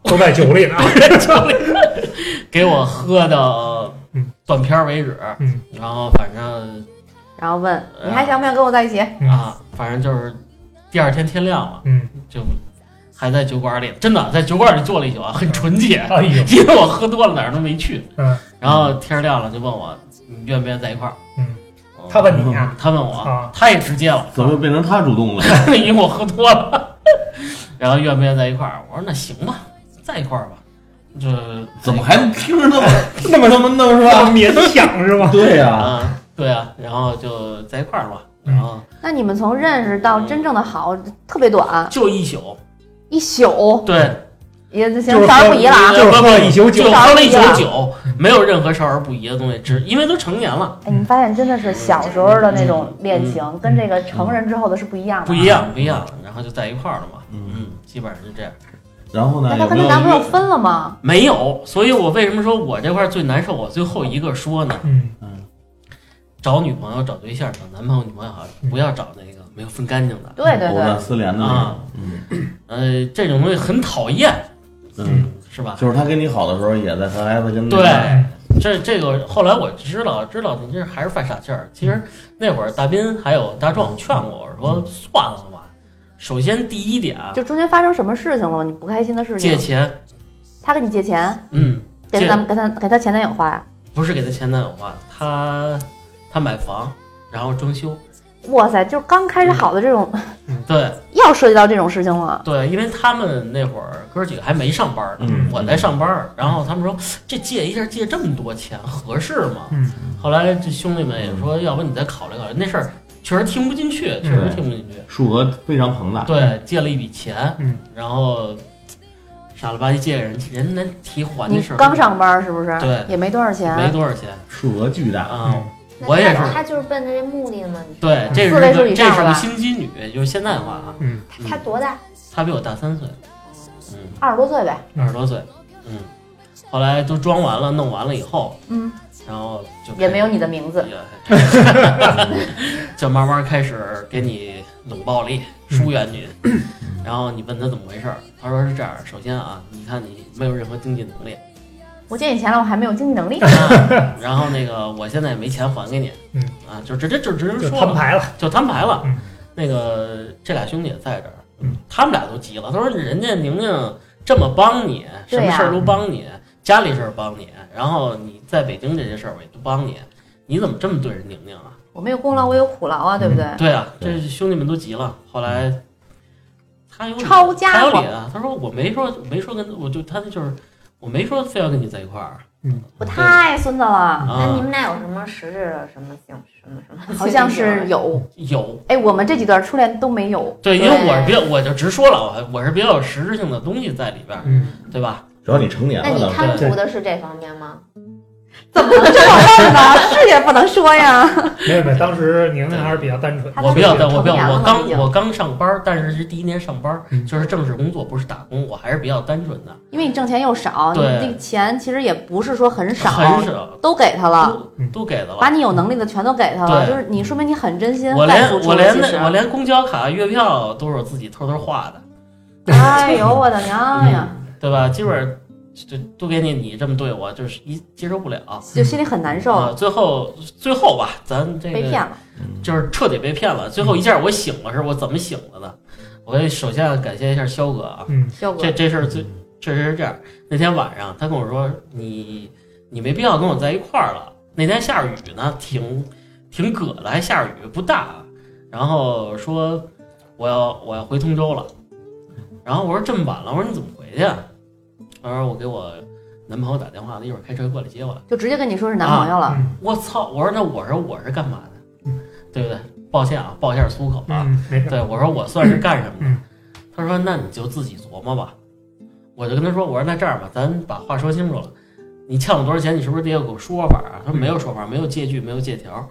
[SPEAKER 2] 都在酒 *laughs* 里呢。
[SPEAKER 1] 给我喝到
[SPEAKER 2] 嗯
[SPEAKER 1] 断片儿为止。
[SPEAKER 2] 嗯，
[SPEAKER 1] 然后反正呃
[SPEAKER 5] 然后问
[SPEAKER 4] 你还想不想跟我在一起？
[SPEAKER 2] 嗯
[SPEAKER 1] 啊，反正就是第二天天亮了，
[SPEAKER 2] 嗯，
[SPEAKER 1] 就还在酒馆里，真的在酒馆里坐了一宿啊，很纯洁。
[SPEAKER 2] *laughs* 哎呦，
[SPEAKER 1] 因为我喝多了，哪儿都没去。
[SPEAKER 2] 嗯，
[SPEAKER 1] 然后天儿亮了，就问我你愿不愿意在一块儿。
[SPEAKER 2] 嗯
[SPEAKER 1] 哦，
[SPEAKER 2] 他问你啊
[SPEAKER 1] 他问我，
[SPEAKER 2] 啊，
[SPEAKER 1] 他也直接了， *laughs*
[SPEAKER 3] 怎么变成他主动了？
[SPEAKER 1] 因为我喝多了。 *laughs* 然后愿不愿意在一块儿？我说那行吧，在一块儿吧。这
[SPEAKER 3] 怎么还听着那么
[SPEAKER 2] 那么
[SPEAKER 3] 那么那
[SPEAKER 2] 哦
[SPEAKER 3] 么是
[SPEAKER 2] *laughs*
[SPEAKER 3] 吧？
[SPEAKER 2] 勉强是吧？
[SPEAKER 3] 对呀，
[SPEAKER 1] 啊？对啊，然后就在一块儿吧。
[SPEAKER 2] 嗯
[SPEAKER 1] 然后
[SPEAKER 4] 那你们从认识到真正的好特别短，
[SPEAKER 1] 就一宿，
[SPEAKER 4] 一宿
[SPEAKER 1] 对，
[SPEAKER 4] 也行
[SPEAKER 2] 就是，
[SPEAKER 4] 少儿不哦宜了啊。
[SPEAKER 2] 就是喝了一宿酒
[SPEAKER 1] 就喝了一宿酒，没有任何少儿不宜的东西，只因为都成年了，
[SPEAKER 4] 哎，你发现真的是小时候的那种恋情，跟这个成人之后的是不一样的。
[SPEAKER 1] 嗯不一。样，不一样。然后就在一块儿了嘛，
[SPEAKER 3] 嗯，
[SPEAKER 1] 嗯，基本上就这样。
[SPEAKER 3] 然后
[SPEAKER 4] 啊
[SPEAKER 3] 呢？
[SPEAKER 4] 那她
[SPEAKER 3] 有
[SPEAKER 4] 跟
[SPEAKER 3] 没
[SPEAKER 4] 她
[SPEAKER 3] 有
[SPEAKER 4] 男朋友分了吗？
[SPEAKER 1] 没有，所以我为什么说我这块儿最难受？我最后一个说呢，
[SPEAKER 2] *laughs* 嗯，
[SPEAKER 1] 找女朋友、找对象、找男朋友、女朋友好，不要找那个没有分干净的。
[SPEAKER 4] 对对
[SPEAKER 3] 藕
[SPEAKER 4] 对
[SPEAKER 3] 断，丝连的那
[SPEAKER 1] 啊
[SPEAKER 3] 种？嗯
[SPEAKER 1] 呃，这种东西很讨厌，
[SPEAKER 3] 嗯，
[SPEAKER 1] 是吧？
[SPEAKER 3] 就是他跟你好的时候，也在和孩子跟那
[SPEAKER 1] 对
[SPEAKER 2] 哎
[SPEAKER 1] 这这个后来我知道，知道你这还是犯傻劲儿。其实那会儿大斌还有大壮劝过我说，算了吧。首先第一点啊，
[SPEAKER 4] 就中间发生什么事情了吗？你不开心的事
[SPEAKER 1] 借
[SPEAKER 4] 情？
[SPEAKER 1] 钱，
[SPEAKER 4] 她跟你借钱，
[SPEAKER 1] 嗯，
[SPEAKER 4] 给
[SPEAKER 1] 借
[SPEAKER 4] 她男给她给她前男友花呀？
[SPEAKER 1] 不是给他前男友花，他他买房，然后装修，
[SPEAKER 4] 哇塞，就刚开始好的这种，
[SPEAKER 1] 对
[SPEAKER 4] 要涉及到这种事情了。
[SPEAKER 1] 对，因为他们那会儿哥几个还没上班呢，
[SPEAKER 3] 嗯
[SPEAKER 1] 我在上班，然后他们说这借一下借这么多钱合适吗？
[SPEAKER 2] 嗯
[SPEAKER 1] 后来这兄弟们也说，要不你再考虑考虑，那事儿确实听不进去，
[SPEAKER 2] 嗯
[SPEAKER 1] 确实听不进去，
[SPEAKER 3] 数额非常庞大。
[SPEAKER 1] 对，借了一笔钱，
[SPEAKER 2] 嗯
[SPEAKER 1] 然后傻了吧唧借给人，人家提还
[SPEAKER 4] 你
[SPEAKER 1] 的时候
[SPEAKER 4] 刚上班是不是？
[SPEAKER 1] 对
[SPEAKER 4] 也没多少
[SPEAKER 1] 没
[SPEAKER 4] 钱。
[SPEAKER 1] 多少钱
[SPEAKER 3] 数额巨大，
[SPEAKER 1] 啊。
[SPEAKER 2] 嗯
[SPEAKER 1] 我也是
[SPEAKER 5] 那他他就是奔着这目的嘛。你说
[SPEAKER 1] 对，这是
[SPEAKER 4] 四位数
[SPEAKER 1] 个
[SPEAKER 4] 以
[SPEAKER 1] 这
[SPEAKER 4] 上
[SPEAKER 1] 是
[SPEAKER 4] 了
[SPEAKER 1] 个
[SPEAKER 4] 吧
[SPEAKER 1] 心机女，就是现在话啊，
[SPEAKER 2] 嗯，
[SPEAKER 1] 嗯
[SPEAKER 5] 他多大？
[SPEAKER 1] 她比我大三岁，嗯，
[SPEAKER 4] 二十多岁呗，
[SPEAKER 2] 嗯
[SPEAKER 1] 二十多岁，嗯，后来都装完了，弄完了以后，
[SPEAKER 4] 嗯，
[SPEAKER 1] 然后就
[SPEAKER 4] 也没有你的名字。
[SPEAKER 1] 也 *laughs* 就慢慢开始给你冷暴力、
[SPEAKER 2] 嗯
[SPEAKER 1] 疏远你，然后你问他怎么回事儿，他说是这样，首先啊，你看你没有任何经济能
[SPEAKER 2] *laughs*
[SPEAKER 1] 力，
[SPEAKER 4] 我借你钱了，我还没有经济能力。
[SPEAKER 1] 啊然后那个我现在也没钱还给你，
[SPEAKER 2] 嗯，
[SPEAKER 1] 啊，就直接就直接
[SPEAKER 2] 就
[SPEAKER 1] 说
[SPEAKER 2] 摊
[SPEAKER 1] 了，
[SPEAKER 2] 牌了。
[SPEAKER 1] 就摊牌了
[SPEAKER 2] 嗯。
[SPEAKER 1] 那个这俩兄弟也在这儿
[SPEAKER 2] 嗯，
[SPEAKER 1] 他们俩都急了，他说人家宁宁这么帮你，什
[SPEAKER 4] 对
[SPEAKER 1] 么
[SPEAKER 4] 呀
[SPEAKER 1] 事儿都帮你，家里事儿帮你，然后你在北京这些事儿我也都帮你，你怎么这么对人宁宁啊？
[SPEAKER 4] 我没有功劳，我有苦劳啊，对不对？
[SPEAKER 1] 对啊，
[SPEAKER 3] 对
[SPEAKER 1] 这兄弟们都急了。后来他有理
[SPEAKER 4] 抄家
[SPEAKER 1] 他有理
[SPEAKER 4] 伙
[SPEAKER 1] 啊。他说我没说没说跟我就他就是我没说非要跟你在一块儿
[SPEAKER 2] 嗯
[SPEAKER 4] 我太哎孙子了，
[SPEAKER 5] 那你
[SPEAKER 1] 啊。
[SPEAKER 5] 们俩有什么实质的什么性什么什么？
[SPEAKER 4] 好像
[SPEAKER 1] 啊
[SPEAKER 4] 是有。
[SPEAKER 1] 有
[SPEAKER 4] 哎，我们这几段初恋都
[SPEAKER 1] *laughs*
[SPEAKER 4] 没有。
[SPEAKER 1] 对，因为
[SPEAKER 5] 对
[SPEAKER 1] 我是比较我就直说了，我还我是比较有实质性的东西在里边儿，
[SPEAKER 2] 嗯，
[SPEAKER 1] 对吧？
[SPEAKER 3] 主要你成年
[SPEAKER 5] 那
[SPEAKER 3] 了，
[SPEAKER 5] 你
[SPEAKER 3] 当时
[SPEAKER 5] 贪图的是这方面吗？
[SPEAKER 4] 怎么能这么问呢？是也不能
[SPEAKER 1] *laughs*
[SPEAKER 4] 说呀。
[SPEAKER 2] 没有没有，当时宁宁还是比较单纯。
[SPEAKER 4] 他
[SPEAKER 1] 我比较
[SPEAKER 4] 当时
[SPEAKER 1] 我比较
[SPEAKER 4] 成年了
[SPEAKER 1] 我
[SPEAKER 4] 嘛
[SPEAKER 1] 刚
[SPEAKER 4] 已经
[SPEAKER 1] 我刚上班儿，但是是第一年上班儿
[SPEAKER 2] 嗯，
[SPEAKER 1] 就是正式工作，不是打工，我还是比较单纯的，
[SPEAKER 4] 因为你挣钱又少，你
[SPEAKER 1] 对
[SPEAKER 4] 这个钱其实也不是说很少，
[SPEAKER 1] 很少
[SPEAKER 4] 都给他了，
[SPEAKER 1] 都都给的了
[SPEAKER 4] 把。你有能力的全都给他了，
[SPEAKER 1] 对
[SPEAKER 4] 就是你说明你很真心
[SPEAKER 1] 我
[SPEAKER 4] 在付
[SPEAKER 1] 连
[SPEAKER 4] 出
[SPEAKER 1] 我
[SPEAKER 4] 了。
[SPEAKER 1] 连
[SPEAKER 4] 其
[SPEAKER 1] 那我
[SPEAKER 4] 实，
[SPEAKER 1] 连公交卡、月票都是我自己偷偷画的，
[SPEAKER 4] 哎呦我的娘呀，
[SPEAKER 1] 对吧？基本上就都给你，你这么对我，就是一接受不了。
[SPEAKER 4] 就心里很难
[SPEAKER 1] 啊，
[SPEAKER 4] 受，
[SPEAKER 1] 最后最后吧，咱这
[SPEAKER 4] 哦被
[SPEAKER 1] 个
[SPEAKER 4] 骗了。
[SPEAKER 3] 嗯
[SPEAKER 1] 就是彻底被骗了。最后一下我醒了，是我怎么醒了的？我首先感谢一下肖哥啊，
[SPEAKER 2] 嗯
[SPEAKER 4] 效果
[SPEAKER 1] 这这事儿最确实是这样。那天晚上他跟我说，你你没必要跟我在一块儿了。那天下雨呢，挺挺葛的，还下雨，不大。然后说我要我要回通州了。然后我说这么晚了，我说你怎么回去啊？他说我给我男朋友打电话，他一会儿开车过来接我了。
[SPEAKER 4] 就直接跟你说是男
[SPEAKER 1] 啊
[SPEAKER 4] 朋友了。
[SPEAKER 2] 嗯
[SPEAKER 1] 我操！我说那我说我是干嘛的，对不对？抱歉啊，爆一下粗口啊。
[SPEAKER 2] 嗯，没事。
[SPEAKER 1] 对我说我算是干什么
[SPEAKER 2] 嗯
[SPEAKER 1] 的？他说那你就自己琢磨吧。我就跟他说我说那这样吧，咱把话说清楚了，你欠我多少钱，你是不是得有个说法啊？他说没有说法，没有借据，没有借条，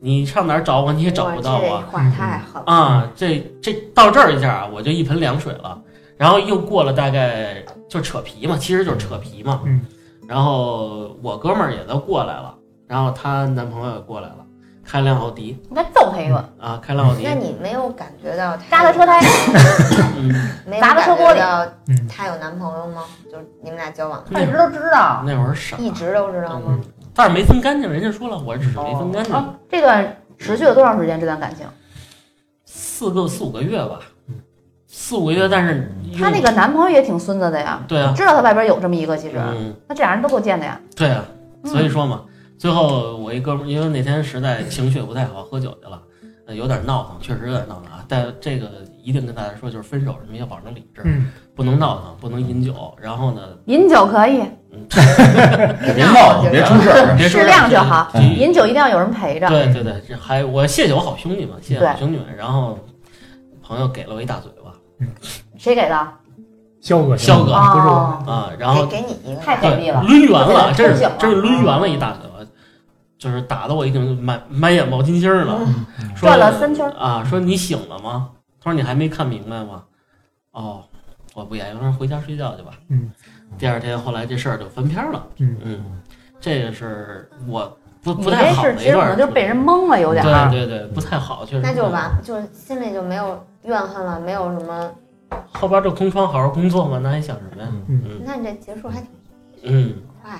[SPEAKER 1] 你上哪儿找我你也找不到啊。
[SPEAKER 5] 哇这话太狠了。
[SPEAKER 1] 啊，这这到这儿一下啊，我就一盆凉水了。然后又过了大概就扯皮嘛，其实就是扯皮嘛。
[SPEAKER 2] 嗯。
[SPEAKER 1] 然后我哥们儿也都过来了，然后她男朋友也过来了，开辆奥迪
[SPEAKER 4] 应该揍他一顿，
[SPEAKER 1] 啊，开辆奥迪
[SPEAKER 5] 那。你没有感觉到他
[SPEAKER 4] 扎他车胎，
[SPEAKER 1] 嗯，
[SPEAKER 5] 没有
[SPEAKER 4] 砸他车玻璃
[SPEAKER 5] 感觉到
[SPEAKER 2] 嗯
[SPEAKER 5] 他有男朋友吗？就是你们俩交往
[SPEAKER 4] 他一直都知道，
[SPEAKER 1] 那会儿傻，
[SPEAKER 5] 一直都知道吗？
[SPEAKER 1] 但是没分干净，人家说了，我只是没分干净，
[SPEAKER 4] 哦这段持续了多长时间？这段感情，
[SPEAKER 1] 四个四五个月吧，四五个月，但是
[SPEAKER 4] 她那
[SPEAKER 1] 用
[SPEAKER 4] 个男朋友也挺孙子的呀，
[SPEAKER 1] 对啊，
[SPEAKER 4] 知道她外边有这么一个，其实
[SPEAKER 1] 嗯。
[SPEAKER 4] 那这俩人都够贱的呀。
[SPEAKER 1] 对啊，
[SPEAKER 4] 嗯
[SPEAKER 1] 所以说嘛，最后我一哥们儿，因为那天实在情绪不太好，喝酒去了，呃有点闹腾，确实有点闹腾啊。但这个一定跟大家说，就是分手什么要保证理智，
[SPEAKER 2] 嗯，
[SPEAKER 1] 不能闹腾，不能饮酒。然后呢，
[SPEAKER 4] 饮酒可以，
[SPEAKER 1] 嗯
[SPEAKER 3] 别闹了， *laughs* 别出事儿。
[SPEAKER 1] *laughs* 别说
[SPEAKER 4] 适量就好
[SPEAKER 3] 哎
[SPEAKER 1] 这这
[SPEAKER 4] 饮酒一定要有人陪着。
[SPEAKER 1] 嗯对对对，这还有我谢谢我好兄弟嘛，谢谢
[SPEAKER 4] 对
[SPEAKER 1] 好兄弟们。然后朋友给了我一大嘴巴
[SPEAKER 4] 谁给的？
[SPEAKER 2] 肖哥，
[SPEAKER 1] 肖哥
[SPEAKER 2] 不是我，
[SPEAKER 4] 哦，
[SPEAKER 1] 啊，然后
[SPEAKER 5] 给给你一个
[SPEAKER 4] 太
[SPEAKER 1] 对
[SPEAKER 4] 给力了
[SPEAKER 1] 抡圆了，真
[SPEAKER 4] 不
[SPEAKER 1] 是
[SPEAKER 4] 行了
[SPEAKER 1] 真是抡圆了一大嘴巴，就是打得我已经满满眼冒金星儿了。说
[SPEAKER 4] 转了三圈儿
[SPEAKER 1] 啊，说你醒了吗？他说你还没看明白吗？哦，我不言语，我说回家睡觉去吧。
[SPEAKER 2] 嗯，
[SPEAKER 1] 第二天后来这事儿就翻篇儿了。
[SPEAKER 2] 嗯
[SPEAKER 1] 这个是我不
[SPEAKER 4] 你
[SPEAKER 1] 不太
[SPEAKER 4] 这
[SPEAKER 1] 好
[SPEAKER 4] 事
[SPEAKER 1] 的一
[SPEAKER 4] 儿其实可
[SPEAKER 1] 段儿处
[SPEAKER 4] 能
[SPEAKER 1] 理，
[SPEAKER 4] 就是被人蒙了，有点儿。
[SPEAKER 1] 对对对，不太好，确实
[SPEAKER 5] 那就
[SPEAKER 1] 不太好。
[SPEAKER 5] 完，就是心里就没有怨恨了，没有什么。
[SPEAKER 1] 后边这空窗好好工作嘛，那还想什么呀？嗯
[SPEAKER 5] 那你这结束还挺
[SPEAKER 1] 嗯，
[SPEAKER 5] 快。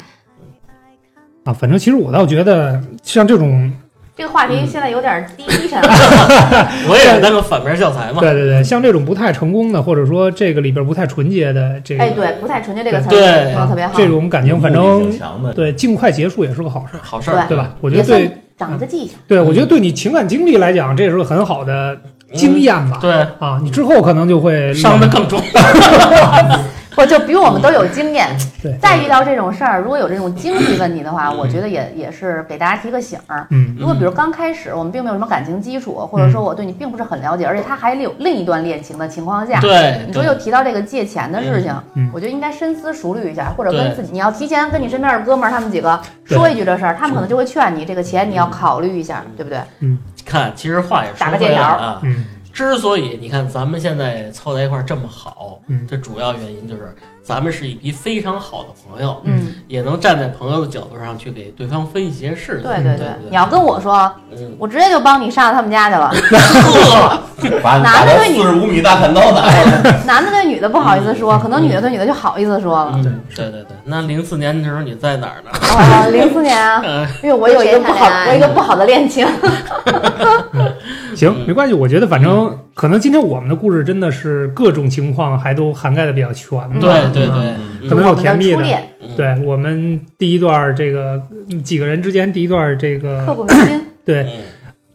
[SPEAKER 2] 啊，反正其实我倒觉得像这种
[SPEAKER 4] 这个话题现在有点低沉了。
[SPEAKER 1] 嗯我也当个反面教材嘛。
[SPEAKER 2] 对对对，像这种不太成功的，或者说这个里边不太纯洁的这个、
[SPEAKER 4] 哎，对，不太纯洁这个词儿
[SPEAKER 1] 对
[SPEAKER 4] 说的特别好。
[SPEAKER 2] 这种感情，反
[SPEAKER 3] 嗯目的
[SPEAKER 2] 正
[SPEAKER 3] 性强的，
[SPEAKER 2] 对尽快结束也是个好事儿，
[SPEAKER 1] 好事儿，
[SPEAKER 2] 对吧？我觉
[SPEAKER 4] 也
[SPEAKER 2] 得
[SPEAKER 4] 算
[SPEAKER 2] 对，嗯
[SPEAKER 4] 长了个记性。
[SPEAKER 2] 对我觉得对你情感经历来讲，这是个很好的
[SPEAKER 1] 嗯
[SPEAKER 2] 经验吧。
[SPEAKER 1] 对，
[SPEAKER 2] 啊，你之后可能就会
[SPEAKER 1] 伤的更重。
[SPEAKER 4] 不就比我们都有经验
[SPEAKER 2] 对。
[SPEAKER 4] 再遇到这种事儿，如果有这种经济问题的话，我觉得也也是给大家提个醒儿。
[SPEAKER 2] 嗯
[SPEAKER 4] 如果比如刚开始我们并没有什么感情基础，或者说我对你并不是很了解，而且他还有另一段恋情的情况下，
[SPEAKER 1] 对，
[SPEAKER 4] 你说又提到这个借钱的事情，
[SPEAKER 2] 嗯
[SPEAKER 4] 我觉得应该深思熟虑一下，或者
[SPEAKER 1] 对
[SPEAKER 4] 跟自己，你要提前跟你身边的哥们儿他们几个
[SPEAKER 2] 对嗯
[SPEAKER 4] 说一句这事儿，他们可能就会劝你这个钱你要考虑一下，对不对？
[SPEAKER 1] 看，其实话也说
[SPEAKER 4] 打个
[SPEAKER 1] 回
[SPEAKER 4] 借
[SPEAKER 1] 来
[SPEAKER 4] 条儿
[SPEAKER 1] 啊，
[SPEAKER 2] 嗯
[SPEAKER 1] 之所以你看咱们现在凑在一块儿这么好，
[SPEAKER 2] 嗯
[SPEAKER 1] 这主要原因就是咱们是一批非常好的朋友，
[SPEAKER 4] 嗯，
[SPEAKER 1] 也能站在朋友的角度上去给对方分析一些事情。
[SPEAKER 4] 对
[SPEAKER 2] 嗯
[SPEAKER 4] 对
[SPEAKER 1] 对
[SPEAKER 4] 对，你要跟我说，
[SPEAKER 1] 嗯，
[SPEAKER 4] 我直接就帮你上他们家去
[SPEAKER 2] *laughs*
[SPEAKER 4] 了。
[SPEAKER 3] 把
[SPEAKER 4] 男
[SPEAKER 3] 把
[SPEAKER 4] 的
[SPEAKER 3] 那
[SPEAKER 4] 对你
[SPEAKER 3] 四十五米大砍刀打。
[SPEAKER 4] 男的对女的不好意思
[SPEAKER 2] 嗯
[SPEAKER 4] 说，可能女的对女的就好意思说了。
[SPEAKER 1] 嗯对对对。那零四年的时候你在哪儿呢？
[SPEAKER 4] 啊，零四年啊，
[SPEAKER 1] 嗯，
[SPEAKER 4] 因为我有一个不好，
[SPEAKER 5] 谁谈恋爱
[SPEAKER 4] 我有一个不好的恋情。
[SPEAKER 1] 嗯
[SPEAKER 2] 行，没关系。我觉得反正可能今天我们的故事真的是各种情况还都涵盖的比较全吧。
[SPEAKER 1] 对对对，
[SPEAKER 2] 可能有
[SPEAKER 4] 我们
[SPEAKER 2] 甜
[SPEAKER 4] 的
[SPEAKER 2] 蜜
[SPEAKER 4] 初
[SPEAKER 2] 的。
[SPEAKER 4] 恋
[SPEAKER 1] 嗯，
[SPEAKER 2] 对我们第一段这个嗯几个人之间第一段这
[SPEAKER 4] 刻
[SPEAKER 2] 个
[SPEAKER 4] 骨铭心，
[SPEAKER 2] 对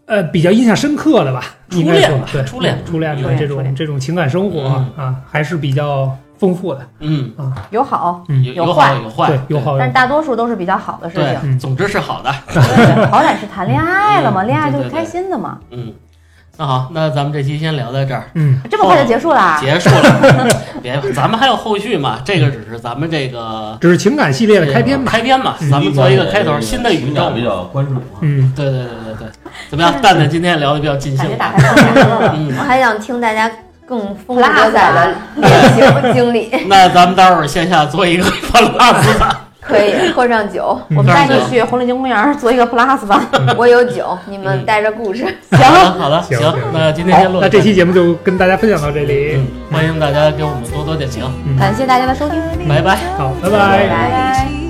[SPEAKER 1] 嗯
[SPEAKER 2] 呃比较印象深刻的吧，
[SPEAKER 1] 初
[SPEAKER 2] 应该
[SPEAKER 1] 恋
[SPEAKER 2] 说
[SPEAKER 1] 吧
[SPEAKER 2] 对嗯
[SPEAKER 1] 初恋
[SPEAKER 2] 初恋
[SPEAKER 4] 初
[SPEAKER 2] 的
[SPEAKER 4] 恋
[SPEAKER 2] 这
[SPEAKER 4] 初
[SPEAKER 2] 种
[SPEAKER 4] 恋
[SPEAKER 2] 这种情感生活啊啊还是比较丰富的。
[SPEAKER 1] 嗯，
[SPEAKER 4] 有好，
[SPEAKER 2] 嗯
[SPEAKER 1] 有有
[SPEAKER 4] 有
[SPEAKER 1] 好
[SPEAKER 4] 坏
[SPEAKER 1] 有坏
[SPEAKER 2] 对，，有好有
[SPEAKER 4] 但是大多数都是比较好的事
[SPEAKER 1] 对
[SPEAKER 4] 情。，
[SPEAKER 2] 嗯
[SPEAKER 1] 总之是好的。
[SPEAKER 4] 对好歹是谈恋爱了嘛，
[SPEAKER 1] 嗯
[SPEAKER 4] 恋爱就
[SPEAKER 1] 对
[SPEAKER 4] 是
[SPEAKER 1] 对对
[SPEAKER 4] 开心的嘛。
[SPEAKER 1] 嗯，那好，那咱们这期先聊到这儿。
[SPEAKER 2] 嗯
[SPEAKER 4] 这么快就结束啦？
[SPEAKER 1] 结束了，别，咱们还有后续嘛？这个只是咱们这个
[SPEAKER 2] 只是情感系列的开篇吧。
[SPEAKER 1] 开篇嘛，咱们做一个开头，新的宇
[SPEAKER 3] 情
[SPEAKER 1] 宙
[SPEAKER 3] 感比较关注啊。
[SPEAKER 2] 嗯，
[SPEAKER 1] 对对对对对，怎么样？蛋蛋今天聊的比较尽
[SPEAKER 4] 感
[SPEAKER 1] 兴
[SPEAKER 4] 觉打
[SPEAKER 1] 吧，
[SPEAKER 4] 开大
[SPEAKER 1] *laughs*
[SPEAKER 4] 门了。
[SPEAKER 1] 嗯
[SPEAKER 5] 我，还想听大家更丰富多彩
[SPEAKER 4] *laughs*
[SPEAKER 5] 的恋情经历，
[SPEAKER 1] 那咱们待会儿线下做一个法拉斯塔，
[SPEAKER 5] 可以喝上酒，
[SPEAKER 4] 我们带
[SPEAKER 1] 嗯
[SPEAKER 4] 你去红领巾公园做一个 plus 吧。
[SPEAKER 5] 我有酒，你们带着故事。
[SPEAKER 1] 好的好的，
[SPEAKER 2] 行
[SPEAKER 1] 行，那今天
[SPEAKER 2] 好
[SPEAKER 1] 先，录到儿，
[SPEAKER 2] 那这期节目就跟大家分享到这里
[SPEAKER 1] 嗯，，欢迎大家给我们多多点评，
[SPEAKER 4] 感谢大家的收听，
[SPEAKER 1] 嗯拜拜。
[SPEAKER 2] 嗯好，拜拜。
[SPEAKER 4] 拜拜。